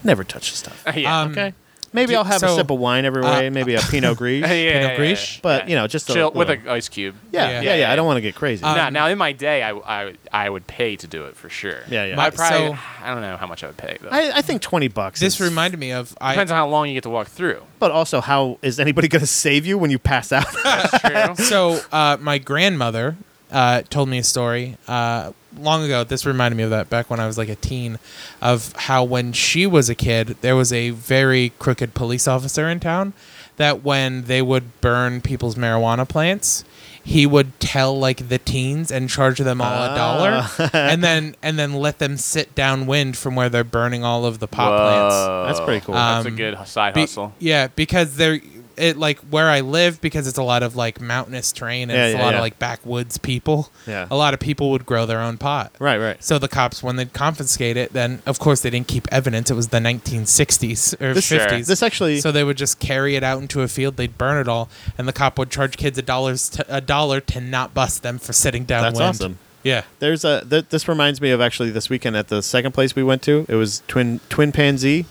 A: never touch the stuff.
C: yeah.
B: Um,
A: Okay. Maybe
B: do-
A: I'll have a
B: so-
A: sip of wine every way. maybe a Pinot Gris.
C: yeah, yeah, yeah, yeah.
B: Griche?
A: But, you know, just a
C: chill with
A: little-
C: an ice cube.
A: Yeah, yeah,
B: Yeah.
A: yeah. I don't want to get crazy.
C: now, now in my day, I, I, I would pay to do it for sure.
A: Yeah, yeah.
C: I
A: My-
C: probably
B: so-
C: I don't know how much I would pay though.
A: I, I think twenty bucks.
B: This
A: is-
B: reminded me of I.
C: Depends on how long you get to walk through.
A: But also, how is anybody going to save you when you pass out?
C: That's true.
B: So uh, my grandmother uh, told me a story uh, long ago. This reminded me of that back when I was like a teen, of how when she was a kid, there was a very crooked police officer in town. That when they would burn people's marijuana plants, he would tell like the teens and charge them all a dollar, and then and then let them sit downwind from where they're burning all of the pot plants.
C: Whoa.
A: That's pretty cool.
C: That's
B: Um,
C: a good side
B: Be-
C: hustle.
B: Yeah, because they're it like where I live because it's a lot of like mountainous terrain and
A: Yeah,
B: it's a
A: yeah,
B: lot
A: yeah.
B: of like backwoods people.
A: Yeah.
B: A lot of people would grow their own pot.
A: right, right.
B: So the cops when they'd confiscate it, then of course they didn't keep evidence. It was the 1960s or
A: This,
B: 50s.
A: this actually,
B: so they would just carry it out into a field, they'd burn it all, and the cop would charge kids a dollars to, a dollar to not bust them for sitting down.
A: that's awesome.
B: Yeah.
A: There's a th- this reminds me of actually this weekend at the second place we went to. It was Twin Twin Pansy.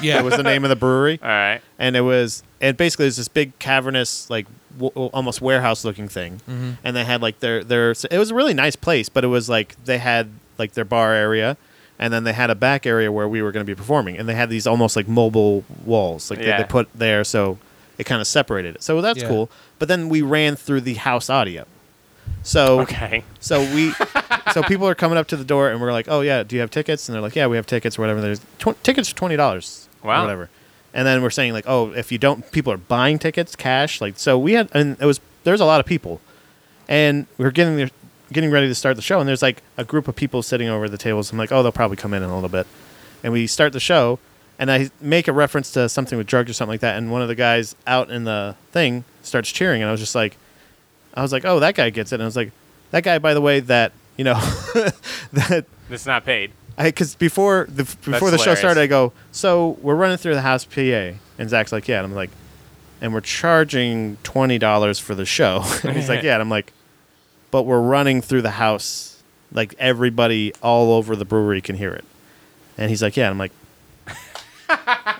B: Yeah.
A: That was the name of the brewery,
C: All right.
A: and it was and basically it's this big cavernous like w- almost warehouse looking thing,
C: Mm-hmm.
A: and they had like their their. It was a really nice place, but it was like they had like their bar area. And then they had a back area where we were going to be performing, and they had these almost like mobile walls, like that
C: Yeah.
A: they put there, so it kind of separated it. So that's
B: Yeah.
A: cool. But then we ran through the house audio, so
C: Okay.
A: so we, so people are coming up to the door, and we're like, "Oh yeah, do you have tickets?" And they're like, "Yeah, we have tickets, or whatever." There's tw- tickets are twenty dollars,
C: Wow.
A: whatever. And then we're saying like, "Oh, if you don't, people are buying tickets cash." Like, so we had, and it was there's a lot of people, and we were getting there, getting ready to start the show, and there's like a group of people sitting over the tables. I'm like, "Oh, they'll probably come in in a little bit," and we start the show, and I make a reference to something with drugs or something like that, and one of the guys out in the thing starts cheering, and I was just like. I was like, oh, that guy gets it. And I was like, that guy, by the way, that you know, that
C: It's not paid.
A: because before the before the show
C: hilarious.
A: started, I go, so we're running through the house PA, and Zach's like, yeah, and I'm like, and we're charging twenty dollars for the show, and he's like, yeah, and I'm like, but we're running through the house, like everybody all over the brewery can hear it, and he's like, yeah, and I'm like.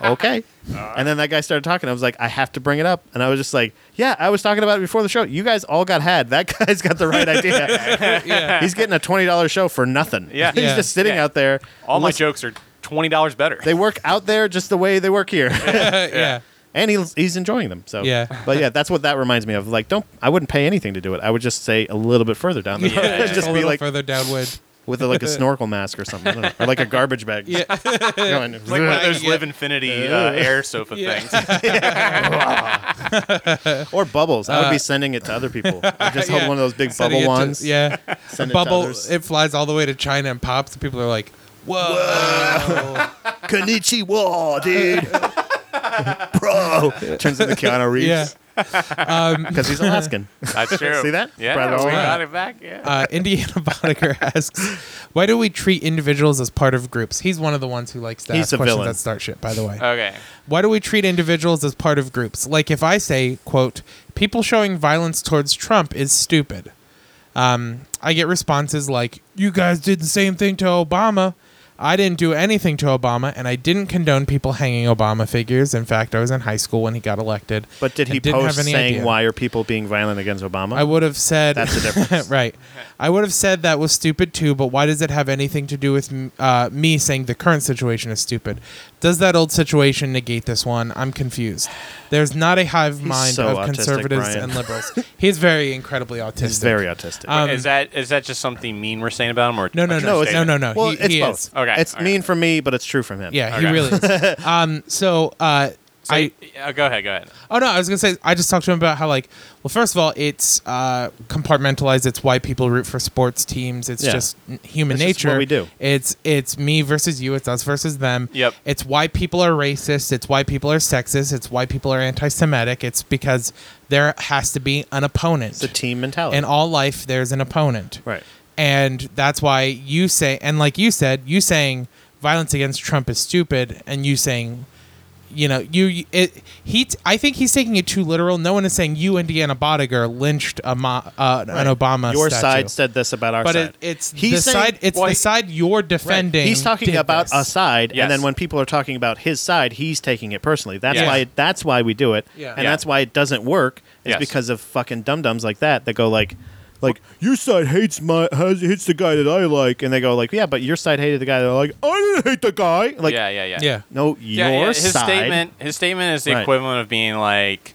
A: okay. and then that guy started talking. I was like, I have to bring it up. And I was just like, yeah, I was talking about it before the show. You guys all got had. That guy's got the right idea.
B: yeah.
A: He's getting a $20 show for nothing.
C: Yeah.
A: He's
B: Yeah.
A: just sitting
C: Yeah.
A: out there.
C: All my
A: listen-
C: jokes are twenty dollars better.
A: they work out there just the way they work here,
B: yeah.
A: and he, he's enjoying them. So
B: Yeah.
A: but yeah, that's what that reminds me of. Like, don't I wouldn't pay anything to do it. I would just say a little bit further down the road.
C: Yeah.
A: just
B: a
A: be
B: little
A: like
B: further downwind.
A: with a, like a snorkel mask or something, I don't know. or like a garbage bag.
B: Yeah.
A: Going,
C: It's like one of
B: I
C: those
B: get-
C: Live Infinity uh, air sofa
B: Yeah.
C: things.
A: or bubbles. I would be sending it to other people. I just hold
B: Uh, yeah.
A: one of those big
B: Sending
A: bubble
B: it to-
A: ones.
B: yeah.
A: Send it to
B: bubble
A: others.
B: it flies all the way to China and pops and people are like, Whoa.
A: Konnichiwa, dude. Bro, turns into Keanu Reeves
B: yeah. Um,
A: because he's Alaskan.
C: That's true.
A: See that?
C: Yeah.
A: Brought it all
C: we
A: back.
C: got it back. Yeah.
B: Uh, Indiana Boniker asks, Why do we treat individuals as part of groups? He's one of the ones who likes to
A: He's
B: ask
A: a
B: questions
A: villain.
B: that start shit, by the way.
C: okay.
B: Why do we treat individuals as part of groups? Like if I say, quote, people showing violence towards Trump is stupid. Um, I get responses like, you guys did the same thing to Obama. I didn't do anything to Obama, and I didn't condone people hanging Obama figures. In fact, I was in high school when he got elected.
A: But did
B: and
A: he
B: didn't have
A: post
B: any
A: saying
B: idea.
A: why are people being violent against Obama?
B: I would have said
A: That's the difference.
B: right. I would have said that was stupid too, but why does it have anything to do with m- uh, me saying the current situation is stupid? Does that old situation negate this one? I'm confused. There's not a hive mind
A: so
B: of
A: autistic,
B: conservatives
A: Brian.
B: and liberals. He's very incredibly autistic.
A: He's very autistic.
B: Um,
C: is that is that just something mean we're saying about him or
B: No, no,
C: a true
B: no, it's-
C: statement?
B: no, no, no.
A: Well,
B: he-
A: it's
B: he
A: both.
B: is.
C: Okay,
A: It's
C: all right.
A: mean from me, but it's true from him.
B: Yeah,
C: Okay.
B: he really is. um, so uh,
C: So,
B: I-
C: uh, go ahead, go ahead.
B: Oh no, I was gonna say I just talked to him about how like well, first of all, it's uh, compartmentalized. It's why people root for sports teams. It's
A: Yeah.
B: just n- human
A: That's just
B: nature.
A: what we do.
B: It's it's me versus you. It's us versus them.
C: Yep.
B: It's why people are racist. It's why people are sexist. It's why people are anti-Semitic. It's because there has to be an opponent.
A: It's a team mentality.
B: In all life, there's an opponent.
A: Right.
B: And that's why you say, and like you said, you saying violence against Trump is stupid, and you saying, you know, you it, he. I think he's taking it too literal. No one is saying you, Indiana Bodiger, lynched a mo, uh, an Obama.
A: Your
B: statue.
A: side said this about our
B: but
A: side.
B: it, it's
A: He's
B: the
A: saying-
B: side. It's
C: well,
B: the
C: he-
B: side you're defending.
A: He's talking
B: did
A: about
B: this.
A: a side,
C: Yes.
A: and then when people are talking about his side, he's taking it personally. That's
C: Yeah.
A: why that's why we do it,
B: Yeah.
A: and
C: Yeah.
A: that's why it doesn't work. Is
C: Yes.
A: because of fucking dum dums like that that go like, like your side hates my has, hates the guy that I like, and they go like, yeah, but your side hated the guy that I like. I didn't hate the guy. Like,
C: yeah, yeah, yeah.
B: Yeah.
A: no,
C: Yeah,
A: your
C: yeah, his
A: side.
C: statement his statement is the
A: Right.
C: equivalent of being like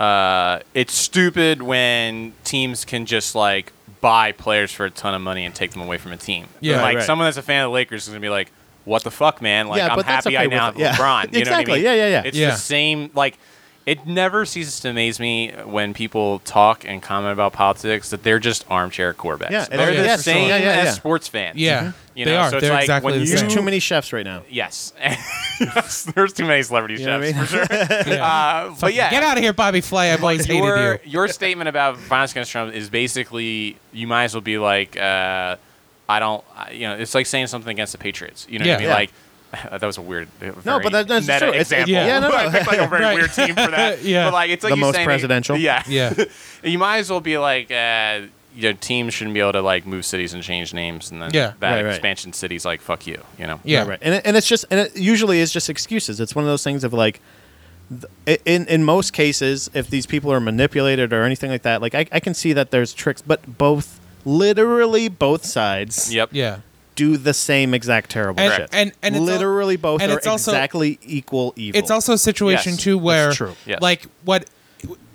C: uh, it's stupid when teams can just like buy players for a ton of money and take them away from a team.
B: Yeah,
C: And, like
A: right.
C: someone that's a fan of the Lakers is gonna be like, "What the fuck, man? Like
A: Yeah,
C: I'm
A: but that's
C: happy
A: okay
C: I
A: with
C: now
A: it.
C: have
A: Yeah.
C: LeBron." You know what I
A: Exactly.
C: mean?
A: Yeah, yeah, yeah.
C: It's
B: Yeah.
C: the same. Like it never ceases to amaze me when people talk and comment about politics that they're just armchair quarterbacks.
A: Yeah, and-
C: they're
B: oh, yeah,
C: the
B: for sure.
C: same
A: Yeah, yeah,
C: as
A: yeah.
C: sports fans.
B: Yeah,
C: you
B: they
C: know,
B: are.
C: so it's
B: They're
C: like
B: exactly
C: when
B: the
C: you
A: There's
B: same.
A: too many chefs right now.
C: Yes. yes. There's too many celebrity
A: You
C: chefs
A: know what I mean?
C: for sure.
B: Yeah.
C: Uh, but yeah,
B: Get out of here, Bobby Flay. I've always hated
C: your
B: you.
C: your statement about violence against Trump is basically you might as well be like, uh, I don't, I- you know, it's like saying something against the Patriots. You know
B: Yeah.
C: what I mean?
A: Yeah.
C: Like. That was a weird, uh, very
A: No, but that- that's
C: meta
A: true. It's-
C: example.
B: yeah. Yeah, no,
A: no.
C: I picked, like a very
B: Right.
C: weird team for that.
B: Yeah.
C: but like it's like
A: The
C: you
A: most
C: saying-
A: presidential.
C: Yeah,
B: Yeah.
C: you might as well be like, uh, your team shouldn't be able to like move cities and change names, and then
B: Yeah.
C: that
A: Right, right.
C: expansion city's like fuck you, you know?
B: Yeah.
A: Right, right. And, it- and it's just, and it usually is just excuses. It's one of those things of like, th- in in most cases, if these people are manipulated or anything like that, like I, I can see that there's tricks, but both, literally both sides,
C: Yep.
B: Yeah.
A: do the same exact terrible
B: And-
A: shit.
B: and- and it's al-
A: literally both
B: and
A: are
B: it's also-
A: exactly equal evil.
B: It's also a situation
C: Yes,
B: too where,
A: true.
C: Yes.
B: like, what?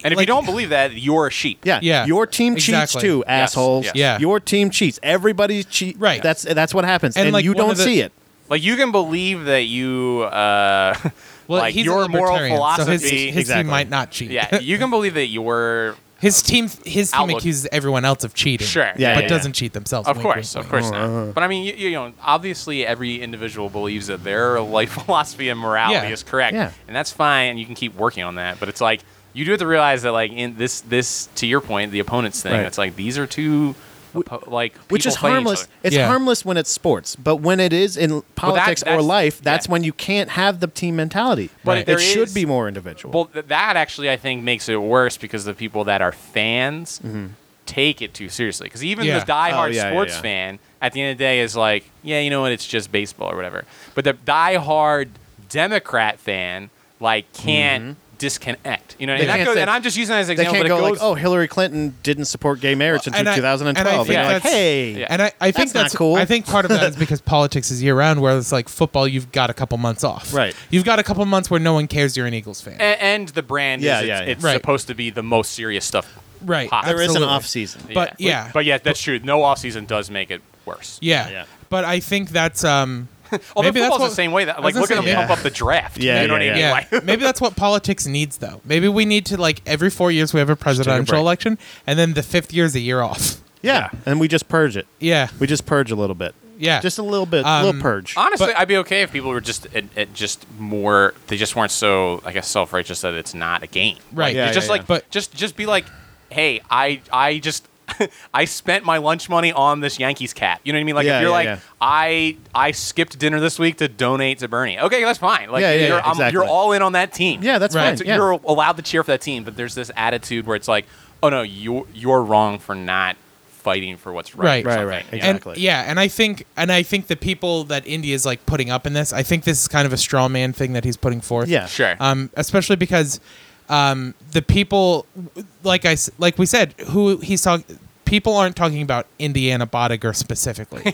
C: And if
B: like-
C: you don't believe that, you're a sheep.
A: yeah,
B: yeah,
A: Your team cheats
B: exactly.
A: too,
C: Yes,
A: assholes.
C: yes.
B: Yeah.
A: Your team cheats. Everybody's cheat.
B: Right.
A: That's that's what happens,
B: And,
A: and,
B: like,
A: you
B: one of
A: don't
B: the-
A: see it.
C: Like you can believe that you, uh,
B: Well,
C: like
B: he's
C: your
B: a
C: moral
B: libertarian,
C: philosophy.
B: So his, his
A: Exactly.
B: team might not cheat.
C: yeah, you can believe that your
B: his team, his team
C: Outlook.
B: accuses everyone else of cheating.
C: Sure,
B: but
A: yeah, yeah,
B: doesn't cheat themselves.
C: Of
B: Wink,
C: course,
B: wink,
C: of
B: wink.
C: course not. But I mean, you, you know, obviously every individual believes that their life philosophy and morality
B: Yeah.
C: is correct,
A: Yeah.
C: and that's fine, and you can keep working on that. But it's like you do have to realize that, like in this, this to your point, the opponent's thing.
A: Right.
C: It's like these are two, oppo- like
A: which
C: people
A: is
C: fighting each
A: harmless.
C: other.
A: It's
B: Yeah.
A: harmless when it's sports, but when it is in politics or
C: that's-
A: life, that's
C: yeah.
A: when you can't have the team mentality.
C: But
A: it
C: there
A: should
C: is-
A: be more individual.
C: Well, th- that actually I think makes it worse because the people that are fans take it too seriously. Because even
B: Yeah.
C: the diehard
A: Oh, Mm-hmm. yeah, yeah,
C: sports
A: yeah.
C: fan at the end of the day is like, yeah, you know what? It's just baseball or whatever. But the diehard Democrat fan like can't disconnect. You know, what I
A: Mm-hmm. They
C: mean? That
A: can't
C: goes-
A: say-
C: and I'm just using that as an
A: they
C: example.
A: can't
C: but
A: go
C: it
A: like,
C: goes,
A: "Oh, Hillary Clinton didn't support gay marriage
B: And
A: until
B: I-
A: 2012."
B: and I
A: And you're
B: think
A: like,
B: that's-
A: "Hey,
C: Yeah.
B: And I, I think
A: That's not
B: that's,
A: cool.
B: I think part of that is because politics is year round, where it's like football, you've got a couple months off.
A: Right.
B: You've got a couple months where no one cares you're an Eagles fan.
C: A- and the brand
A: Yeah,
C: is it's,
A: yeah, yeah.
C: it's
B: Right.
C: supposed to be the most serious stuff.
B: right.
C: There
A: there is an
B: absolutely.
A: off season."
B: But yeah.
C: But yeah, that's true. No offseason does make it worse.
B: Yeah.
A: Yeah.
B: But I think that's um.
C: Although
B: maybe that's
C: football's
B: what-
C: the same way.
B: I
C: That
B: was
C: like
B: gonna
C: look at
B: say,
C: them
B: yeah.
C: pump up the draft.
A: Yeah,
C: you know
A: yeah,
C: what I mean?
A: yeah.
C: Like-
B: Yeah, maybe that's what politics needs, though. Maybe we need to like every four years we have a presidential
A: break.
B: election, and then the fifth year's a year off.
A: Yeah. and we just purge it.
B: Yeah,
A: We just purge a little bit.
B: Yeah.
A: Just a little bit,
B: Um,
A: little purge.
C: Honestly,
B: But-
C: I'd be okay if people were just it, it just more. They just weren't so, I guess, self righteous that it's not a game.
B: Right.
C: Like,
B: Yeah,
C: it's just
A: yeah,
C: like,
A: yeah.
B: But-
C: just just be like, hey, I I just. I spent my lunch money on this Yankees cap. You know what I mean? Like
A: Yeah,
C: if you're
A: yeah,
C: like,
A: yeah.
C: I I skipped dinner this week to donate to Bernie. Okay, that's fine. Like
A: Yeah, yeah, yeah,
C: you're, I'm- you're
A: exactly.
C: all in on that team.
A: Yeah, that's
B: Right.
A: fine.
C: So
A: yeah.
C: You're allowed to cheer for that team, but there's this attitude where it's like, oh no, you're you're wrong for not fighting for what's right.
B: Right.
C: or
A: Right,
C: something,
A: right.
C: you know?
A: Exactly.
B: And, yeah, and I think and I think the people that India is like putting up in this, I think this is kind of a straw man thing that he's putting forth.
A: Yeah.
C: Sure.
B: Um, especially because um, the people, like I s- like we said, who he's talking, people aren't talking about Indiana Bodiger specifically.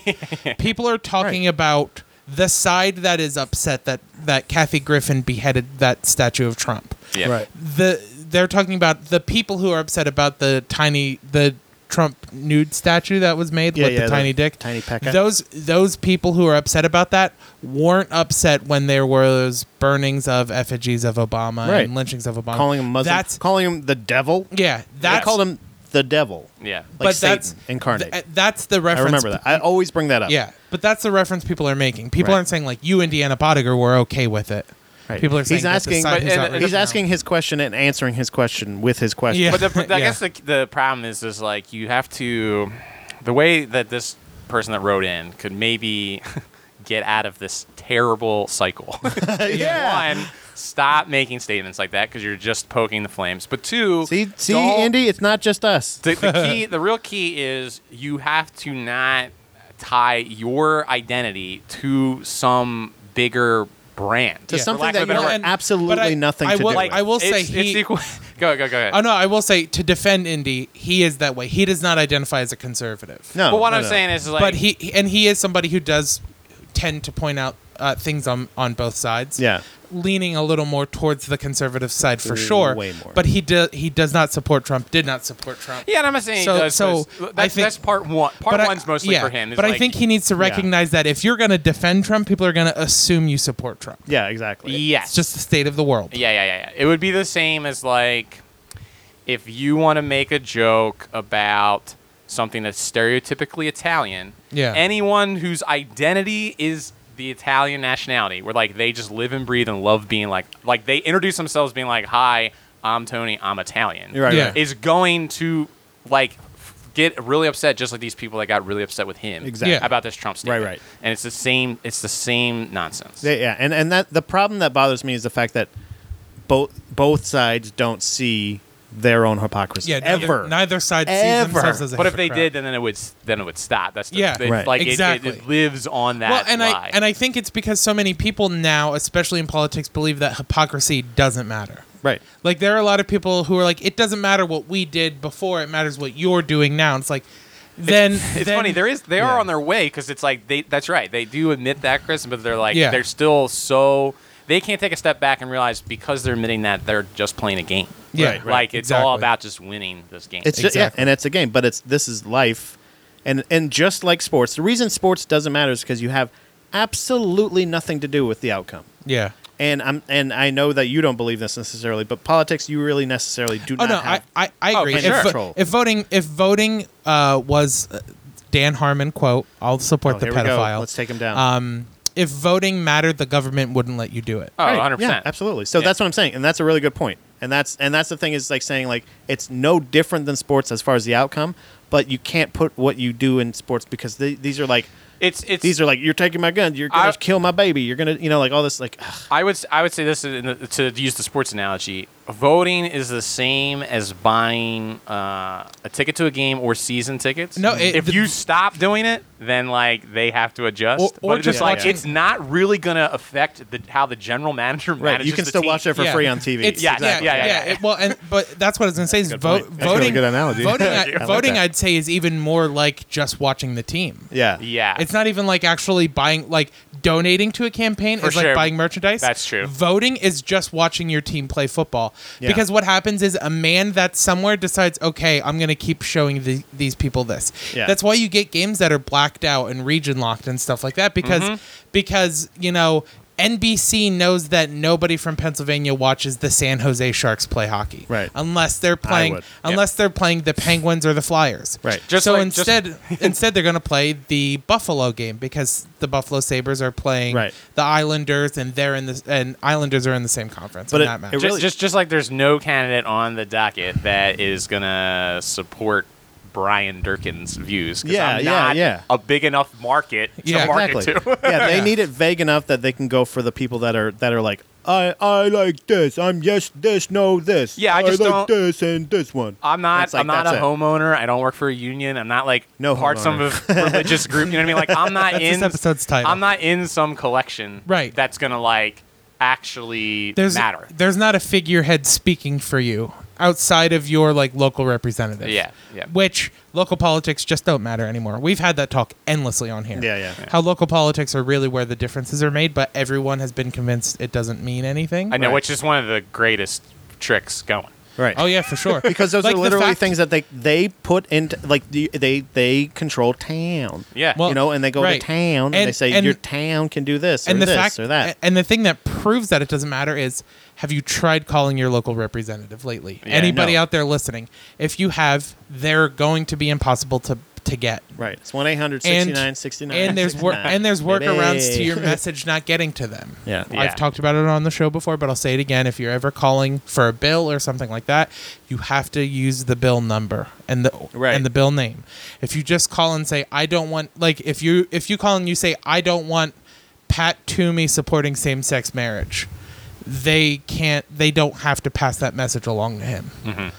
B: people are talking about the side that is upset that that Kathy Griffin beheaded that statue of Trump
C: yeah.
A: Right.
B: the they're talking about the people who are upset about the tiny the Trump nude statue that was made
A: Yeah,
B: with
A: yeah,
B: the
A: the
B: tiny dick.
A: tiny pecker.
B: Those those people who are upset about that weren't upset when there were those burnings of effigies of Obama
A: Right.
B: and lynchings of Obama.
A: calling him Muslim,
B: That's
A: calling him the devil.
B: yeah.
A: I
B: That's
A: called him the devil.
C: Yeah.
A: like
B: but
A: Satan
B: that's
A: incarnate.
B: th- that's the
A: I
B: reference.
A: remember that. I always bring that up.
B: Yeah, but that's the reference people are making. People
A: Right.
B: aren't saying like you and Deanna Bodiger were okay with it.
A: Right.
B: People are saying
A: he's
B: that's the
A: asking,
B: side
C: But-
B: who's
C: and-
B: outraged
A: he's
B: now.
A: asking his question and answering his question with his question.
B: Yeah.
C: But the, I
B: Yeah.
C: guess the, the problem is, is like you have to, the way that this person that wrote in could maybe get out of this terrible cycle.
A: Yeah.
C: One, stop making statements like that because you're just poking the flames. But two,
A: See, see,
C: don't-
A: Andy, it's not just us.
C: The, the key, the real key is you have to not tie your identity to some bigger brand.
A: To
B: Yeah.
C: For
A: something
C: lack
A: that
C: of a
A: you
C: better
A: don't
C: word.
A: have absolutely
B: but I-
A: nothing
B: I
A: to
B: will,
A: do with.
B: I will say
C: It's-
B: he.
C: it's equal- go go go ahead.
B: Oh no, I will say to defend Indy, he is that way. He does not identify as a conservative.
A: No,
C: but what
A: no,
C: I'm
A: no.
C: saying is like
B: but he he- and he is somebody who does tend to point out uh, things on on both sides.
A: Yeah.
B: leaning a little more towards the conservative side for
A: Way
B: sure.
A: more.
B: But he do, he does not support Trump. Did not support Trump.
C: Yeah, and I'm not saying
B: So-
C: he does,
B: so
C: but it's-
B: I
C: that's,
B: think-
C: that's part one. Part
B: But I-
C: one's mostly
B: yeah,
C: for him. is
B: But I
C: like-
B: think he needs to recognize that if you're going to defend Trump, people are going to assume you support Trump.
A: Yeah, exactly.
C: yes,
B: It's just the state of the world.
C: yeah, yeah, yeah, yeah. It would be the same as like if you want to make a joke about something that's stereotypically Italian.
B: Yeah.
C: Anyone whose identity is the Italian nationality, where like they just live and breathe and love being like, like they introduce themselves being like, "Hi, I'm Tony. I'm Italian."
A: You're right.
B: Yeah.
A: right.
C: Is going to like f- get really upset, just like these people that got really upset with him.
A: Exactly.
B: Yeah.
C: About this Trump statement.
A: right.
C: And it's the same. It's the same nonsense.
A: Yeah, yeah, and and that the problem that bothers me is the fact that both both sides don't see their own hypocrisy
B: Yeah, neither-
A: ever.
B: Neither side
A: Ever.
B: sees themselves as a
C: But if they
B: hypocrite.
C: did, then it would then it would stop. That's the,
B: Yeah.
C: it's
A: Right.
C: like it- it-
B: Exactly.
C: It, lives on that
B: well, and
C: lie.
B: I and I think it's because so many people now, especially in politics, believe that hypocrisy doesn't matter.
A: right.
B: Like there are a lot of people who are like, it doesn't matter what we did before; it matters what you're doing now. And it's like, then
C: it's
B: then-
C: funny. There is they are
A: Yeah.
C: on their way because it's like they. That's right. They do admit that, Chris, but they're like
B: Yeah.
C: they're still so they can't take a step back and realize because they're admitting that they're just playing a game.
B: Yeah,
A: Right, right.
C: Like it's all
B: Exactly.
C: about just winning this game.
A: It's just, yeah,
B: Exactly.
A: and it's a game, but it's this is life, and and just like sports, the reason sports doesn't matter is because you have absolutely nothing to do with the outcome.
B: yeah.
A: And I'm and I know that you don't believe this necessarily, but politics you really necessarily do
B: Oh
A: not
B: no, I,
A: have.
B: I, I
C: Oh,
B: agree.
C: for
B: if,
A: sure.
B: vo-
A: Control.
B: if voting if voting uh, was uh, Dan Harmon quote, I'll support
A: Oh,
B: the
A: here we go.
B: pedophile.
A: Let's take him down.
B: Um, if voting mattered, the government wouldn't let you do it.
C: oh,
A: Right,
C: 100
A: Yeah,
C: percent.
A: absolutely. So
C: Yeah.
A: that's what I'm saying, and that's a really good point. And that's and that's the thing is like saying like it's no different than sports as far as the outcome, but you can't put what you do in sports because they, these are like
C: It's it's
A: these are like you're taking my gun, you're gonna
C: I-
A: kill my baby, you're gonna you know like all this like ugh,
C: I would I would say this in the, to use the sports analogy. Voting is the same as buying uh, a ticket to a game or season tickets.
B: No, it-
C: if
B: the-
C: you stop doing it, then like they have to adjust.
B: Or- or
C: but it's just
A: just
C: like
A: watching-
C: it's not really going to affect the, how the general manager manages.
A: right. You can
C: the
A: still
C: team.
A: watch it for
B: Yeah.
A: free on TV.
B: It's-
C: Yeah,
A: exactly.
C: yeah, yeah, yeah.
B: It- well, and but that's what I was gonna say is
A: Good
B: vo-
A: point. That's really
B: voting.
A: good analogy.
B: Voting, I-
A: Thank you. I like
B: voting
A: that.
B: I'd say is even more like just watching the team.
A: yeah,
C: Yeah,
B: It's not even like actually buying, like donating to a campaign
C: For
B: is
C: sure.
B: like buying merchandise.
C: That's true.
B: Voting is just watching your team play football.
A: Yeah.
B: Because what happens is a man that's somewhere decides, okay, I'm going to keep showing the, these people this.
A: Yeah.
B: That's why you get games that are blacked out and region locked and stuff like that because,
C: Mm-hmm.
B: because you know, NBC knows that nobody from Pennsylvania watches the San Jose Sharks play hockey,
A: Right.
B: Unless they're playing,
A: would.
C: Yeah.
B: unless they're playing the Penguins or the Flyers,
A: Right.
C: Just
B: so
C: like- just-
B: instead, instead they're going to play the Buffalo game because the Buffalo Sabers are playing
A: Right.
B: the Islanders, and they're in the and Islanders are in the same conference.
A: But
B: in
A: it-
B: that
A: it
B: matters.
C: just,
A: really-
C: just just like there's no candidate on the docket that is going to support. Brian Durkin's views. 'cause
A: Yeah,
C: I'm
A: yeah,
C: not
A: yeah.
C: A big enough market to
B: Yeah,
C: market
A: exactly.
C: to.
A: yeah, they need it vague enough that they can go for the people that are that are like I I like this, I'm yes this, no this.
C: Yeah, I just
A: like
C: don't-
A: this and this one.
C: I'm not.
A: It's like,
C: I'm not
A: that's
C: a
A: it.
C: homeowner. I don't work for a union. I'm not like
A: No
C: part some
A: homeowner.
C: of religious group. You know what I mean? Like I'm not
B: That's
C: in
B: this episode's title.
C: I'm not in some collection.
B: Right.
C: That's gonna like actually
B: there's
C: matter.
B: there's not a figurehead speaking for you outside of your like local representative.
C: Yeah, yeah.
B: Which local politics just don't matter anymore. We've had that talk endlessly on here.
A: Yeah, yeah. Yeah.
B: How local politics are really where the differences are made, but everyone has been convinced it doesn't mean anything.
C: I know,
A: Right.
C: which is one of the greatest tricks going.
A: Right.
B: Oh yeah, for sure.
A: Because those
B: Like,
A: are
B: the
A: literally
B: fact-
A: things that they they put into like the- they they control town.
C: Yeah.
B: Well,
A: you know, and they go
B: right.
A: to town and, they
B: And-
A: say
B: and-
A: your town can do this or
B: and the
A: this
B: fact
A: or that.
B: a- and the thing that proves that it doesn't matter is have you tried calling your local representative lately
C: Yeah,
B: anybody
A: no.
B: out there listening if you have they're going to be impossible to to get
A: right. It's one 800
B: and
A: 69
B: and there's work and there's workarounds to your message not getting to them
A: Yeah.
C: Yeah.
B: I've talked about it on the show before, but I'll say it again. If you're ever calling for a bill or something like that, you have to use the bill number and the
A: Right.
B: and the bill name. If you just call and say I don't want like if you if you call and you say I don't want Pat Toomey supporting same-sex marriage, they can't they don't have to pass that message along to him.
C: Mm-hmm.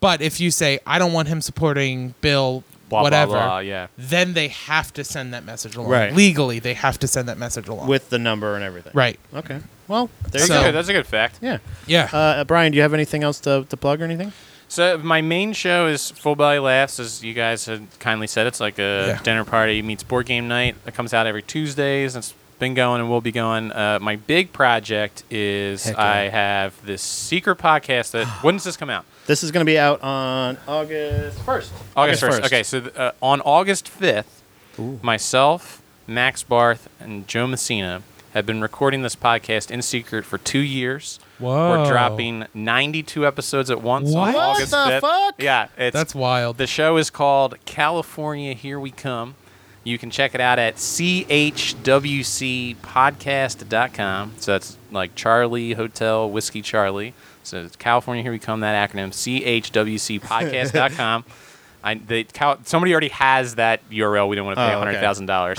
B: But if you say I don't want him supporting Bill
C: Blah, blah,
B: whatever,
C: blah, yeah.
B: then they have to send that message along.
A: Right.
B: Legally, they have to send that message along.
A: with the number and everything.
B: right.
A: Okay. Well, there you
C: That's,
B: So-
C: a
A: go.
C: good, that's a good fact.
A: Yeah.
B: Yeah.
A: Uh, Brian, do you have anything else to, to plug or anything?
C: So my main show is Full Belly Laughs, as you guys had kindly said. It's like a
B: Yeah.
C: dinner party meets board game night. It comes out every Tuesdays. It's been going and will be going. Uh, my big project is
A: Heck yeah.
C: I have this secret podcast that when does this come out?
A: This is going to be out on August 1st.
C: August first. Okay, so th- uh, on August fifth,
A: Ooh.
C: myself, Max Barth, and Joe Messina have been recording this podcast in secret for two years.
B: Whoa.
C: We're dropping ninety-two episodes at once
B: Oh. What?
C: on
B: What
C: August
A: the
C: 5th.
A: fuck?
C: Yeah, it's
B: That's wild.
C: The show is called California Here We Come. You can check it out at chwcpodcast.com. So that's like Charlie Hotel Whiskey Charlie. So it's California Here We Come, that acronym, chwcpodcast.com. I, the, Cal, somebody already has that URL. We didn't want to pay
A: Oh, okay.
C: $100,000.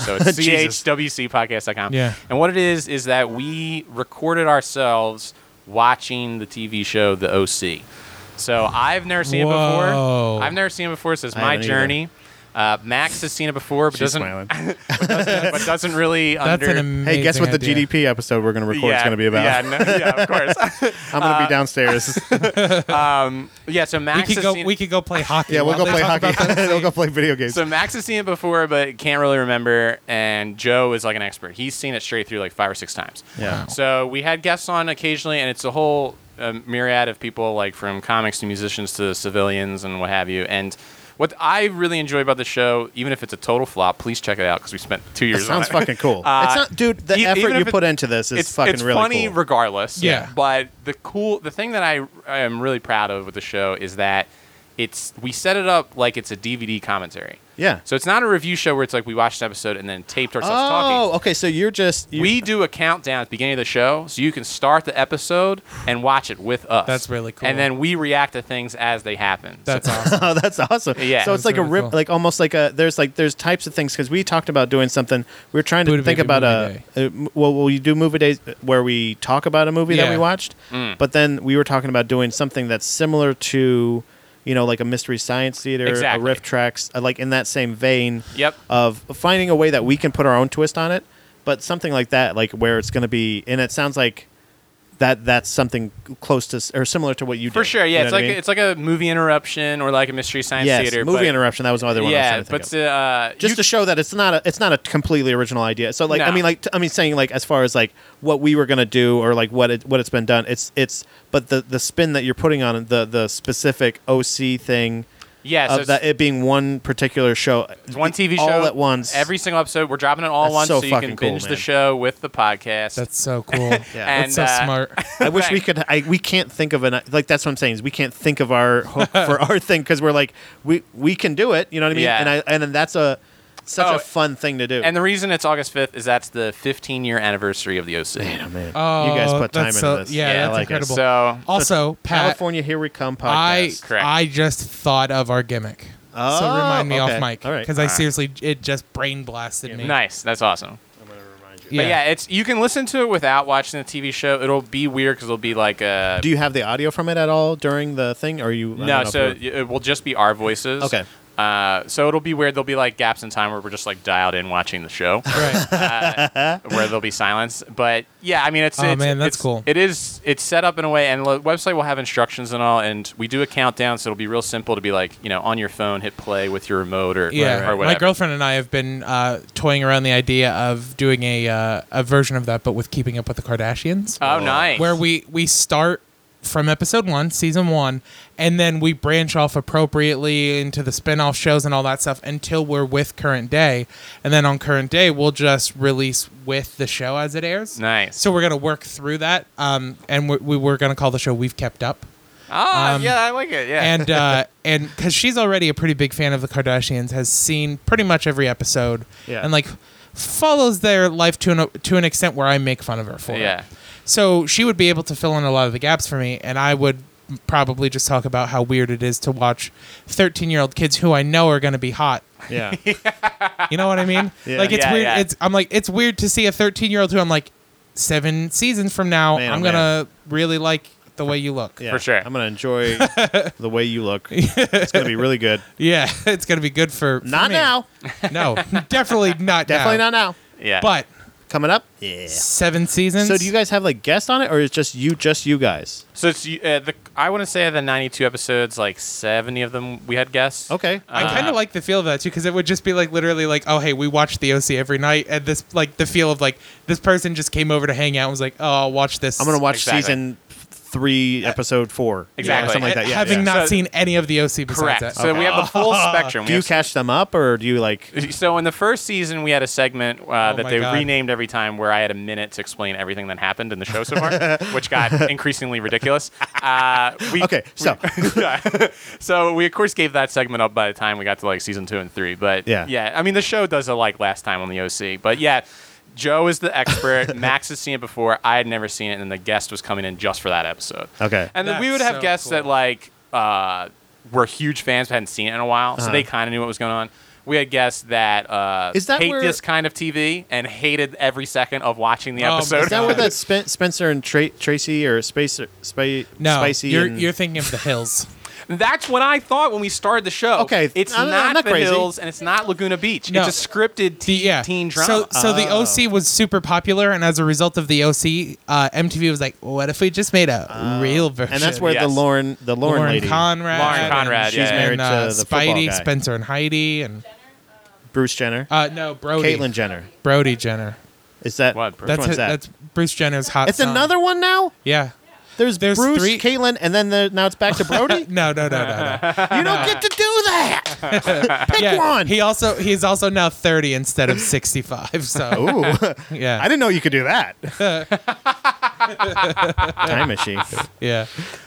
C: So it's
A: Jesus.
C: chwcpodcast.com.
B: Yeah.
C: And what it is, is that we recorded ourselves watching the TV show The OC. So I've never seen it
B: Whoa.
C: before. I've never seen it before, so it's
A: I
C: my
A: haven't either.
C: journey. Uh, Max has seen it before, but
A: She's
C: doesn't
A: smiling.
C: but doesn't really
B: That's
C: under.
B: an amazing
A: Hey, guess what the
B: idea.
A: GDP episode we're going to record
C: yeah,
A: is going to be about?
C: Yeah, Uh, no, yeah, of course.
A: I'm going to be downstairs.
C: yeah, so
B: We
C: Max
B: could
C: has
B: go.
C: seen
B: We could go play hockey.
A: yeah, we'll
B: while
A: go
B: they
A: play
B: talk
A: hockey.
B: about that.
A: we'll go play video games.
C: So Max has seen it before, but can't really remember. And Joe is like an expert. He's seen it straight through like five or six times.
A: Yeah. Wow.
C: So we had guests on occasionally, and it's a whole uh, myriad of people, like from comics to musicians to civilians and what have you. And what I really enjoy about the show, even if it's a total flop, please check it out because we spent two
A: That
C: years. on
A: sounds
C: it.
A: fucking cool.
C: Uh,
A: it's not, dude. The
C: e- even
A: effort
C: if
A: you
C: it-
A: put into this is
C: it's
A: fucking
C: it's
A: really
C: funny
A: cool.
C: regardless.
B: Yeah.
C: But the cool the thing that I, I am really proud of with the show is that it's we set it up like it's a DVD commentary.
A: yeah.
C: So it's not a review show where it's like we watched an episode and then taped ourselves
A: oh,
C: talking.
A: okay. So you're just you-
C: We do a countdown at the beginning of the show, so you can start the episode and watch it with us.
B: That's really cool.
C: And then we react to things as they happen. So-
B: That's awesome.
A: Oh, that's awesome.
C: Yeah.
A: So it's like
B: That's
A: a
B: really
A: rip,
B: cool.
A: like almost like a there's like there's types of things because we talked about doing something. We were trying to
B: Buddha
A: think
B: Baby
A: about
B: Movie
A: a, a well, we do movie days where we talk about a movie that
B: Yeah.
A: we watched,
C: Mm.
A: but then we were talking about doing something that's similar to. You know, like a mystery science theater,
C: Exactly.
A: a riff tracks, uh, like in that same vein
C: Yep.
A: of finding a way that we can put our own twist on it, but something like that, like where it's going to be, and it sounds like that that's something close to s- or similar to what you do.
C: for sure,
A: You
C: yeah.
A: know
C: it's
A: what I
C: like
A: mean?
C: it's like a movie interruption or like a mystery science
A: yes,
C: theater.
A: movie
C: but-
A: interruption. That was another one. I was trying
C: Yeah,
A: to think
C: but
A: of.
C: uh,
A: just
C: you-
A: to show that it's not a it's not a completely original idea. So like I
C: No.
A: mean like t- I mean saying like as far as like what we were gonna do or like what it what it's been done. It's it's but the the spin that you're putting on it, the the specific OC thing
C: yeah, so
A: of
C: it's-
A: that it being one particular show,
C: It's one TV
A: all
C: show
A: at once.
C: Every single episode, we're dropping it all at
A: That's
C: once,
A: so
C: so, you
A: fucking
C: can
A: cool,
C: binge
A: man.
C: the show with the podcast.
B: That's so cool.
A: And,
B: That's so
C: uh,
B: smart.
A: I wish we
C: Right.
A: could. I, we can't think of an like. That's what I'm saying is we can't think of our hook for our thing because we're like we we can do it. You know what I mean?
C: Yeah.
A: And I and then that's a such
C: Oh,
A: a fun thing to do.
C: and the reason it's August fifth is that's the 15 year anniversary of the OC.
A: oh, man,
B: Oh,
A: you guys put time
B: that's
A: into
B: so-
A: this.
B: yeah,
A: I
B: that's
A: like it.
B: incredible.
C: So
B: also, Pat,
A: California Here We Come podcast.
B: I
C: Correct.
B: I just thought of our gimmick. so
A: Oh,
B: remind me
A: okay.
B: off mic
A: All right.
B: because I seriously it just brain blasted me.
C: nice, that's awesome.
B: Yeah.
C: But yeah, it's you can listen to it without watching the TV show. It'll be weird because it'll be like a
A: Do you have the audio from it at all during the thing? Or you? I don't know
C: no.
A: if
C: So
A: you're-
C: y- it will just be our voices.
A: Okay.
C: Uh, so it'll be weird. There'll be like gaps in time where we're just like dialed in watching the show.
B: Right.
C: where there'll be silence. But yeah, I mean, it's
B: Oh,
C: it's,
B: man, that's
C: it's-
B: cool.
C: It is. It's set up in a way, and the website will have instructions and all, and we do a countdown, so it'll be real simple to be like, you know, on your phone, hit play with your remote or
B: Yeah.
C: or
B: My
C: whatever.
B: girlfriend and I have been uh, toying around the idea of doing a uh, a version of that, but with keeping up with the Kardashians.
C: Oh, nice.
B: where we we start from episode one, season one, and then we branch off appropriately into the spin off shows and all that stuff until we're with current day. And then on current day, we'll just release with the show as it airs.
C: Nice.
B: So we're going to work through that. Um, and we, we were going to call the show We've Kept Up.
C: Ah,
B: Um,
C: yeah, I like it. Yeah.
B: And uh, and because she's already a pretty big fan of the Kardashians, has seen pretty much every episode,
A: Yeah.
B: and like follows their life to an to an extent where I make fun of her for it.
C: Yeah.
B: So she would be able to fill in a lot of the gaps for me, and I would probably just talk about how weird it is to watch 13 year old kids who I know are going to be hot.
A: Yeah.
B: You know what I mean?
A: Yeah.
B: Like it's
C: Yeah,
B: weird.
C: yeah.
B: It's I'm like it's weird to see a 13 year old who I'm like seven seasons from now
A: Man, oh,
B: I'm gonna really like the way you look.
A: Yeah.
C: For sure.
A: I'm gonna enjoy the way you look. It's gonna be really good.
B: Yeah, it's gonna be good for for
A: Not
B: me.
A: now.
B: No, definitely not.
A: Definitely
B: now.
A: not now.
C: yeah.
B: But
A: Coming up. Yeah.
B: seven seasons.
A: So do you guys have like guests on it, or is just you, just you guys?
C: so it's you- uh, the I want to say of the 92 episodes, like 70 of them we had guests.
A: Okay.
B: I kind
C: Uh,
B: of like the feel of that too, because it would just be like literally like, oh hey, we watch the OC every night, and this like the feel of like this person just came over to hang out and was like, oh, I'll watch this.
A: I'm gonna watch
C: Exactly. Uh,
A: season three, episode four.
C: Exactly.
A: Or something like that. Yeah.
B: having
A: yeah.
B: not
C: So-
B: seen any of the OC besides
C: Correct.
B: that.
C: So we have the full spectrum. We
A: do you
C: have-
A: catch them up, or do you like?
C: so in the first season, we had a segment uh,
B: Oh
C: that
B: my
C: they
B: God.
C: renamed every time, where I had a minute to explain everything that happened in the show so far, which got increasingly ridiculous. Uh, we,
A: Okay, so-
C: we- yeah. so we of course gave that segment up by the time we got to like season two and three. But
A: Yeah.
C: yeah, I mean the show does it like last time on the OC, but yeah. Joe is the expert. Max has seen it before. I had never seen it, and the guest was coming in just for that episode.
A: Okay.
C: And then we
B: That's
C: would have
B: so
C: guests that
B: cool.
C: like uh, were huge fans but hadn't seen it in a while, so they
B: Uh-huh.
C: kind of knew what was going on. We had guests that uh,
A: Is that
C: hate
A: where-
C: this kind of TV and hated every second of watching the
B: Oh,
C: episode.
A: Is that where that Spen- Spencer and Tra- Tracy or Spacer, Spa-
B: no,
A: Spicy?
B: you're
A: and-
B: you're thinking of the hills.
C: That's what I thought when we started the show.
A: Okay,
C: it's
A: I'm- I'm
C: not,
A: not
C: the
A: crazy.
C: hills and it's not Laguna Beach.
B: No.
C: It's a scripted
B: The,
C: teen,
B: yeah.
C: teen
B: So
C: drama.
B: so the
A: Oh.
B: OC was super popular, and as a result of the OC, uh, MTV was like, what if we just made a real version?
A: Oh. and that's where
C: Yes.
A: the Lauren, the Lauren,
B: Lauren,
A: lady,
B: Conrad,
C: Lauren
B: and-
C: Conrad,
A: She's
C: yeah.
A: married
B: and,
A: to
B: uh,
A: the football
B: Spidey,
A: guy.
B: Spencer, and Heidi, and
A: Bruce Jenner,
B: uh, no Brody,
A: Caitlyn Jenner.
B: Brody Jenner.
A: Is that
C: What,
A: Which
C: Bruce?
B: That's
A: one's
B: it-
A: that?
B: that's Bruce Jenner's hot.
A: it's
B: son.
A: another one now.
B: Yeah.
A: There's,
B: There's
A: Bruce,
B: three-
A: Caitlyn, and then the, now it's back to Brody.
B: No, no, no, no, no.
A: you don't get to do that. Pick
B: Yeah,
A: one.
B: He also he's also now thirty instead of sixty five. So
A: Ooh,
B: yeah,
A: I didn't know you could do that. Time machine.
B: yeah,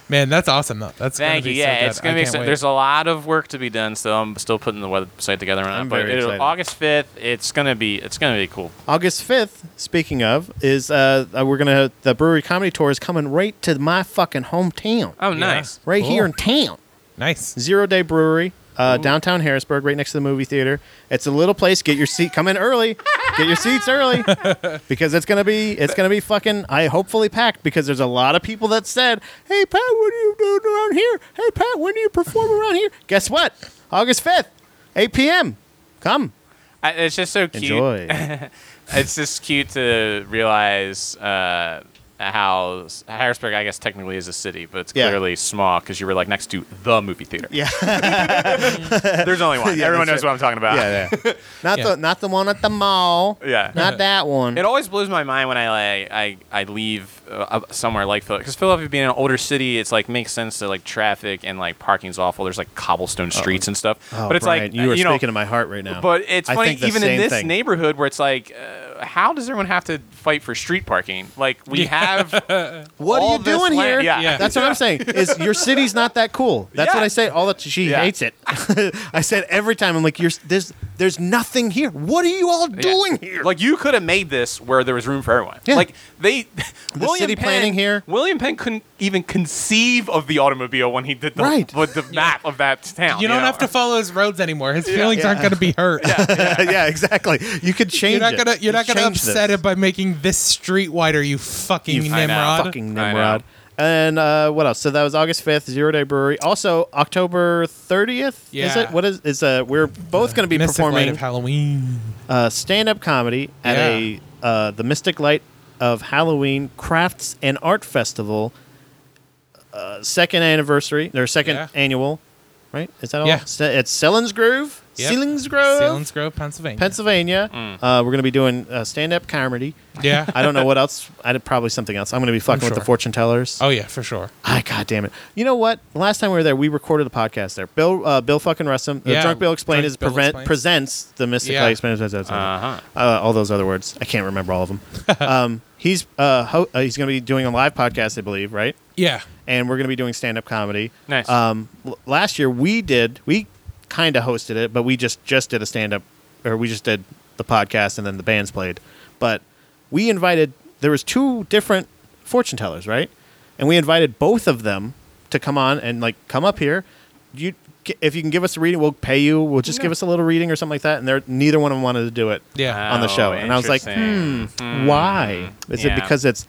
B: man, that's awesome though. That's
C: Thank
B: gonna
C: you.
B: be
C: Yeah,
B: so good.
C: it's gonna
B: I
C: be.
B: can't
C: Exciting.
B: wait.
C: There's a lot of work to be done, so I'm still putting the website together on
A: I'm
C: it. But
A: very
C: it'll-
A: excited.
C: August fifth, it's gonna be. It's gonna be cool.
A: August fifth. Speaking of, is uh, uh, we're gonna the brewery comedy tour is coming right to my fucking hometown,
C: Oh, nice.
A: right
B: cool.
A: here in town.
B: nice.
A: Zero Day Brewery, uh, downtown Harrisburg, right next to the movie theater. It's a little place. Get your seat. Come in early. Get your seats early because it's gonna be it's gonna be fucking. I hopefully packed because there's a lot of people that said, "Hey Pat, what are you doing around here? Hey Pat, when do you perform around here?" Guess what? August fifth, eight p.m. Come
C: I, it's just so cute.
A: enjoy.
C: it's just cute to realize uh, how s- Harrisburg, I guess, technically is a city, but it's
A: Yeah.
C: clearly small because you were like next to the movie theater.
A: yeah.
C: There's only one.
A: Yeah,
C: Everyone knows
A: that's
C: what I'm talking about.
A: yeah, yeah. Not
B: Yeah.
A: the not the one at the mall.
C: Yeah.
A: Not that one.
C: It always blows my mind when I like I, I leave uh, up somewhere like Philadelphia because Philadelphia being an older city, it's like makes sense that like traffic and like parking's awful. There's like cobblestone streets and stuff,
A: Oh,
C: but it's
A: Brian,
C: like uh,
A: you were
C: know,
A: speaking to my heart right now.
C: But it's
A: I
C: funny,
A: think the
C: even in
A: same
C: this
A: thing.
C: neighborhood where it's like, uh, how does everyone have to fight for street parking? Like we have,
A: What
C: all
A: are you
C: this
A: doing
C: land-
A: here?
C: Yeah.
B: Yeah.
A: That's what I'm saying. Is your city's not that cool? That's what
C: Yeah.
A: I say. All that she
C: Yeah.
A: hates it. I said every time. I'm like, you're, there's there's nothing here. What are you all
C: Yeah.
A: doing here?
C: Like you could have made this where there was room for everyone.
A: Yeah.
C: Like they, William
A: city
C: Penn,
A: planning here.
C: William Penn couldn't even conceive of the automobile when he did the
A: Right.
C: with the map of that town.
B: You don't
C: know?
B: have to follow his roads anymore. His feelings
A: Yeah.
B: aren't gonna be hurt.
A: yeah. exactly. You could change.
B: You're not
A: it.
B: gonna you're not gonna
A: Change this.
B: upset it by making this street wider. You fucking
A: You
C: I know.
B: nimrod.
A: Fucking
C: I know.
A: Nimrod. And uh, what else? So that was August fifth, Zero Day Brewery. Also October thirtieth. Is
B: Yeah.
A: it? What is? Is uh, we're both going to be
B: Mystic Light
A: performing
B: of Halloween.
A: uh, stand-up comedy at
B: Yeah.
A: a uh, the Mystic Light of Halloween Crafts and Art Festival. Uh, second anniversary, their second
B: Yeah.
A: annual, right? Is that all?
B: Yeah.
A: Se- It's Sellen's Groove,
B: Yep. Mm.
A: Ceilings Grove,
B: Salins Grove, Pennsylvania.
A: Pennsylvania. Uh, we're going to be doing uh, stand-up comedy.
B: yeah.
A: I don't know what else. I did probably something else. I'm going to be fucking with the
B: sure.
A: fortune tellers.
B: oh yeah, for sure.
A: I god damn it. You know what? Last time we were there, we recorded a podcast there. Bill uh, Bill fucking Rustum. uh,
B: Yeah,
A: Drunk Bill explained
B: Drunk
A: is
B: Bill
A: prevent,
B: Explains.
A: presents the Mystic
B: Yeah.
A: Light Explains-
C: Uh-huh.
A: uh, all those other words. I can't remember all of them. um, he's uh, ho- uh, he's going to be doing a live podcast, I believe, right?
B: Yeah.
A: And we're going to be doing stand up comedy.
C: Nice.
A: Um, l- last year we did we kind of hosted it, but we just just did a stand up or we just did the podcast and then the bands played. But we invited there was two different fortune tellers, right? And we invited both of them to come on and like come up here. You if you can give us a reading, we'll pay you. We'll just give us a little reading or something like that. And they're, neither one of them wanted to do it
B: Yeah.
A: on the
C: Oh,
A: show. And I was like, hmm,
C: interesting. Hmm.
B: Mm.
A: why? Is
C: Yeah.
A: it because it's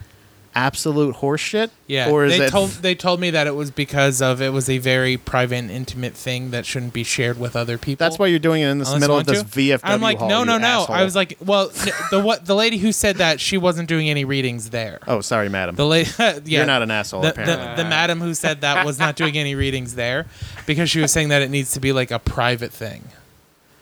A: absolute horseshit?
B: Yeah.
A: Or is
B: they
A: it
B: told they told me that it was because of it was a very private and intimate thing that shouldn't be shared with other people.
A: that's why you're doing it in this
B: Unless you
A: middle of
B: want
A: this
B: to.
A: VFW
B: I'm like,
A: hall,
B: no,
A: you
B: no, no.
A: asshole.
B: I was like, well, n- the what the lady who said that she wasn't doing any readings there.
A: oh, sorry, madam.
B: The lady, yeah,
A: You're not an asshole,
B: the,
A: apparently.
B: the, the madam who said that was not doing any readings there because she was saying that it needs to be like a private thing.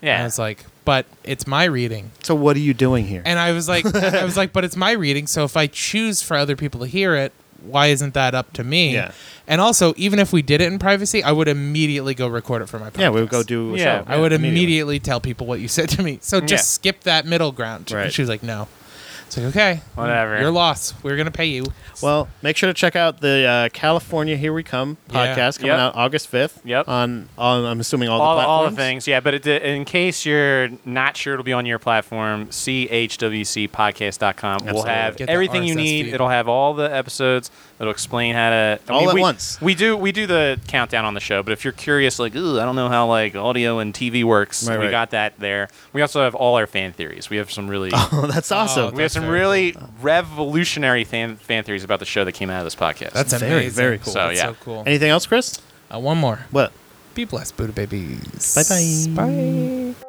B: And I
C: yeah.
B: was like, but it's my reading.
A: so what are you doing here?
B: And I was like, I was like, but it's my reading. So if I choose for other people to hear it, why isn't that up to me?
A: Yeah.
B: And also, even if we did it in privacy, I would immediately go record it for my podcast.
A: yeah, we would go do. A
C: Yeah,
A: show.
B: I would immediately. tell people what you said to me. So just
C: Yeah.
B: skip that middle ground.
A: Right.
B: And she was like, no. It's like, okay.
C: Whatever.
B: Your loss. We're going to pay you.
A: Well, make sure to check out the uh, California Here We Come
B: Yeah.
A: podcast coming
C: Yep.
A: out August 5th.
C: Yep.
A: On, on I'm assuming all,
C: all,
A: the
C: all
A: platforms.
C: the things, yeah. But it, in case you're not sure it'll be on your platform, chwcpodcast.com. We'll
A: Absolutely.
C: have
B: Get the
C: everything you
B: RSS
C: need.
B: feed.
C: It'll have all the episodes. It'll explain how to I
A: All at
C: we,
A: once.
C: We do we do the countdown on the show. But if you're curious, like, ooh, I don't know how like audio and TV works,
A: Right,
C: we
A: right.
C: got that there. We also have all our fan theories. We have some really.
A: Oh, that's awesome.
C: We have
B: That's
C: some
B: very
C: really revolutionary fan, fan theories about the show that came out of this podcast.
B: That's
A: very,
B: amazing.
A: very cool.
C: So,
B: That's
C: yeah.
B: so cool.
A: Anything else, Chris?
B: Uh, one more.
A: What?
B: Be blessed, Buddha babies.
A: Bye-bye.
B: Bye.